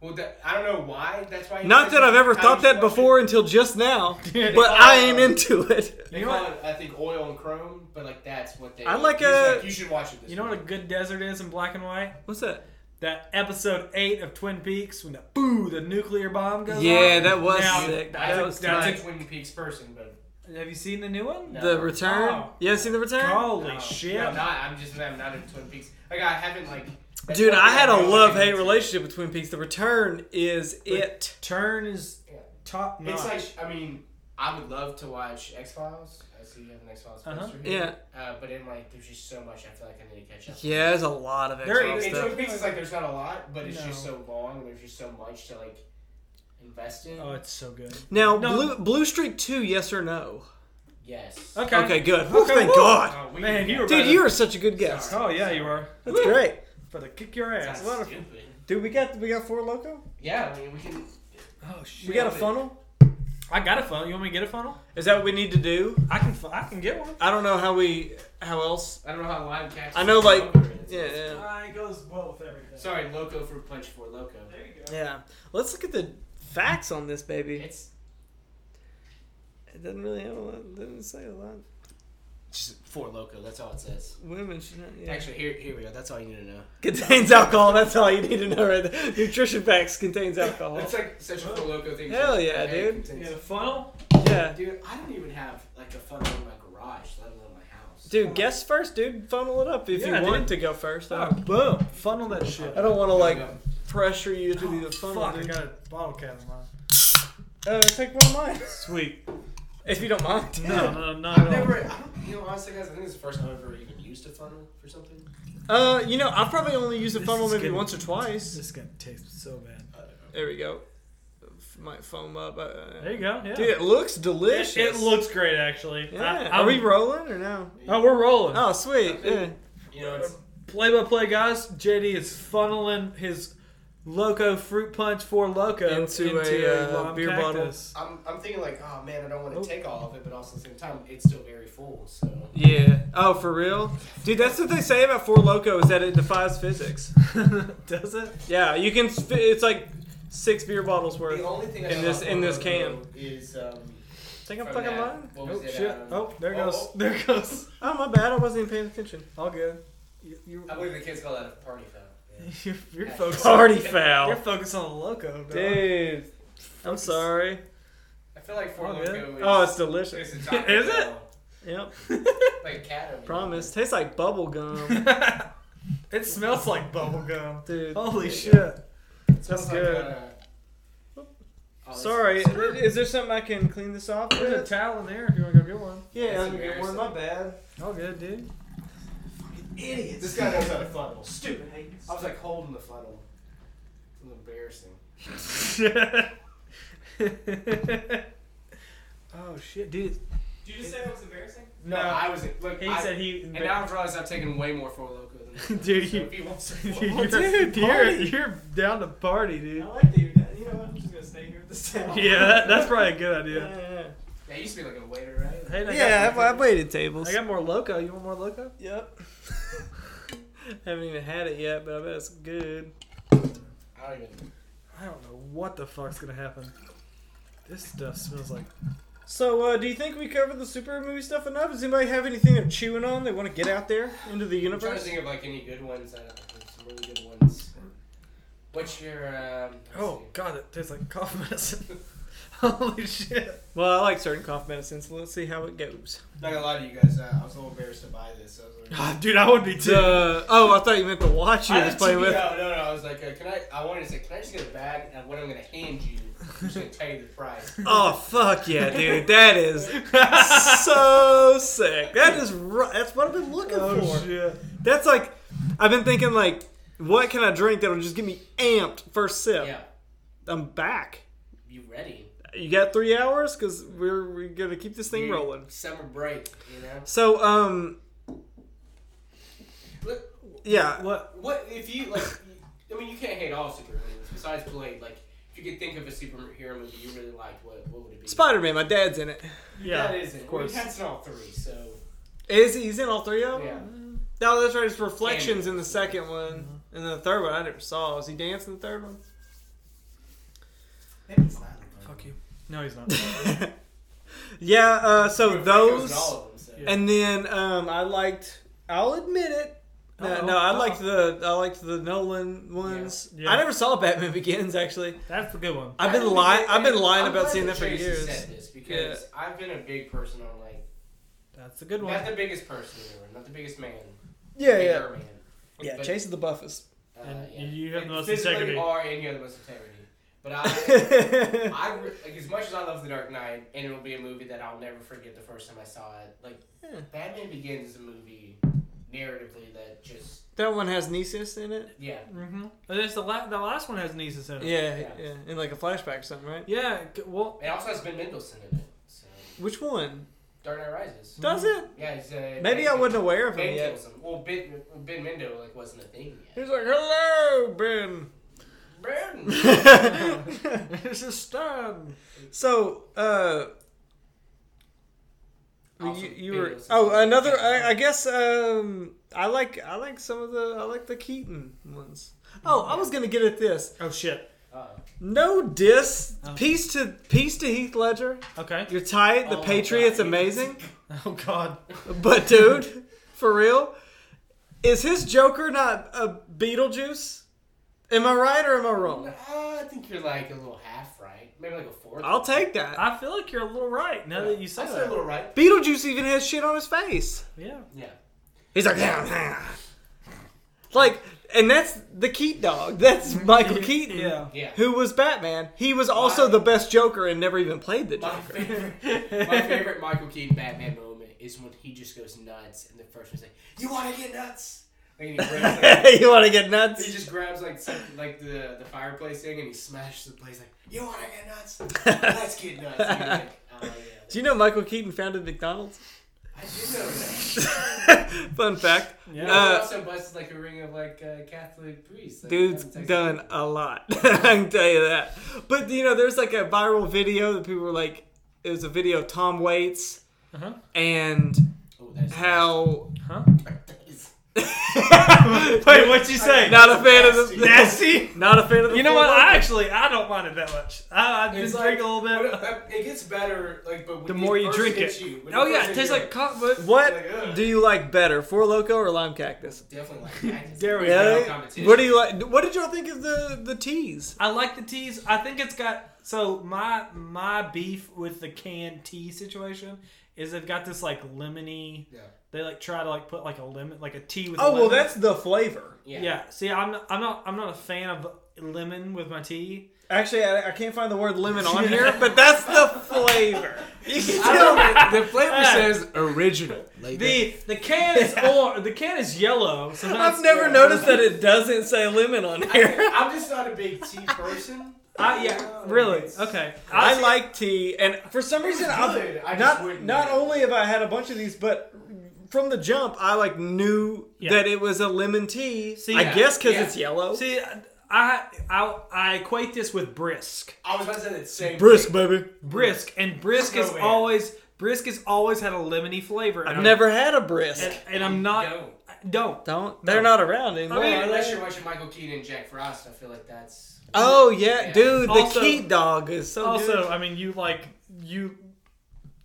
Well, that, I don't know why. That's why. he
Not
said
that I've ever
I
thought
was
that
watching-
before until just now,
They
but
call
I
it,
am
uh,
into it.
They
You know
call it, I think, oil and chrome, but like that's what they.
I like
he's
a-
you should watch it. This
You know what
week.
a good desert is in black and white?
What's that?
That episode eight of Twin Peaks when the boo the nuclear bomb goes
Yeah,
off.
that was
Now,
sick.
that
That
took-
was
that
nice.
That's
took-
a Twin Peaks person, but
Have you seen the new one?
No.
The return?
Oh.
You haven't seen the return?
Holy
no,
shit!
No, not. I'm just I'm not in Twin Peaks. Like I haven't like. that's
Dude,
not
I had a
really
love hate
into.
relationship with Twin Peaks. The return is it.
Turn is
Yeah.
top notch.
It's like I mean, I would love to watch X Files. I see you have an X Files
Uh-huh.
poster here.
Yeah.
Uh, but in like, there's just so much. I feel like I need to catch up.
Yeah, there's a lot of
There
extra
is-
In
stuff.
Twin Peaks, it's like there's not a lot, but it's just
No.
so long and there's just so much to like invest in.
oh, it's so good.
Now,
No.
Blue Blue Streak 2, yes or no?
yes.
Okay.
Okay, good. Woo,
Okay,
thank
woo.
God.
Oh, we-
Man, you were
Dude,
better-
you are such a good guest.
Oh yeah, you are.
That's great.
For the kick your ass.
That's
What a-
stupid.
Dude, we got we got four loco.
Yeah, I mean, we can.
Oh shit!
We got a
but-
funnel.
I got a funnel. You want me to get a funnel?
Is that what we need to do?
I can. fu- I can get one.
I don't know how we how else.
I don't know how live catch.
I know, like,
Loco is.
yeah, yeah,
Uh, it goes well with everything.
Sorry, loco for punch for loco.
There you go.
yeah. Let's look at the facts on this baby.
It's
It doesn't really have a lot. Doesn't say a lot.
just for loco. That's all it says.
Women should not. Yeah.
Actually, here here we go. That's all you need to know.
Contains alcohol. That's all you need to know, right? There. Nutrition facts contains alcohol.
That's like such a for loco thing.
Hell
It's
yeah,
like,
dude.
it contains-
You got a funnel?
Yeah.
Dude, I don't even have like a funnel in my garage, let alone my house.
Dude, guess first, dude. Funnel it up if
Yeah,
you want
dude.
to go first. I
Oh,
don't-
boom! Funnel that shit.
I don't want to like
Here we go.
pressure you to be the funnel.
Oh, Fuck! I
dude.
got a bottle cap in mine.
Uh, take one of mine.
Sweet.
If you don't mind.
No, no, no.
I've never, I don't, you know, honestly, guys, I think it's the first time I've ever even used a funnel for something.
Uh, you know, I've probably only used a funnel maybe once or
This
twice.
is gonna taste so bad.
I don't know.
There we go. F- Might foam up. Uh,
There you go. Yeah.
Dude, it looks delicious.
it, it looks great actually.
Yeah.
I,
Are
I'm-
we rolling or no?
Oh, we're rolling.
Oh, sweet. Yeah.
You know, it's,
Play by play guys, JD is funneling his Loco Fruit Punch for Loco
Into a, uh,
lime
beer
cactus.
I'm, I'm thinking like, oh man, I don't want
Oh.
to take all of it, but also at the same time, it's still very full. So
Yeah. Oh, for real? Dude, that's what they say about Four Loco is that it defies physics.
Does it?
Yeah, you can. sp- It's like six beer bottles
the
worth.
only thing I
In
know
this-
about
in this
Funnel
can.
Loco is um.
Think I'm
from
fucking
that-
lying?
what was
Oh
it,
shit!
um,
Oh, there
oh,
goes.
oh.
There goes.
Oh, my bad. I wasn't even paying attention.
All good. You, you,
I believe the kids call that a party foul. Yeah.
you're, you're focused.
Party
On, you're
foul.
focused on the Loco, dog.
Dude. I'm sorry.
I feel like Four
Oh,
Loko
really?
is.
Oh, it's delicious.
is, a Taco
Is it?
Bell,
Yep.
Like cat. meat.
Promise. Tastes like bubble gum.
it smells like bubble gum.
Dude.
Holy shit!
It smells
That's
like,
good.
uh, oh, this-
Sorry. Is there something I can clean this off
There's a
with?
towel in there if you want to go get one.
Yeah, I'm good. One, my bad.
All good, dude.
Idiots. This guy knows how to funnel. Stupid. I was like holding the funnel. It was embarrassing.
oh shit, dude!
Did you just say that was embarrassing?
No,
No.
I was. Look,
He
I,
said he.
and now I've realized I've taken way more for loco than this guy.
Dude,
So
you-
if he wants to.
Dude,
dude,
you're,
party.
you're down to party, dude.
I like that you're dead. You know what? I'm just gonna stay here with this town.
Yeah, that, that's probably a good idea.
Yeah,
Yeah, you used to be like a waiter, right?
Hey, I got-
yeah I've, I've waited tables.
I got more loco. You want more loco?
Yep. Haven't even had it yet, but I bet it's good.
I don't even.
I don't know what the fuck's gonna happen. This stuff smells like.
So, uh, do you think we covered the superhero movie stuff enough? Does anybody have anything they're chewing on they want to get out there into the
I'm trying to
universe?
think of like any good ones. I don't know. There's some really good ones. What's your um? let's
Oh
see.
god, it tastes like cough medicine. Holy shit!
Well, I like certain cough medicines, so let's see how it goes.
Not gonna lie to you guys. Uh, I was a little embarrassed to buy this. I was like,
dude, I would be too.
The, oh, I thought you meant the watch you
I
was
just-
playing with.
No, no, no. I was like, uh, can I? I wanted to say, can I just get a bag and what I'm gonna hand you? I'm just gonna tell you the price.
Oh fuck yeah, dude! That is so sick. That is ri- that's what I've been looking for.
Oh, shit.
That's like I've been thinking like, what can I drink that'll just get me amped first sip?
Yeah,
I'm back.
you ready?
You got three hours because we're we're gonna keep this thing
Dude,
rolling.
Summer break, you know.
So um
Look,
yeah
What?
what if you like? I mean, you can't hate all superheroes besides Blade. Like, if you could think of a superhero movie you really liked, what what would it be?
Spider Man, my dad's in it.
Yeah.
that isn't. Of
course.
that's in all three. So
Is he- he's in all three of them?
yeah,
No, that's right. It's reflections in the second one, and the third one I never saw. Is he dancing the third one?
maybe it's not.
Fuck you. No, he's not.
yeah. Uh, so
Reflections in
those.
all of them, so.
And then um, I liked. I'll admit it. No,
Uh-oh.
no, I
Uh-oh.
liked the I liked the Nolan ones.
Yeah.
I never saw Batman Begins actually.
That's a good one.
I've been
I
lying.
think that-
I've been lying
I'm
about
glad
seeing that for
Tracy
years.
Said this because I've been a big person on like
That's a good
not
one.
the biggest person in the room, not the biggest man,
Yeah,
bigger
yeah,
man.
yeah.
but,
Chase is the buffest.
uh,
And
yeah.
you have the most
Physically
integrity.
Are and you have the most integrity. But I,
yeah,
I re- like as much as I love The Dark Knight, and it'll be a movie that I'll never forget the first time I saw it. Like
Hmm.
Batman Begins is a movie narratively that just
that one has Nisus in it.
yeah.
Mm-hmm. That's the, la- the last one has nieces in it.
Yeah, yeah,
Yeah.
in like a flashback or something, right?
Yeah. g- Well,
It also has Ben Mendelsohn in it. So
Which one
Dark Knight Rises.
does it?
Yeah, it's, uh,
Maybe I wasn't aware of him
Ben
yet.
kills him. Well, Ben Ben Mendo like wasn't a thing yet.
He's like, "Hello, Ben."
Brandon.
this is Stan.
So, uh,
Awesome.
you, you were
Beatles.
oh another. I, I guess um, I like I like some of the I like the Keaton ones. Oh, I was gonna get at this.
Oh shit.
Uh,
No diss.
Oh.
Peace to peace to Heath Ledger.
Okay.
You're tight.
Oh
The
my
Patriots
God.
amazing,
Oh god.
but dude, for real, is his Joker not a Beetlejuice? Am I right or am I wrong?
uh, I think you're like a little half right, maybe like a fourth.
I'll take that.
I feel like you're a little right now that you say
I said a
that.
little right.
Beetlejuice even has shit on his face.
Yeah.
Yeah.
He's like, "Yeah, yeah." like, and that's the Keat dog. That's Michael Keaton,
Yeah.
Yeah.
who was Batman. He was also
My-
the best Joker and never even played the
My
Joker.
favorite, my favorite Michael Keaton Batman moment is when he just goes nuts, and the first one's like, "You want to get nuts?" Like, and he, grabs, like,
you want to get
he
nuts?
just grabs like something, like the the fireplace thing, and he smashes the place. Like, "You want to get nuts? Let's get nuts." And you're like, oh,
Do
yeah.
you know Michael Keaton founded McDonald's?
I did know that.
Fun fact.
Yeah.
Uh,
He also busted like a ring of like uh, Catholic priests. Like,
Dude's
Texas.
done a lot. I can tell you that. But you know, there's like a viral video that people were like, it was a video of Tom Waits
Uh-huh.
and
Oh, that is-
how.
Huh?
that is-
Wait, what'd you say?
Not a fan of the
Nasty.
Not a fan of the.
You know
full
what?
logo.
I actually I don't mind it that much. I, I've been
It's
drinking a little
like,
bit.
when uh, it- It gets better, like, but when
The more you
first
drink
hits
it.
you- when
Oh
first
yeah, it
hits
tastes
you,
like cock. But
What do you like better, Four Loco or Lime Cactus?
Definitely like that.
There we
Yeah.
go.
Competition.
What do you like? What did y'all think of the the teas?
I like the teas. I think it's got so my my beef with the canned tea situation is they've got this like lemony.
Yeah.
They like try to like put like a lemon, like a tea with.
Oh well,
lemon.
that's the flavor.
Yeah.
yeah. See, I'm not, I'm not I'm not a fan of lemon with my tea.
Actually, I, I can't find the word lemon on here, but that's the flavor. You can tell
I
the flavor
says
original.
The the can is or the can is yellow. So that's,
I've never
yeah.
noticed that it doesn't say lemon on here.
I'm just not a big tea person. Oh,
I, Uh, yeah, really
It's-
okay.
I like tea, and for some reason, I've,
Good. I just
not
wouldn't
not
know.
only have I had a bunch of these, but from the jump, I like knew
Yeah.
that it was a lemon tea.
See,
I
yeah,
guess because
yeah.
it's
Oh.
yellow.
see. I, I I equate this with brisk.
I was about to say that same.
Brisk, baby.
Brisk and brisk is
Go in.
always brisk has always had a lemony flavor.
I've
and
never had a brisk.
and, and I'm not
Don't.
I don't.
Don't. They're not around anymore.
I mean,
are
Unless
they?
you're watching Michael Keaton and Jack Frost, I feel like that's.
oh yeah,
Yeah.
dude. The
Also-
Keat dog is so
Also, uh, I mean, you like you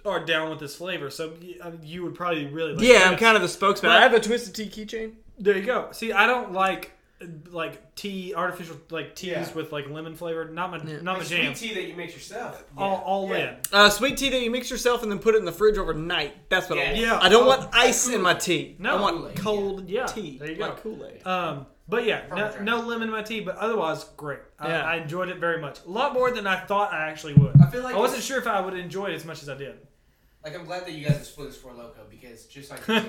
are down with this flavor, so y- uh, you would probably really like
good. Yeah, I'm
this.
kind of the spokesman.
But-
I have a twisted tea keychain.
There you go. See, I don't like uh, like tea artificial like teas
Yeah.
with like lemon flavored. Not my
Yeah.
not my
like
jam. Oh,
sweet tea that you make yourself.
All all
Yeah.
in.
Uh, sweet tea that you mix yourself and then put it in the fridge overnight. That's what I
Yeah.
want.
Yeah.
I don't
Oh,
want ice in my tea.
No.
I want
Kool-Aid,
cold
yeah. Yeah,
tea.
there you
like
go.
Kool Aid.
Um, But yeah,
From
no,
the
no lemon in my tea, but otherwise great. I,
Yeah.
I enjoyed it very much. A lot more than I thought I actually would.
I feel like
oh. I wasn't
it's-
sure if I would enjoy it as much as I did.
Like I'm glad that you guys split this for loco because just like the tea,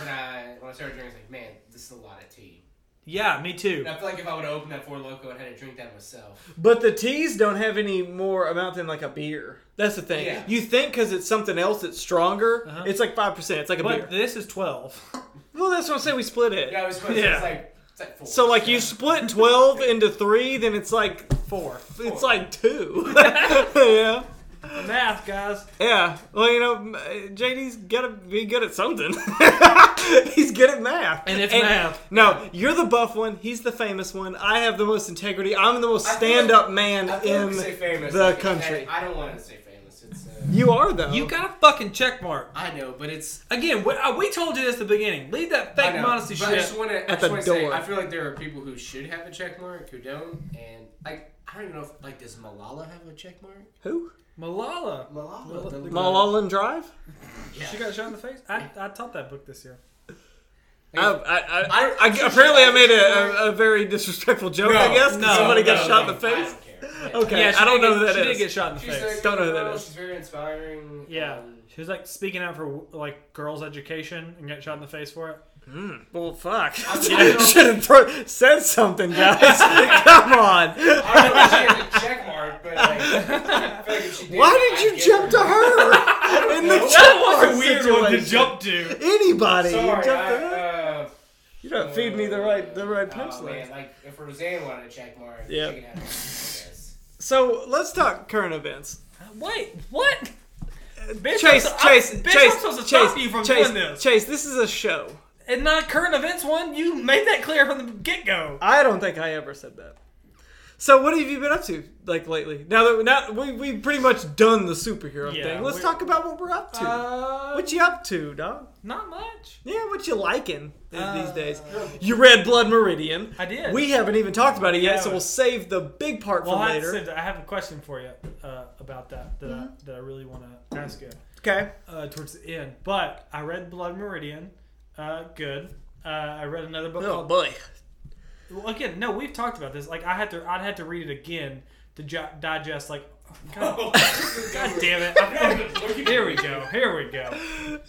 when I when I started drinking, I was like, man, this is a lot of tea.
Yeah, me too.
And I feel like if I would have opened that four loco and had to drink that myself,
But the teas don't have any more amount than like a beer. That's the thing.
Yeah.
You think because it's something else that's stronger,
Uh-huh.
it's like five percent. It's like a
But
beer.
this is twelve.
Well, that's what I'm saying. We split it.
yeah, I was supposed to.
Yeah.
It's like it's like four.
So like
Yeah.
you split twelve into three, then it's like
Four.
it's like two. yeah.
Math, guys.
Yeah. Well, you know, JD's gotta be good at something. He's good at math.
And it's math.
No, you're the buff one. He's the famous one. I have the most integrity. I'm the most
I feel
stand-up man
I feel like
in.
to say famous,
the
like,
country.
I don't want to say famous. It's uh,
you are though.
You got a fucking check mark.
I know, but it's
Again, we, uh, we told you this at the beginning. Leave that
I
fake
know,
modesty
but I
shit.
just want to. I
at
just
the
want to say,
door.
I feel like there are people who should have a check mark who don't, and like I don't even know if like does Malala have a check mark?
who?
Malala.
Malala,
Mal-
the-
Mulholland Drive.
Yeah.
She got shot in the face. I, I taught that book this year.
I, I, I,
I-
I- apparently I made a, a, a very disrespectful joke. I
No,
guess 'cause
no,
somebody got
no,
shot in
no.
the face.
I don't care. Yeah.
Okay,
she
I don't
did
know
get-
who that
She
is.
did get shot in the
She's
face.
like,
Don't know who that
girl,
is.
She's very inspiring.
Yeah,
um,
she was like speaking out for like girls' education and got shot in the face for it.
Well, fuck.
Yeah.
Should have said something, guys. Come on.
I don't know if she has a check mark, but like, I feel like if she did,
Why did
I'd
you
give
jump to
her-
her in the
know.
check mark situation?
to.
Anybody? you
Sorry,
jumped
I,
to her.
uh,
You don't feed me the right the right
oh, man,
punchline.
like if Roseanne wanted a check mark,
Yeah.
she could have it, I guess.
so let's talk current events.
Wait, what? Bitch,
Chase,
I'm so-
Chase,
I'm-
Chase,
bitch, I'm supposed to
Chase,
stop you from
Chase,
doing this.
Chase. This is a show.
And not current events one. You made that clear from the get go.
I don't think I ever said that. So what have you been up to like lately? Now that now we we pretty much done the superhero
Yeah,
thing. Let's
we-
talk about what we're up to.
Uh,
what you up to, dog?
not much.
Yeah, what you liking th- these
Uh,
days? You read Blood Meridian.
I did.
We haven't even talked about it yet,
Yeah.
so we'll save the big part
well,
for
I,
later.
said, I have a question for you uh, about that that I, that I really want to ask you.
Okay.
uh, towards the end. But I read Blood Meridian. Uh, good. Uh, I read another book
Oh
called.
boy.
Well, again, no, we've talked about this. Like I had to, I'd had to read it again to jo- digest. Like, God, God damn it! I- here we go. Here we go.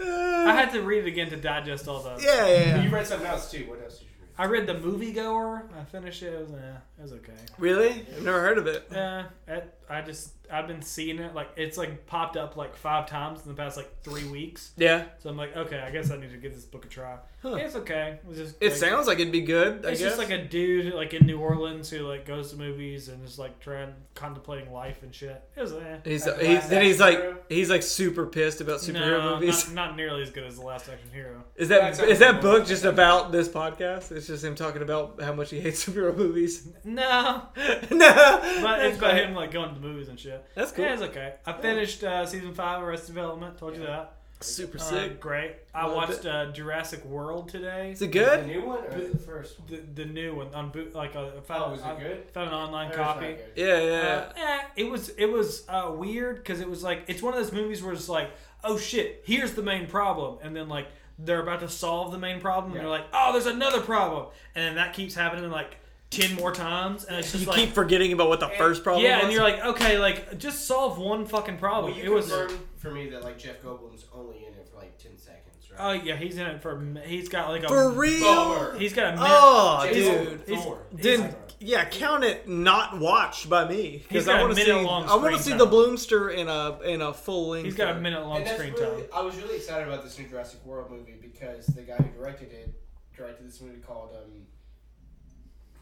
I had to read it again to digest all the.
yeah, yeah, yeah.
You read something else too. What else did you read?
I read the moviegoer. I finished it. It was, eh, it was okay.
Really? I've never heard of it.
Yeah, Eh, it, I just I've been seeing it like it's like popped up like five times in the past like three weeks.
Yeah.
So I'm like, okay, I guess I need to give this book a try.
Huh.
It's okay. It was just
It
like-
sounds like it'd be good. I
It's
guess.
just like a dude like in New Orleans who like goes to movies and is like trying contemplating life and shit. It was, eh.
He's,
Like the
he's
last
then he's
action
like
hero?
he's like super pissed about superhero
no,
movies.
Not, not nearly as good as the Last Action Hero.
Is
Yeah,
that
exactly.
is that book just about this podcast? It's just him talking about how much he hates superhero movies.
No,
no,
but
but
it's about him like going to the movies and shit.
That's cool.
Yeah, it's okay. I finished uh, season five of Arrested Development. Told you that.
Super
Uh,
sick.
great. I
Love
watched uh, Jurassic World today.
Is it
The
good?
new one or the first one?
The, the new one on boot like uh, I
Oh,
found,
was
I
it good?
found an online
Or it's not
copy.
good?
Yeah, yeah.
Uh, eh, it was it was uh, weird because it was like it's one of those movies where it's like oh shit here's the main problem and then like they're about to solve the main problem
Yeah.
and they're like oh there's another problem and then that keeps happening like ten more times and it's just
you
like
keep forgetting about what the first problem
yeah and
was.
you're like okay like just solve one fucking problem
Will
Oh, it
you
was
confirm for me that like Jeff Goldblum's only in it for like ten seconds,
oh
right?
yeah he's in it for m- he's got like a
For real?
Bummer.
he's got a
Oh,
Jason
dude.
he's-
Thor.
Did yeah, count it not watched by me
He's
because
got
I
a
want to see
minute-long
I want
screen
to see
time.
the Bloomster in a in a full length.
minute, he's got a minute long
And that's
screen
really,
time
I was really excited about this new Jurassic World movie because the guy who directed it directed this movie called um,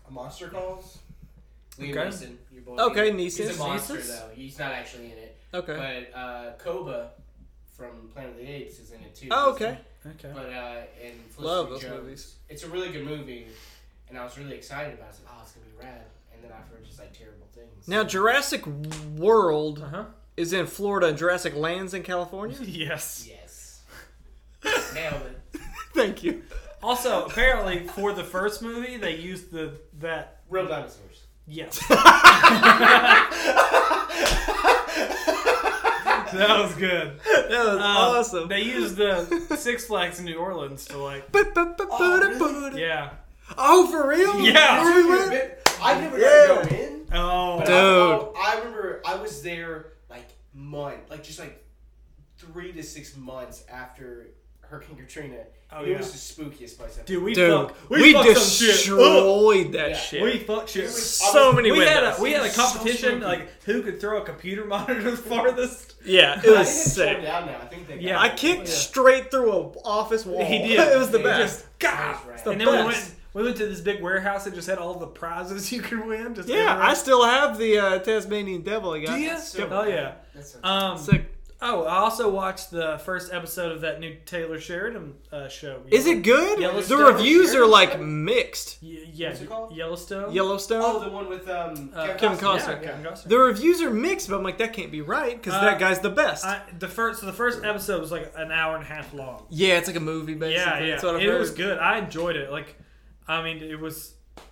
Monster Calls. Liam
Okay.
Neeson, your boy.
Okay,
Liam.
Neeson.
He's a monster
Neeson?
though. He's not actually in it,
Okay.
but uh, Koba from Planet of the Apes is in it too.
Oh, okay.
okay
But uh, and Felicity
Love those
Jones.
movies.
It's a really good movie, and I was really excited about. it. I was like, oh, it's gonna be rad. And then I've heard just like terrible things.
Now Jurassic World
uh huh
uh-huh.
is in Florida and Jurassic Lands in California.
yes
Yes. Nailed it.
Thank you.
also apparently for the first movie they used the that
Real dinosaurs.
Yes. that was good.
That was
Um,
awesome.
They used the Six Flags in New Orleans to like,
Ba- ba- ba- ba- da-
really?
ba- da.
Oh, yeah.
Oh, for real?
Yeah.
Where we went?
I never
Yeah.
got going in.
Oh,
But
Dude.
I, I remember I was there like month, like just like three to six months after Hurricane Katrina.
Oh,
it
yeah.
was the spookiest place I've
dude, we
Dude,
fuck,
we,
we, fucked some shit. up.
destroyed that
Yeah.
shit.
We fuck shit.
so many
we
windows.
had a we had a
It was so
competition
spooky.
like who could throw a computer monitor the farthest.
yeah,
been.
it
I
was
think it's torn
sick.
down now. I think they
Yeah.
I kicked
Yeah.
straight through a office wall.
He did.
it was the
He
best.
Just, God.
That was rad.
and then we went we went to this big warehouse that just had all the prizes you could win. Just
Yeah,
everywhere.
I still have the uh, Tasmanian Devil. I got.
Do ya?
So-
oh yeah.
That's so-
Um,
Sick.
Oh, I also watched the first episode of that new Taylor Sheridan uh, show.
Is it good?
Yeah, let's
the
start
reviews
here.
are like mixed.
Ye- yeah,
What's it called?
Yellowstone.
Yellowstone.
oh, the one with um,
Uh,
Kevin
Yeah,
Costner.
Kevin Costner.
the reviews are mixed, but I'm like, that can't be right because
Uh,
that guy's the best.
I, the first, so the first episode was like an hour and a half long.
yeah, it's like a movie, basically.
yeah, yeah,
That's what I've
it
heard.
was good. I enjoyed it. Like, I mean, it was.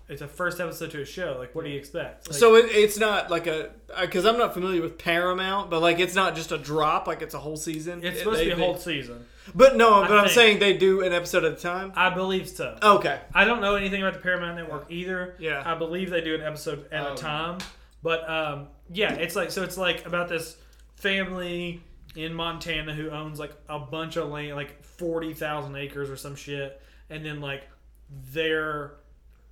It's a first episode to a show. Like, what do you expect? Like,
so it, it's not like a because I'm not familiar with Paramount, but like it's not just a drop, like it's a whole season.
it's
It-
supposed
they-
to be
they-
a whole season.
But no,
I
but I'm
think.
saying they do an episode at a time.
I believe so.
Okay.
I don't know anything about the Paramount Network either.
Yeah.
I believe they do an episode at
Oh.
Um,
a time. But um, yeah, it's like so it's like about this family in Montana who owns like a bunch of land, like forty thousand acres or some shit, and then like their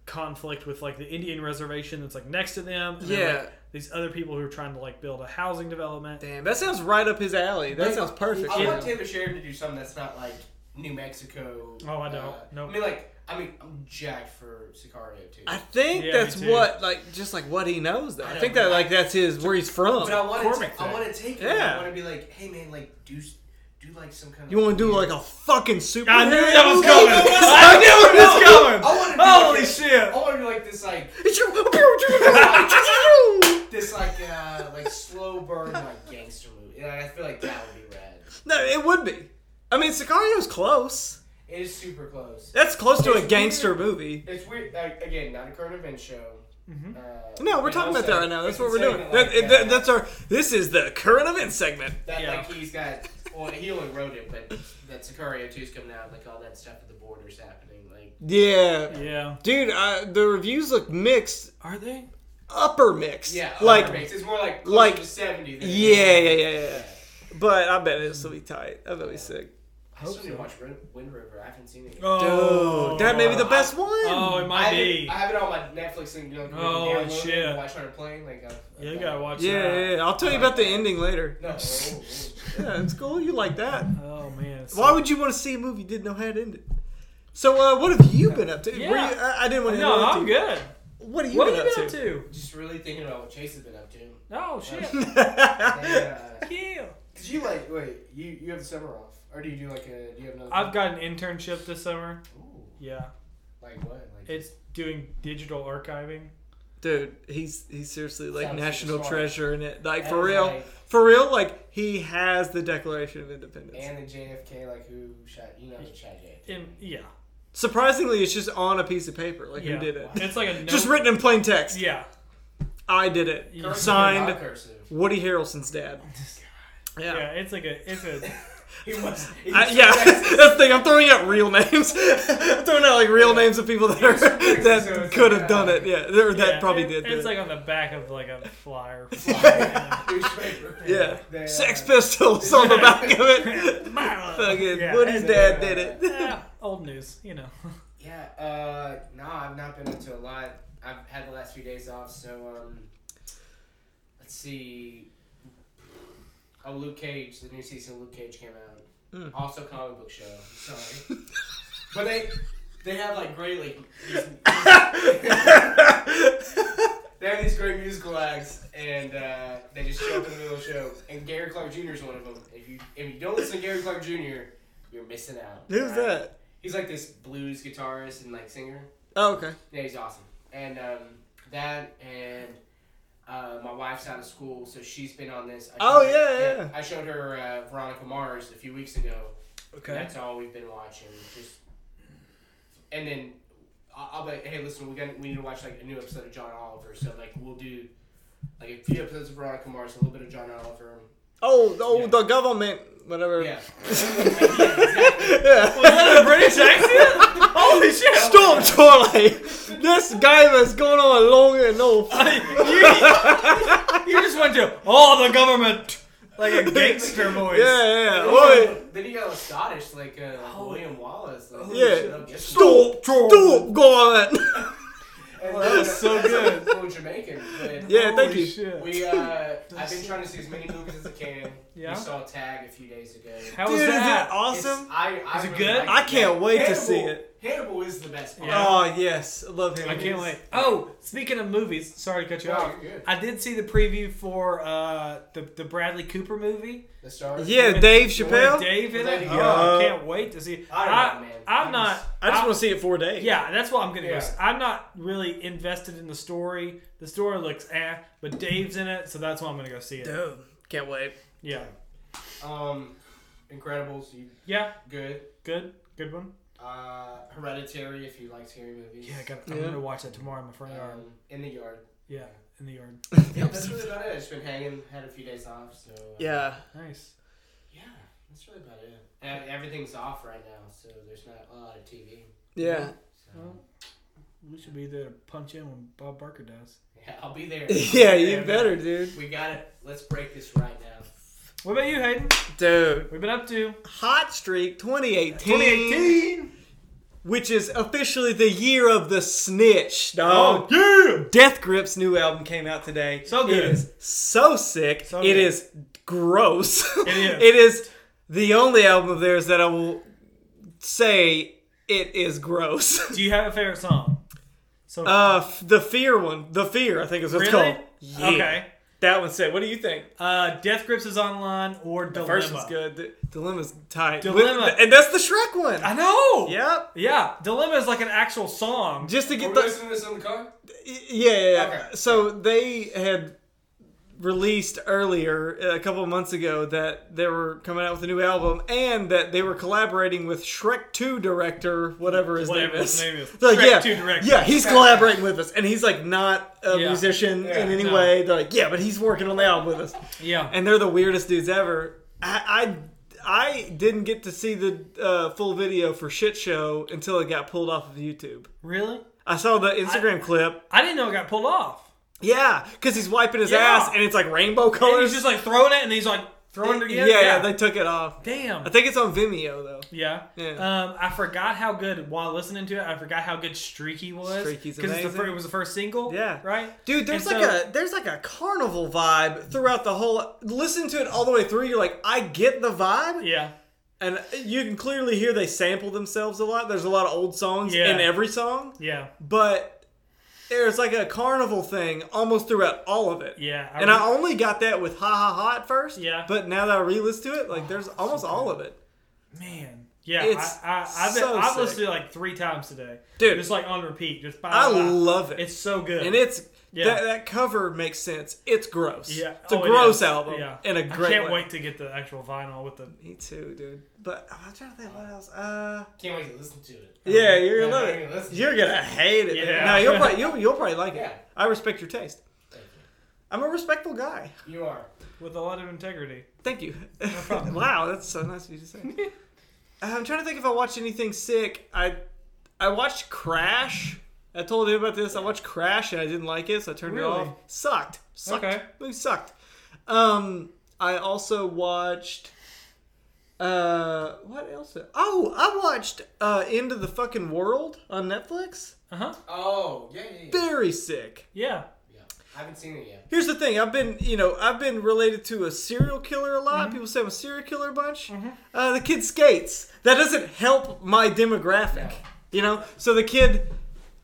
conflict with like the Indian reservation that's like next to them. And then,
Yeah.
like, these other people who are trying to like build a housing development.
Damn, that sounds right up his alley. That
Like,
sounds perfect.
I
Yeah.
want Taylor Sheridan to do something that's not like New Mexico.
Oh, I don't.
uh,
Nope.
I mean, like, I mean, I'm jacked for Sicario too.
I think
Yeah, me
that's
too.
what like just like what he knows though.
I
I,
know,
think
but
that
I-
like that's his where he's from.
but I want
McCormick
to. I
thing.
want to take it.
Yeah.
I want to be like, hey man, like do s- do like some kind of.
You want to do
weird-
like a fucking super?
I knew that was coming.
I knew it was coming.
I want to.
Holy
like,
shit!
I want to do like this, like
It's your-
this, like uh, like slow burn, like gangster movie. And I feel like that would be rad.
no, it would be. I mean, Sicario's close.
It is super close.
That's close to
It's
a gangster
weird.
movie.
It's weird. Like, again, not a current event show.
Mhm.
Uh,
No, we're
and
talking about that
also,
right now. That's
it's
what we're
insane
doing.
that, like,
That-
uh,
that- that's our. This is the current event segment.
That
Yeah.
like he's got. Well, he only wrote it, but that Sicario 2's coming out, like all that stuff at the borders happening. Like
Yeah,
Yeah,
dude. Uh, the reviews look mixed,
are they?
upper mixed.
yeah,
like
upper mix. it's more like closer
like-
to seventy. Than
yeah, yeah, yeah, yeah. But I bet it'll be tight. I bet it'll be sick.
I still
Hope
need to
so.
watch Rin- Wind River. I haven't seen it. Yet.
Oh,
Dude, that may be the
wow.
best one.
Oh, it
I
might
have,
be.
it, I have it on my Netflix and you know, like,
Oh,
download it
shit.
and watch on a plane. Like, uh,
Yeah, you gotta watch
yeah,
that.
yeah, yeah. I'll tell you about the ending later.
No. oh, oh, oh.
Yeah, it's cool. You like that?
Oh man. it's
Why would you want to see a movie you didn't know how it ended? So, uh, what have you been up to? Were you-
Yeah.
I, I didn't want to
No,
interrupt
I'm
you.
good.
What have you
what
been
have
up
you been up
to?
to?
Just really thinking about what Chase has been up to.
Oh shit.
And, uh,
yeah.
Did you like wait? You you have the summer off, or do you do like a? Do you have another?
I've got an internship this summer.
Ooh,
Yeah.
like what? Like
It's doing digital archiving.
Dude, he's he's seriously like
Sounds
national
super smart.
treasure in it. Like
And,
for real,
like-
for real, like he has the Declaration of Independence.
and the JFK, like who shot? You know, who shot JFK.
And yeah.
Surprisingly, it's just on a piece of paper. Like
yeah.
who did it?
It's like a no-
Just written in plain text.
Yeah.
I did it.
Yeah.
Signed
Not cursive.
Woody Harrelson's dad.
Oh,
Yeah.
Yeah.
It's like a. It's a.
He was. He
I-
was
yeah, that's
racist.
the thing. I'm throwing out real names. I'm throwing out like real
Yeah.
names of people that
Yeah,
are,
so it's- so
that
it's
could
like,
have done
uh,
it. Yeah, or that
yeah,
probably
it-
did. do
It's
it.
like on the back of like a flyer.
Newspaper.
Yeah.
They, uh,
Sex Pistols on the back of it. Fucking
Yeah.
Woody's
they,
dad
uh,
did it.
Yeah, old news, you know.
Yeah. Uh, no, I've not been into a lot. I've had the last few days off, so um, let's see. Oh, Luke Cage. The new season of Luke Cage came out.
Mm.
Also, comic book show. Sorry, but they they have like great like. these- They have these great musical acts, and uh, they just show up in the middle of the show. And Gary Clark Jr. is one of them. If you if you don't listen to Gary Clark Jr., you're missing out.
Who's
right?
that?
He's like this blues guitarist and like singer.
Oh, okay.
Yeah, he's awesome. And um, that and uh, my wife's out of school, so she's been on this. I
Oh,
showed-
yeah, yeah, yeah.
I showed her uh, Veronica Mars a few weeks ago. And
Okay.
That's all we've been watching. Just and then I- I'll be like, hey, listen, we got we need to watch like a new episode of John Oliver. So like we'll do like a few episodes of Veronica Mars, a little bit of John Oliver.
Oh, oh,
Yeah.
the government, whatever.
Yeah. Yeah, exactly.
Yeah.
Was that a British accent? Holy shit!
Storm Charlie! This game is going on long enough.
you, you just went to oh the government like a gangster voice.
Yeah, yeah, yeah.
Then,
Oi.
he- then he got a Scottish, like uh, like William Wallace. Like,
Yeah.
shit, I'll get you.
Storm Storm Garland!
And
Well, that was so
that's a
good.
full Jamaican. But
Yeah, thank
Holy
you.
shit.
We, uh, I've been trying to see as many movies as I can.
Yeah.
We saw Tag a few days ago.
How
Dude,
was
is
that?
that awesome?
It's- I, I
Is it
really
good?
like
I can't wait to
Hannibal-
see it.
Hannibal is the best part.
Yeah.
Oh, yes. I love him.
I can't wait. Oh, speaking of movies, sorry to cut you
No,
off.
you're good.
I did see the preview for uh, the the Bradley Cooper movie.
The stars.
Yeah, Dave
With
Chappelle.
Dave in it.
Yeah.
Oh, I can't wait to see. it.
I don't
I,
know, man.
I'm
I'm
not.
just-
I just
I'm-
want to see it four days.
Yeah, that's what I'm gonna
Yeah.
guess. I'm not really invested in the story. The story looks eh, but Dave's in it, so that's why I'm gonna go see it.
Dude, can't wait.
Yeah,
Um, Incredibles, you
yeah,
good.
good, good one.
Uh, Hereditary, if you like scary movies.
Yeah, I got, I'm
Yeah.
gonna watch that tomorrow in my front yard.
Um, in the yard.
Yeah, in the yard.
Yeah, that's really about it. I've just been hanging, had a few days off, so. uh,
Yeah.
Nice.
Yeah, that's really about it. And everything's off right now, so there's not a lot of TV.
Yeah.
So,
Well, we should be there to punch in when Bob Barker dies.
yeah, I'll be there.
Yeah, you
Yeah,
better, dude.
We got it. Let's break this right now.
What about you, Hayden?
Dude.
We've been up to
Hot Streak 2018. Which is officially the year of the snitch, dog.
Oh yeah!
Death Grip's new album came out today.
So good.
It is so sick.
So
It
good.
is gross. It
is.
it is the only album of theirs that I will say it is gross.
Do you have a favorite song? So
Uh, f- the fear one. The fear, I think is what it's
Really?
called. Yeah.
okay.
That one said. What do you think?
Uh, Death Grips is online or Dilemma.
First one's good. The- Dilemma's tight.
Dilemma.
With- and that's the Shrek one.
I know.
yep.
Yeah. Dilemma is like an actual song.
Just to get
We're
the
listening to this in the car?
yeah, yeah, yeah.
Okay.
So they had released earlier uh, a couple of months ago that they were coming out with a new album and that they were collaborating with Shrek 2 director whatever his
Whatever
name
his
is.
name is.
They're like,
Shrek
yeah,
2 director.
Yeah, he's collaborating with us and he's like not a
Yeah.
musician
Yeah,
in any
no.
way. They're like, yeah, but he's working on the album with us.
Yeah.
and they're the weirdest dudes ever. I I, I didn't get to see the uh, full video for Shit Show until it got pulled off of YouTube.
Really?
I saw the Instagram clip.
I didn't know it got pulled off.
Yeah, because he's wiping his
Yeah.
ass and Oh, it's like rainbow
And
colors.
he's just like throwing it, and he's like throwing it
yeah,
again.
yeah, they took it off.
Damn.
I think it's on Vimeo though.
Yeah.
Yeah.
Um, I forgot how good while listening to it. I forgot how good Streaky was
Streaky's
it's the
amazing.
fir- it was the first single.
Yeah.
Right.
Dude, there's
And
like
so-
a there's like a carnival vibe throughout the whole. Listen to it all the way through. You're like, I get the vibe,
Yeah.
and you can clearly hear they sample themselves a lot. There's a lot of old songs
Yeah.
in every song.
Yeah.
but there's like a carnival thing almost throughout all of it.
Yeah.
and
re-
I only got that with ha ha ha at first.
Yeah. Oh,
But now that I re-listen to it, like there's almost all of it.
man. Yeah.
It's
I, I, I've, been,
so
I've
sick.
listened to it like three times today.
Dude.
Just like on repeat. Just by
I love it.
It's so good.
and it's
Yeah.
that that cover makes sense. It's gross.
Yeah.
It's a
Oh, it
gross
is.
album.
Yeah.
And a great
I can't
one.
wait to get the actual vinyl with the.
Me too, dude. But I'm trying to think what else. Uh
Can't wait to listen to it.
Yeah, you're gonna
Yeah,
love
I'm gonna
it.
listen.
You're gonna hate it.
Yeah.
No, you'll probably you'll, you'll probably like
Yeah.
it. I respect your taste.
Thank you.
I'm a respectful guy.
You are.
With a lot of integrity.
Thank you.
problem.
wow, that's so nice of you to say. Uh, I'm trying to think if I watched anything sick. I I watched Crash. I told you about this. I watched Crash and I didn't like it, so I turned
Really?
it off. Sucked. Sucked.
Okay.
Movie sucked. Um, I also watched. Uh, what else? Oh, I watched uh, End of the Fucking World on Netflix.
Uh huh.
Oh, yeah, yeah, yeah.
Very sick.
Yeah.
yeah. I haven't seen it yet.
Here's the thing. I've been, you know, I've been related to a serial killer a lot. People say I'm a serial killer a bunch. Uh, the kid skates. That doesn't help my demographic,
No.
you know. So the kid,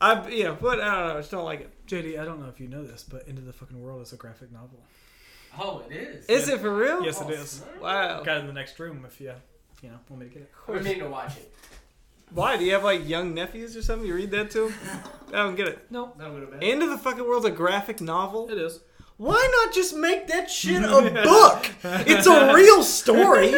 I, you know, what I don't know. I just don't like it.
JD, I don't know if you know this, but Into the Fucking World is a graphic novel.
Oh, it is.
Is it for real?
Yes,
Oh,
it is.
snap.
Wow.
Got it in the next room if you, you know, want me to get it.
We need to watch it.
Why do you have like young nephews or something? You read that to 'em? I don't get it.
No,
Not gonna bet.
End of the fucking world's a graphic novel.
it is.
Why not just make that shit a book? It's a real story.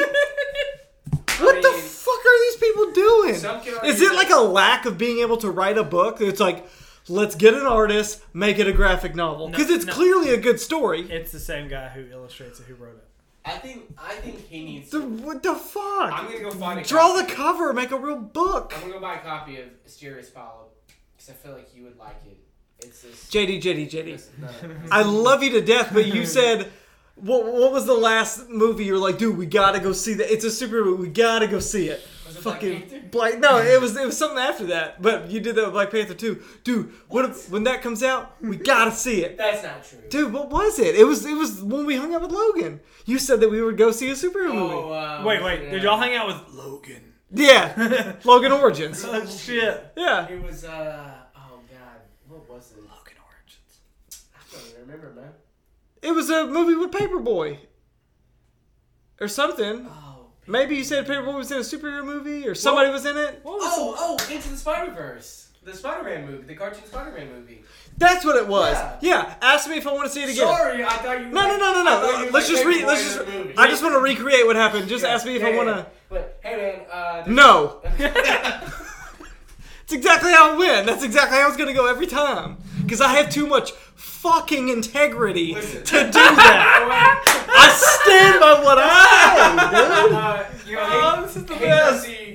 What
I
the
mean-
fuck are these people doing?
Some could
Is
argue
it like a lack of being able to write a book? It's like, let's get an artist, make it a graphic novel. Because
No,
it's
no.
clearly a good story.
It's the same guy who illustrates it, who wrote it.
I think I think he needs.
The, what the fuck?
I'm gonna go find a
Draw
copy.
the cover. Make a real book.
I'm gonna go buy a copy of Asterius Follow because I feel like you would like it. It's this.
JD, JD, JD.
this- uh, no.
I love you to death, but you said, what, what was the last movie you were like, dude, we gotta go see that? It's a super movie. We gotta go see it.
Was it Black Panther?
Fucking Black. No, it was it was something after that. But you did that with Black Panther too, dude. What, if, when that comes out, we gotta see it,
That's not true.
dude. What was it? It was it was when we hung out with Logan. You said that we would go see a superhero
Oh,
movie.
uh,
Wait, wait. Did y'all hang out with Logan?
Yeah, Logan Origins.
Oh shit.
Yeah.
It was uh oh god, what was it?
Logan Origins.
I don't even remember, man.
It was a movie with Paperboy. Or something.
Oh. p-
Maybe you said Paperboy was in a superhero movie or somebody was in it.
What was
Oh, oh, Into the Spider Verse, the Spider Man movie, the cartoon Spider Man movie.
That's what it was.
Yeah.
Yeah. Ask me if I want to see it again.
Sorry, I thought you.
No, no, no, no, no. Let's just re.
read.
Let's just. I just want to recreate what happened. Just ask me if I want to.
But hey, man. Uh,
No. It's exactly how I win. That's exactly how it's gonna go every time. Because I have too much fucking integrity
Listen.
to do that. I stand by what I say, dude.
Uh, you know,
Oh,
hey-
this is the
hey,
best.
See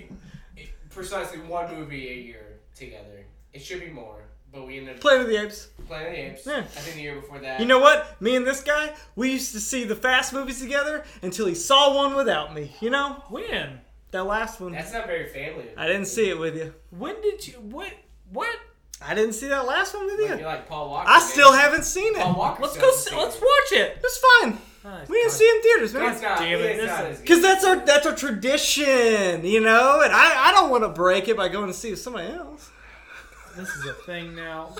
precisely one movie a year together. It should be more, but we ended up
Planet of the Apes.
Planet of the Apes.
Yeah.
I think the year before that.
You know what? Me and this guy, we used to see the Fast movies together until he saw one without me. You know,
When?
that last one.
that's not very family.
I didn't see it with you.
When did you? What? What?
I didn't see that last one with
Like,
you.
You're like Paul Walker.
I
man.
still haven't seen
Paul
it.
Walker.
Let's
still
go.
hasn't
See,
seen
let's
it.
watch it.
It's fine.
Nice.
We didn't see it in theaters,
It's
man.
not.
Damn it,
it's
this
not
is-
as good.
Because that's our that's our tradition, you know. And I, I don't want to break it by going to see it with somebody else.
This is a thing now.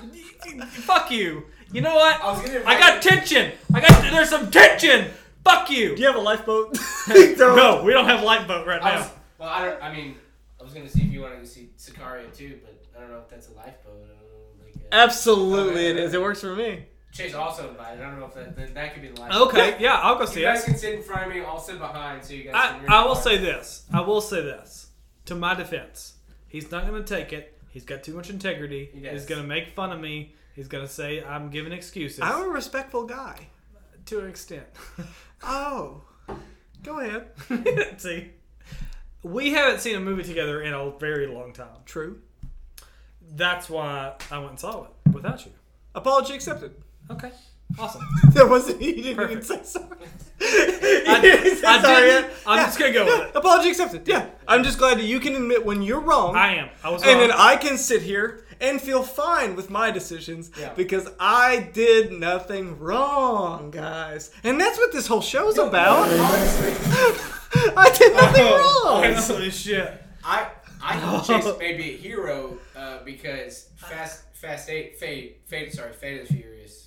Fuck you. You know what?
I was gonna.
I got tension. I got there's some tension. Fuck you.
Do you have a lifeboat?
No, we don't have lifeboat right
I
now.
was, well, I don't. I mean, I was gonna see if you wanted to see Sicario too, but I don't know if that's a lifeboat. I don't know, like, uh,
Absolutely, it is. It works for me.
Chase also invited. I don't know if that that, that could be the lifeboat.
Okay, yeah, I'll go
You
see
guys
it.
can sit in front of me. I'll sit behind, so you guys.
I,
can really
I will
watch.
say this. I will say this. To my defense, he's not going to take it. He's got too much integrity.
He
He's
does.
going to make fun of me. He's going to say I'm giving excuses.
I'm a respectful guy.
To an extent.
Oh, go ahead.
see, we haven't seen a movie together in a very long time.
True.
That's why I went and saw it without you.
Apology accepted.
Okay, awesome.
That wasn't. You didn't even
Perfect.
say sorry.
I,
I,
I didn't. I'm just gonna go with it.
Apology accepted. Yeah, I'm just glad that you can admit when you're wrong,
I am. I was.
and
wrong.
then I can sit here and feel fine with my decisions
Yeah.
because I did nothing wrong, guys. And that's what this whole show's about.
Honestly,
I did nothing wrong.
Holy Oh, shit.
I I think Chase may be a hero uh, because Fast Fast Eight Fate Fate sorry Fate of the Furious,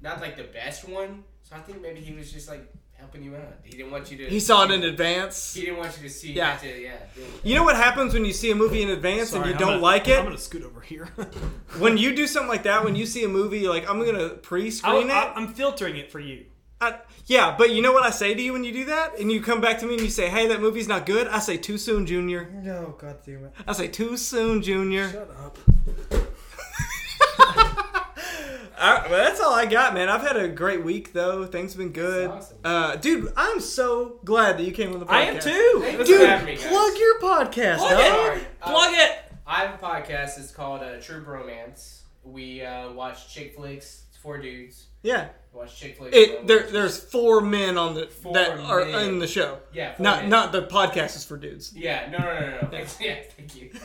not like the best one. So I think maybe he was just like helping you out. He didn't want you to.
He saw it in advance.
He didn't want you to see.
Yeah.
To, yeah. yeah.
You know what happens when you see a movie in advance
Sorry,
and you
I'm
don't
gonna-
like it?
I'm gonna scoot over here.
When you do something like that, when you see a movie, you're like, I'm gonna
I,
pre-screen it.
I, I'm filtering it for you.
I, yeah, but you know what I say to you when you do that, and you come back to me and you say, "Hey, that movie's not good." I say, "Too soon, Junior."
No, god damn it.
I say, "Too soon, Junior."
Shut up.
I, well, that's all I got, man. I've had a great week though. Things have been good,
That's awesome.
uh, dude. I'm so glad that you came on the podcast.
I am too.
Thank
That's
you.
dude.
what I-
Thanks for having me, guys.
plug your podcast.
Plug
dog.
it.
Sorry.
Plug
Uh,
it.
I have a podcast. It's called uh, True Bromance. We uh, watch chick flicks. It's four dudes.
Yeah,
We watch chick flicks.
it, there,
romance.
there's four men on the
Four
that are
men.
in the show.
yeah. Four
Not
men.
not the podcast is for dudes.
Yeah. No. No. No. No. no. yeah. Thank you. yeah,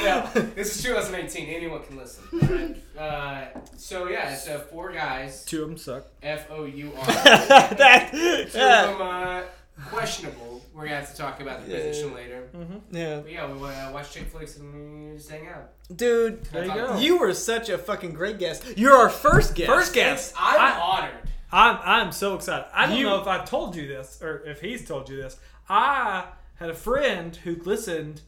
yeah.
this is 2018. Anyone can listen. Alright. Uh, so yeah, it's uh, four guys.
Two of them suck.
F O U R.
that,
Two
yeah.
of them uh, questionable. We're gonna have to talk about the
Yeah.
position later.
yeah.
But yeah, we uh, watch chick flicks and we just hang out.
Dude,
There you go.
You were such a fucking great guest. You're our first guest.
First guest.
I'm
I-
honored.
I'm I'm so excited. I don't
You-
know if I've told you this or if he's told you this. I had a friend who listened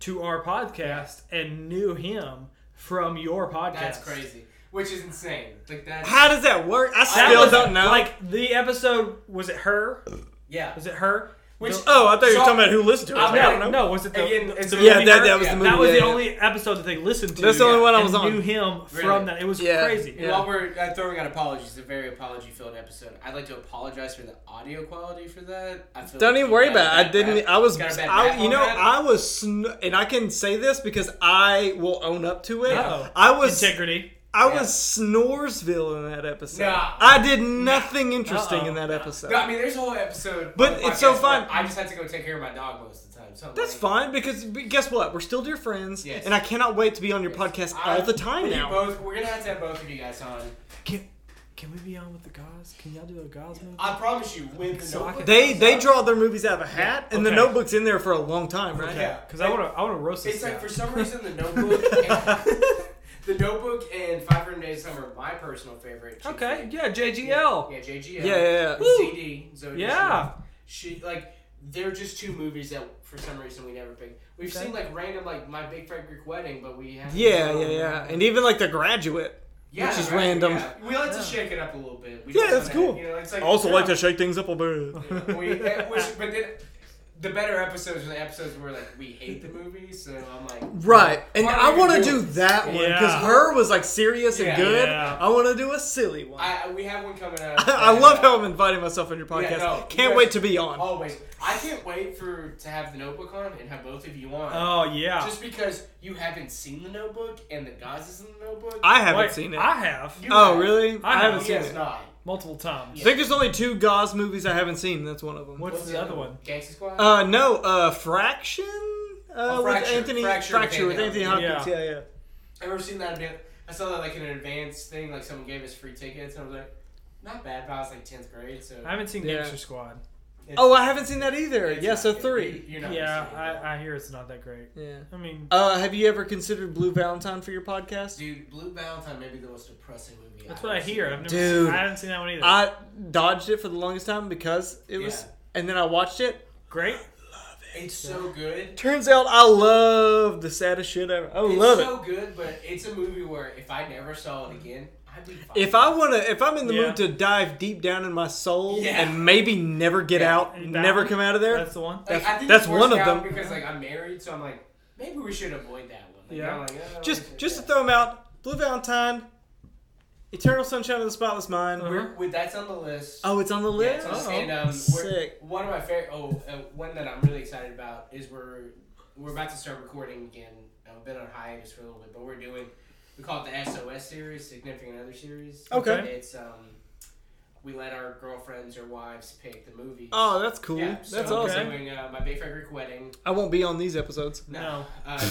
to our podcast and knew him from your podcast.
That's crazy. Which is insane. Like that's
How does that work? I
That
still
was-
don't know.
Like the episode was it her?
yeah.
Was it her?
Which uh,
Oh, I thought you were
so-
talking about who listened to it. I, was like, I
No,
don't know.
no, was it the,
Again,
the
it's-
movie
Yeah, that,
nerd?
that was
Yeah.
the movie.
That was
yeah,
the
yeah.
only episode that they listened to.
That's the only one I
and
was on.
Knew him
Really?
from that. It was
Yeah.
crazy.
Yeah.
While we're uh, throwing out apologies, a very apology-filled episode. I'd like to apologize for the audio quality for that. I feel
Don't
like
even
we
worry
got a
about it. I
bad
didn't. e,
rap.
I was.
Got a bad
I,
rap
you
on
know,
that?
I was, sn- and I can say this because I will own up to it.
Uh-oh.
I was.
Integrity.
I
Yeah.
was Snoresville in that episode.
Nah. Uh-uh.
I did nothing interesting
Uh-oh.
in that
Nah.
episode.
No, I mean, there's a whole episode.
e- But
of the
it's so
podcast
fun.
where I just had to go take care of my dog most of the time. So I'm
That's
like,
fine because but guess what? We're still dear friends,
Yes.
and I cannot wait to be on your
Yes.
podcast
I-
all the time
you
now.
both- we're gonna have to have both of you guys on.
Can, can we be on with the guys? Can y'all do a guys movie?
I promise you, when the
So I
notebook
could-
They
comes
they
out-
draw their movies out of a hat, and the
Okay.
notebook's in there for a long time, right?
Okay.
Because I want to. I want to roast this.
It's like
guy.
for some reason the notebook, and, the notebook, and Five Hundred Days of Summer are my personal favorite. chick
okay.
flick.
Yeah. JGL.
Yeah,
Yeah,
JGL.
yeah, yeah.
ZD. Zoe
Yeah.
Deschanel. She like they're just two movies that for some reason we never picked. We've
Okay.
seen like random like My Big Fat Greek Wedding, but we haven't.
Yeah, yeah, yeah. And even like The Graduate.
Yeah,
which is
right,
random.
yeah. We like
Yeah.
to shake it up a little bit. We
Yeah,
just
that's
wanna,
cool.
You know, it's like,
also like
yeah.
to shake things up a bit.
Yeah, we, eh, which, but then the better episodes are the episodes where like we hate the movie. So I'm like,
Right, and
Why
I
don't we
want to
do
do
it?
that one because
Yeah.
her was like serious and
Yeah,
good.
yeah.
I want to do a silly one. I,
I, we have one coming out.
love how I'm inviting myself on your podcast.
Yeah, no, you
Can't
guys-
wait to be on.
Always, I can't wait for to have the Notebook on and have both of you on.
Oh yeah.
Just because you haven't seen the Notebook and the guys is in the Notebook.
I haven't
Wait,
seen it.
I have
You
oh,
have.
really?
I
I, haven't
know.
He
seen
has
it.
not.
multiple times.
I think there's only two Gauze movies I haven't seen. That's one of them.
What's the other one?
Gangsta Squad.
Uh, no, uh, Fraction. Uh,
Oh, Fracture.
with Anthony
Fracture
with
with
Anthony
Anthony
Hopkins. Yeah, yeah.
I remember seeing that. advan- I saw that like in an advanced thing. Like someone gave us free tickets, and I was like, not bad. But I was like tenth grade, so.
I haven't seen
Yeah.
Gangster Squad.
Oh, I haven't seen that either.
It's
yeah,
not
so
good.
three.
You- You're not gonna
Yeah,
see it.
I, I hear it's not that great.
Yeah.
I mean,
Uh, have you ever considered Blue Valentine for your podcast?
Dude, Blue Valentine may be the most depressing movie.
that's
I've
what I
ever
hear.
seen.
I've never.
Dude.
Seen, Uh, I haven't seen that one either.
I dodged it for the longest time because it was,
Yeah.
and then I watched it.
great.
It's so good.
Turns out I love the saddest shit ever. I
it's
love
so good, but it's a movie where if I never saw it again, I'd be fine.
it. If I wanna, if I'm in the
Yeah.
mood to dive deep down in my soul
Yeah.
and maybe never get
Yeah.
out,
That-
never come out of there,
That's the one.
like, I think
that's
it's worse
one of
now
them.
because like I'm married, so I'm like maybe we should avoid that one. Like,
Yeah.
I'm like, oh, we
just
should-
just to
yeah.
throw them out. Blue Valentine, Eternal Sunshine of the Spotless Mind.
Uh-huh.
We're-
With that's on the list.
Oh, it's on the
Yeah,
list.
it's on the list.
Oh,
and um, we're,
sick.
one of my favorite. Oh, uh, one that I'm really excited about is we're we're about to start recording again. I've been on hiatus for a little bit, but we're doing we call it the SOS series, significant other series.
Okay.
It's um, we let our girlfriends or wives pick the movies.
Oh, that's cool.
Yeah,
that's
so we're
awesome.
Doing uh, my big fat Greek wedding.
I won't be on these episodes.
No.
Uh,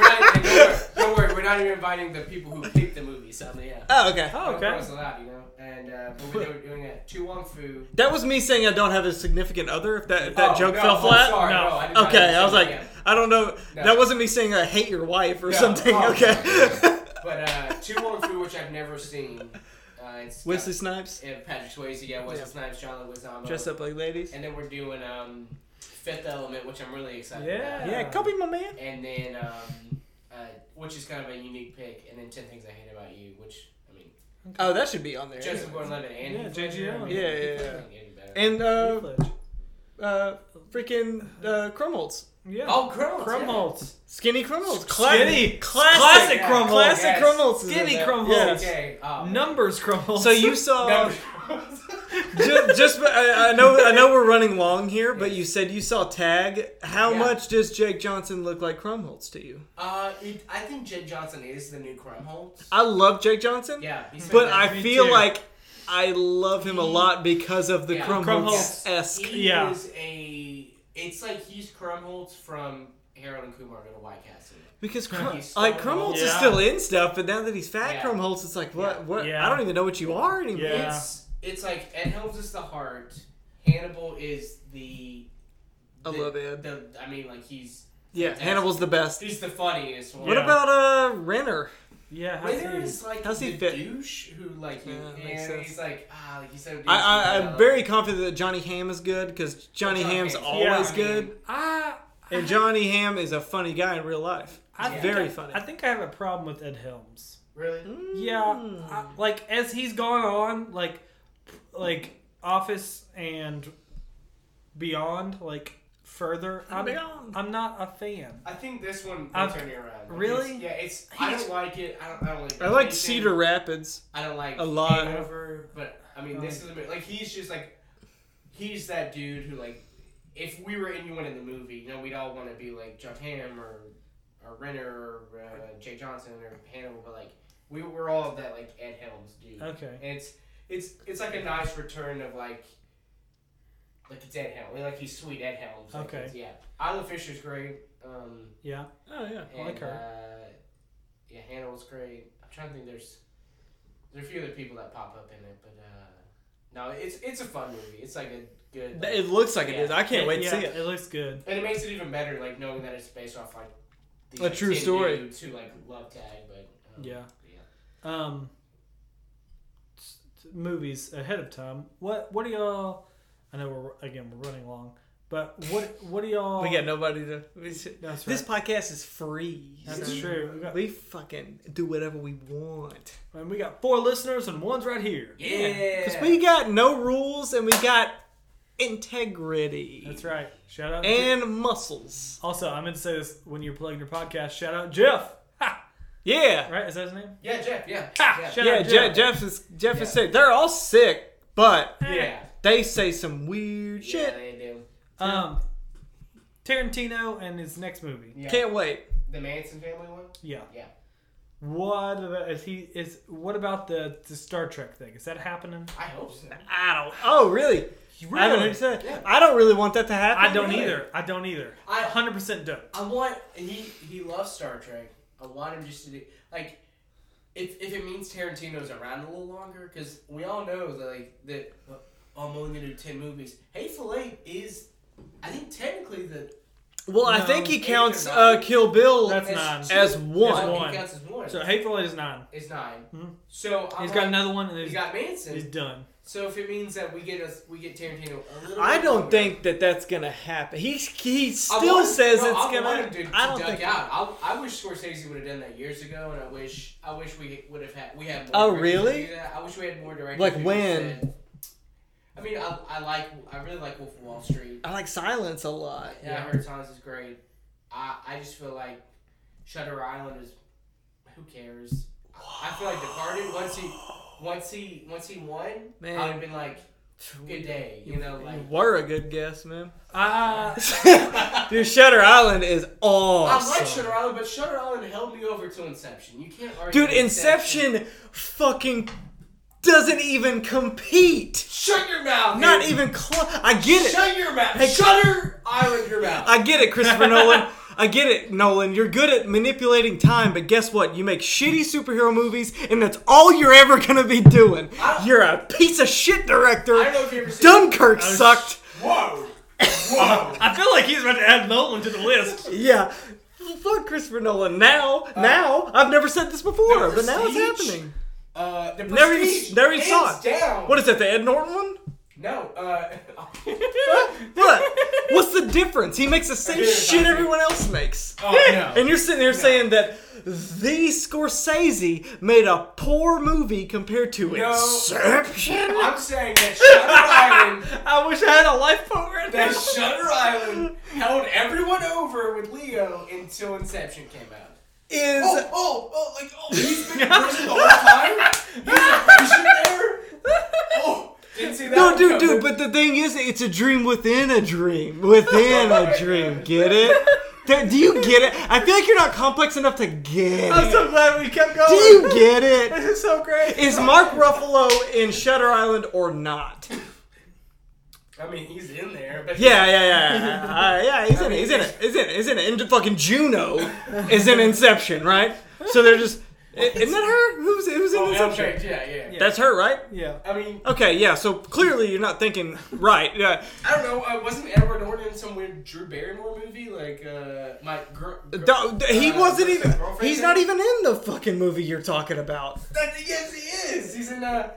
we're not, and don't, worry, don't worry, we're not even inviting the people who picked the movies. So, yeah.
Oh, okay.
Oh,
I don't know if I
okay.
was allowed, you know. And uh, but we're doing- doing a two Wong Fu.
That was me saying I don't have a significant other. If that if that
Oh,
joke
no,
fell
I'm
flat.
sorry,
No.
no, I did not
Okay, I
understand
was like,
that, yeah.
I don't know.
No.
That wasn't me saying I hate your wife or
No.
something.
Oh,
okay.
no. But uh, two Wong Fu, which I've never seen. Uh, it's
Wesley Snipes
got, uh, Patrick Swayze, yeah, Wesley
Yeah.
Snipes, John Leguizamo.
dress up like ladies.
And then we're doing um, Fifth Element, which I'm really excited
Yeah.
about.
Yeah, copy my man.
And then, um, uh, which is kind of a unique pick. And then Ten Things I Hate About You, which I mean,
Oh, that should be on there.
Joseph Gordon-Levitt and
Yeah,
Heath
J.G.
Ledger, I
Allen.
mean,
Yeah,
you
yeah,
can't
yeah.
get any better.
And uh,
Privilege.
uh, freaking uh, Crumholtz.
yeah.
oh, Crumholtz.
Crumholtz.
Skinny Crumholtz.
Skinny.
Classic.
Classic
Classic
Crumholtz.
Classic
Yes.
Crumholtz. is in
Skinny
there.
Yeah.
Crumholtz.
Okay, um,
Numbers Crumholtz.
So you saw.
numbers.
just, just I, I know I know we're running long here, but you said you saw Tag. How
Yeah.
much does Jake Johnson look like Crumholtz to you?
uh, it, I think Jed Johnson is the new Crumholtz.
I love Jake Johnson,
Yeah, he's
but
fantastic.
I
Me
feel
too.
like I love him a lot because of the
Yeah.
Crumholtz esque.
He
Yeah.
is a. It's like he's Krumholtz from Harold and Kumar go to White Castle.
Because Crum-
He's so
like Crumholtz is
Yeah.
still in stuff, but now that he's fat,
Yeah.
Crumholtz, it's like what?
Yeah.
What?
Yeah.
I don't even know what you are anymore.
Yeah.
It's it's like Ed Helms is the heart. Hannibal is the.
I
the-
love Ed.
The, I mean, like he's
Yeah,
Fantastic.
Hannibal's the best.
he's the funniest one.
What
Yeah.
about uh Renner?
Yeah. how do
Wither
you-
is like
How's he
the
fit?
douche who like you,
Yeah, makes
and
sense.
he's like ah, like he's so. douchey,
I, I,
but
I'm
love
very
it.
confident that Johnny Ham is good because Johnny
Johnny
Ham's
Ham.
always
Yeah.
good.
I,
And Johnny Ham is a funny guy in real life.
I
Yeah.
think
Very
I-
funny.
I think I have a problem with Ed Helms.
really.
Yeah, I, like as he's gone on, like like Office and beyond, like further. I'm,
Beyond.
I'm not a fan.
I think this one will
I've-
turn you around. Like,
really?
it's- yeah, it's. I
He's-
don't like it. I don't. I don't like.
I like
Jason.
Cedar Rapids.
I don't like
a lot.
Hangover, but I mean, this is a bit like he's just like he's that dude who like if we were anyone in the movie, you know, we'd all want to be like John Hamm or or Renner or uh, Jay Johnson or Hannibal, but like we were all that like Ed Helms dude.
Okay.
And it's it's it's like a nice return of like like it's Ed Helms, like he's sweet Ed Helms. Like,
Okay.
it's- Yeah, Isla Fisher's great. Um,
Yeah.
Oh yeah.
I like
and, Uh, yeah, Hannah was great. I'm trying to think. There's there are a few other people that pop up in it, but uh, no, it's it's a fun movie. It's like a good,
It looks like it is. I can't
It-
wait
yeah,
to see it.
It looks good.
and it makes it even better, like knowing that it's based off like these,
A
like,
true
10
story.
dudes who like love tag, but um,
Yeah.
yeah.
Um, s- s- movies ahead of time. What What do y'all? I know we're again we're running long, but what What do y'all?
We got nobody to. we should-
Oh. That's
This podcast is free.
That's
Steve.
true. We got,
We fucking do whatever we want.
and we got four listeners and one's right here.
Yeah.
Because we got no rules and we got integrity.
That's right. Shout out. to,
And muscles.
also, I meant to say this when you're plugging your podcast. Shout out Jeff. Ha!
Yeah.
Right? Is that his name?
yeah, Jeff. Yeah.
Ha!
yeah.
Shout
Yeah,
out
Jeff,
Jeff.
Jeff is Jeff
Yeah.
is sick. They're all sick, but
Yeah. yeah.
they say some weird shit.
they do.
Um, Tarantino and his next movie.
Yeah.
Can't wait.
the Manson family one.
Yeah.
Yeah.
What about is he is what about the, the Star Trek thing? Is that happening?
I hope so.
I don't. Oh, really? I haven't heard you say that.
Yeah.
I don't really want that to happen.
I don't
Really?
either. I don't either.
I-
hundred percent don't.
I want he he loves Star Trek. I want him just to do, like if if it means Tarantino's around a little longer because we all know that like that uh, I'm only gonna do ten movies. Hateful Eight is I think technically the
Well, I
No.
think he
Eight or
counts
nine.
uh, Kill Bill
That's
as,
nine.
as
I
one.
think
one.
it counts as one.
So Hateful Eight is nine.
it's 9
Mhm.
So I'm
He's
like,
got another one and
He's
he's,
got Manson.
he's done.
so if it means that we get us we get Tarantino a little.
I
bit
don't
longer.
think that that's gonna happen. He he
I
still
want-
says
no,
it's
I
gonna.
want him to, to
I don't
duck
think.
out. I, I wish Scorsese would have done that years ago, and I wish I wish we would have had we had. More
Oh,
directors
really?
do that. I wish we had more directors.
Like
who
when?
said- I mean, I, I like I really like Wolf of Wall Street.
I like Silence a lot.
Yeah, I heard Sons is great. I I just feel like Shutter Island is who cares. I feel like Departed once he once he once he won,
Man.
I would have been like good day, you know, like.
You were a good guess, man.
Uh,
Dude, Shutter Island is
I
awesome.
like Shutter Island, but Shutter Island held me over to Inception. You can't argue.
Dude,
with
Inception fucking doesn't even compete.
Shut your mouth.
Not
dude.
even close. I get it.
Shut your mouth.
Hey,
Shutter Island your mouth.
I get it, Christopher Nolan. I get it, Nolan. You're good at manipulating time, but guess what? You make shitty superhero movies, and that's all you're ever gonna be doing.
I-
You're a piece of shit director.
I don't know if you ever seen.
Dunkirk
Oh, sh-
sucked.
Whoa. Whoa.
I feel like he's about to add Nolan to the list.
yeah. Fuck Christopher Nolan. Now,
Uh,
now, I've never said this before,
The
but now it's
Prestige?
happening.
Uh, the
Never even-
Prestige,
never even saw
hands
it.
down.
What is that? The Ed Norton one?
No. Uh.
What? What's the difference? He makes the same
Dude,
shit
I-
everyone else makes.
Oh, no.
And you're sitting there saying that the Scorsese made a poor movie compared to
No.
Inception.
I'm saying that Shutter Island.
I wish I had a life program.
That Shutter Island held everyone over with Leo until Inception came out.
Is
Oh, oh, oh, like, oh, he's been in prison the whole time? He's a prisoner? Oh, didn't see that
no,
one
dude, dude.
coming.
But the thing is, it's a dream within a dream within a dream. Get it? Do- Do you get it? I feel like you're not complex enough to get it.
so glad we kept going.
Do you get it?
is so great.
Is Mark Ruffalo in Shutter Island or not?
I mean, he's in there, but
Yeah, yeah, yeah, yeah. Uh, yeah, he's in it. He's in it. He's in it. He's in it. And fucking Juno is in Inception, right? So they're just. i- Isn't that her? Who's who's in
Oh, Elm
Inception?
Street, yeah, yeah,
That's her, right?
yeah.
I mean,
Okay, yeah. So clearly you're not thinking right. Yeah,
I don't know. Uh, wasn't Edward Norton in some weird Drew Barrymore movie? Like, uh, my girl.
Duh, d- he
uh,
wasn't even.
girlfriend
He's
thing?
not even in the fucking movie you're talking about.
That, yes, he is. He's in, uh,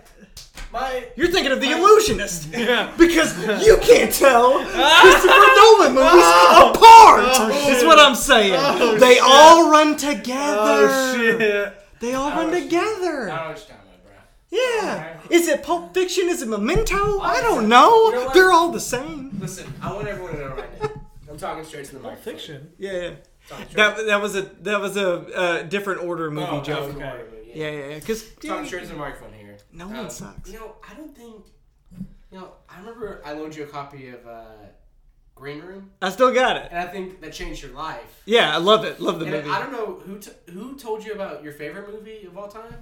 my.
You're thinking of The
I-
Illusionist.
Yeah.
Because you can't tell Christopher Nolan movies apart.
Oh,
That's what I'm saying.
Oh,
they
shit.
all run together.
Oh shit.
They all
Oh,
run
shit.
together.
I don't know what you're talking about, bro.
Yeah.
Alright.
Is it Pulp Fiction? Is it Memento? I
Honestly,
don't know.
you know what?
They're all the same.
Listen, I want everyone to know right now. I'm talking straight to the
Pulp
microphone.
Fiction.
Yeah, yeah.
Talking straight-
That, that was a that was a uh, different order movie
Oh,
joke.
okay.
Yeah, yeah, yeah. Because
Talking straight to the microphone here.
no one
Um,
sucks.
You know, I don't think. You know, I remember I loaned you a copy of uh, Green Room,
I still got it.
and I think that changed your life.
Yeah, I love it. Love the
And
movie.
I don't know who t- who told you about your favorite movie of all time.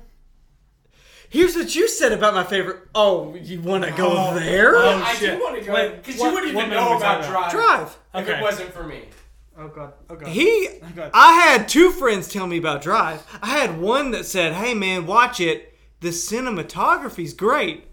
Here's what you said about my favorite. Oh, you want to go
Oh.
there?
Oh,
I
shit.
do want to go
Wait,
because you
what-
wouldn't
what
even
movie
know
was that
about
about?
Drive.
Drive.
If
Okay.
it wasn't for me.
Oh god. Oh god.
He.
Oh god.
I had two friends tell me about Drive. I had one that said, "Hey man, watch it. The cinematography's great."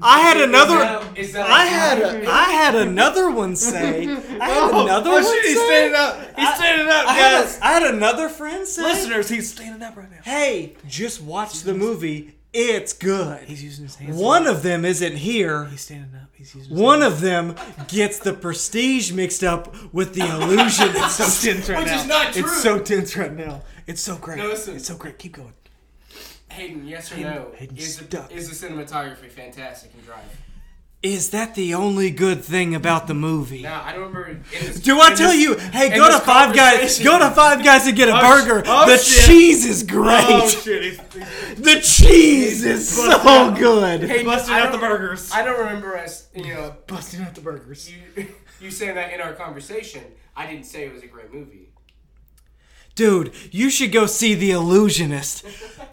I had another.
Is that- is that
I
a-
had a, I had another one say. I had
Oh,
another one say.
he's standing up. He's standing up,
I had, a-
guys.
I had another friend say,
Listeners, he's standing up right now.
"Hey, just watch the movie. It's good."
He's using his hands.
One of them isn't here.
He's standing up. He's using. His
One of them gets the prestige mixed up with the illusion.
It's so tense right
Which
now.
is not true.
It's so tense right now. It's so great.
No, listen.
It's so great. Keep going.
Hayden, yes or no?
Hayden
is, the,
stuck.
is the cinematography fantastic in Drive?
Is that the only good thing about the movie?
Now I don't remember. It was,
Do I
In
tell
this-
you, hey,
in
go to
this
Five Guys,
conversation-
go to Five Guys and get a
Oh, sh-
burger.
oh,
the
shit.
cheese is great.
Oh, shit! He's,
the cheese is
busted
so
out.
good.
Hey,
busting
I
out the
don't-
burgers.
I don't remember us. You know,
busting out the burgers.
you you saying that in our conversation. I didn't say it was a great movie.
Dude, you should go see The Illusionist.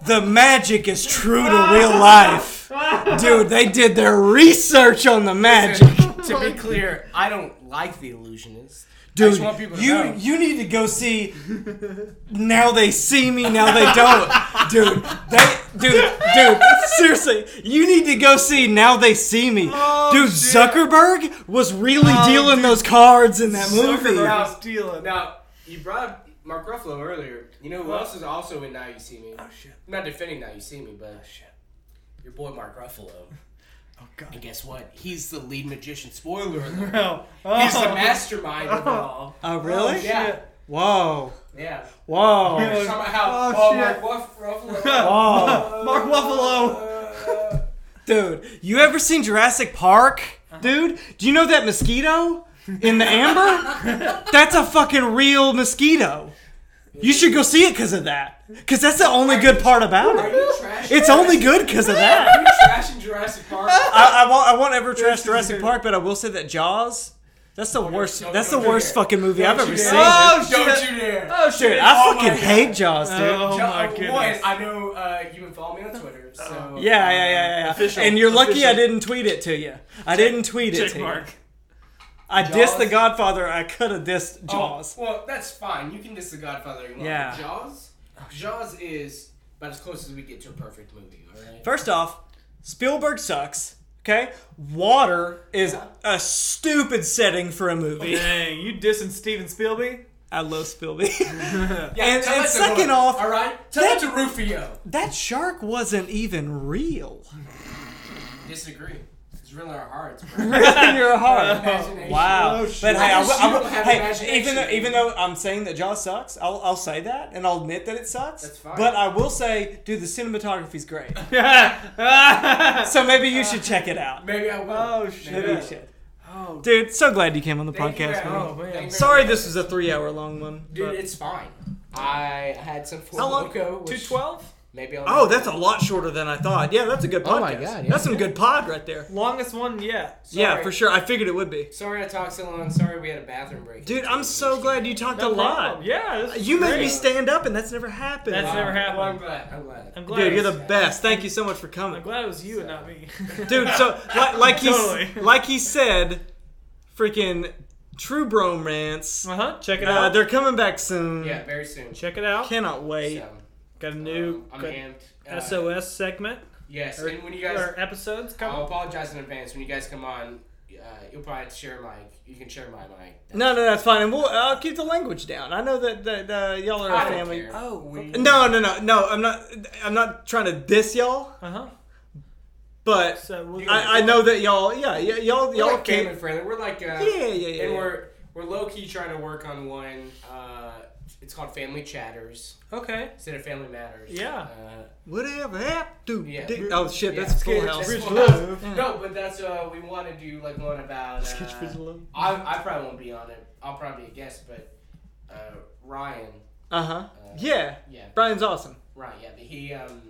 The magic is true to real life.
Ah.
Dude, they did their research on the magic.
to be clear, I don't like The Illusionist. I
Dude,
just want people to
you
know.
you need to go see. now they see me, now they don't, dude. They, dude, dude. Seriously, you need to go see. Now they see me, dude.
Oh, shit. Oh,
Zuckerberg was really dealing those cards in that movie.
Zuckerberg
Now-
was stealing.
Now you brought up Mark Ruffalo earlier. You know who else is also in Now You See Me?
Oh shit!
I'm not defending Now You See Me, but Oh, your boy Mark Ruffalo.
Oh god!
And guess what? He's the lead magician. Spoiler alert.
Oh,
He's the mastermind of it all.
Oh, really?
Yeah.
Whoa,
Yeah.
whoa,
Somehow,
Oh,
oh,
shit.
Mark Ruff- Ruffalo.
whoa,
Oh. Mark Ruffalo.
Uh,
dude. You ever seen Jurassic Park, dude? Do you know that mosquito in the amber? That's a fucking real mosquito. You should go see it because of that. Because that's the only good part about
are
it.
you trash?
It's only good because of
Are you
that.
trashing Jurassic Park?
I, I won't. I won't ever trash Jurassic Park, but I will say that Jaws. That's the worst.
don't-
That's the
don't do
worst
it.
fucking movie I've ever
you
seen.
dare.
dude.
Oh,
Don't
shit.
you dare.
Oh shit!
Dude, I
Oh,
fucking
my
hate Jaws, dude.
Oh
Jo-
my
one,
goodness!
I know uh, you've been following me on Twitter, so
Oh.
um,
Yeah, yeah, yeah, yeah.
Official.
And you're lucky I
Official.
didn't tweet it to you. I didn't tweet it
Check
to you.
mark.
I
Jaws.
dissed The Godfather. I could have dissed
Oh,
Jaws.
well, that's fine. You can diss the Godfather. You want.
Yeah. Oh,
Jaws. Jaws is about as close as we get to a perfect movie. All right.
First off, Spielberg sucks. Okay, water is a stupid setting for a movie.
Dang, you dissing Steven Spielberg?
I love Spielberg.
Yeah,
and-
tell
and
that to
second
Rufio,
off,
all right, tell that to Rufio.
that shark wasn't even real.
Disagree. It's really our hearts. Bro.
Your heart.
Imagination.
Wow.
Oh,
but
shit.
hey, I, will- I,
You
will-
don't have
hey
imagination.
even, though, even though I'm saying that Jaws sucks, I'll, I'll say that and I'll admit that it sucks.
That's fine.
But I will say, dude, the cinematography's great.
Yeah.
so maybe
Uh,
you should check it out.
Maybe I will.
Oh,
Maybe
yeah.
you should.
oh
Dude, so glad you came on the
Thank you
podcast.
very
man.
much.
man.
Thank you very
Sorry
much.
this was a three hour long one.
Dude,
but-
it's fine. I had some
How long?
Loco, which
Two twelve.
Maybe I'll.
Oh, that's a lot shorter than I thought. Yeah, that's a good podcast.
Oh my God, yeah.
That's some good pod right there.
Longest one yet.
Sorry.
Yeah, for sure. I figured it would be.
Sorry I talked so long. Sorry we had a bathroom break.
Dude, I'm so glad you talked a
No
lot.
problem. Yeah. this is
You made
great.
me stand up, and that's never happened.
That's
Wow.
never happened.
Well, I'm glad. I'm glad.
I'm glad.
Dude,
it
you're
was-
the best. Thank you so much for
I'm
coming.
glad it was you and not me.
Dude, so like, like he s-
Totally.
like he said, freaking True Bromance.
Uh huh. Check it
Uh,
out.
they're coming back soon.
Yeah, very soon.
Check it out.
Cannot wait.
So,
Got a new
um, I'm
got
amped. Uh,
SOS segment
Yes,
or-
and when you guys,
or episodes
I'll
coming.
apologize in advance. When you guys come on, uh, you'll probably have to share my. You can share my mic.
No, no, that's fine. And we'll I'll keep the language down. I know that, that uh, y'all are
I
a
don't
family.
care.
Oh,
We-
No, no, no, no. I'm not. I'm not trying to diss y'all,
Uh huh.
but
So we'll,
I, I know that y'all. Yeah, yeah y'all,
We're
y'all
like
can.
family friendly. We're like. Uh,
Yeah, yeah, yeah.
And
yeah.
we're we're low key trying to work on one. Uh, it's called Family Chatters
Okay.
instead of Family Matters.
Yeah.
Uh,
Whatever happened to
Yeah.
Dick- Oh shit,
Yeah.
that's Full
Sketch-
House.
Sketch-
That's Full
Love.
House.
Yeah.
No, but that's uh, we want to do like one about.
Sketch
uh,
Fridge Love.
I, I probably won't be on it. I'll probably be a guest, but uh, Ryan.
Uh huh.
Uh,
Yeah,
Yeah,
Brian's awesome.
Ryan. Yeah, but he um,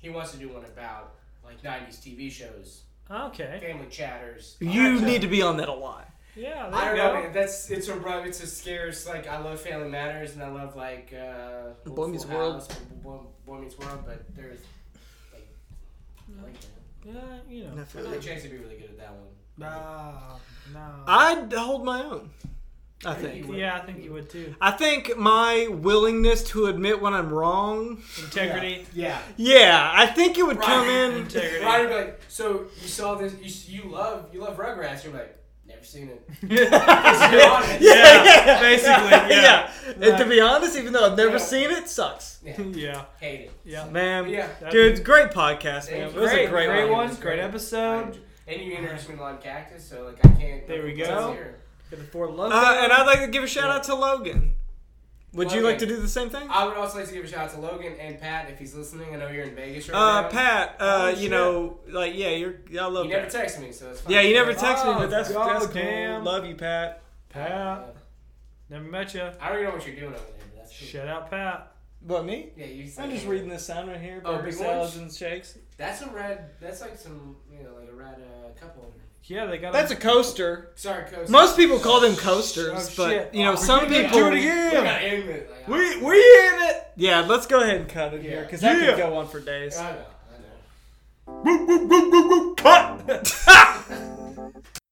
he wants to do one about like '90s TV shows,
Okay.
family chatters.
You
Actually,
need to be on that a lot.
Yeah. There
I
you
don't
go.
know, man. That's it's a rub. It's a scarce. Like I love Family Matters, and I love like uh,
Boy
Full
Meets World.
House, Boy, Boy Meets World, but there's like, I like that.
Yeah. You know.
There's a chance to be really good at that one.
Nah. Nah.
I'd hold my own. I think.
yeah, I think you would too.
I think my willingness to admit when I'm wrong.
Integrity.
Yeah.
Yeah, I think it would come in.
Integrity.
Ryan would be like, so you saw this? You, you love you love Rugrats? You're like, never seen it. You're on it.
Yeah, basically, yeah.
And to be honest, even though I've never
Yeah.
seen it, sucks.
Yeah,
yeah.
hate it.
Yeah.
Man,
Yeah.
That'd
dude,
be-
it's a great podcast, man.
Thank
It
you.
was a great,
great
one.
one.
Great
Um,
episode.
And you introduced me to Lime Cactus, so like I can't.
There we
it's
go.
here.
Got the four love.
Uh, and I'd like to give a shout out to Logan. Would you like to
Logan.
do the same thing?
I would also like to give a shout out to Logan and Pat if he's listening. I know you're in Vegas right
Uh,
now.
Pat, uh,
Oh,
you
shit.
know, like, yeah, you're, I love
you never
Pat.
text me, so it's fine. Uh,
yeah, you never text me,
Oh,
but that's, that's cool.
goddamn.
Love you, Pat.
Pat. Never met you.
I don't even know what you're doing over there, but that's cool.
Shout out Pat.
What, me?
Yeah, you.
I'm just reading this sign right here.
Oh,
Burger
big
salads
ones?
and shakes.
That's a red. That's like some, you know, like a red uh, cup holder.
Yeah, they got.
That's a coaster.
Sorry, Coast.
Most people call them coasters,
Oh,
but
shit.
you know
Oh,
some
we did it.
people.
Do it again.
We gotta end it. Like, I-
We we in it. Yeah, let's go ahead and cut it
Yeah.
here because I
Yeah.
could go on for days.
I know. I know.
Cut.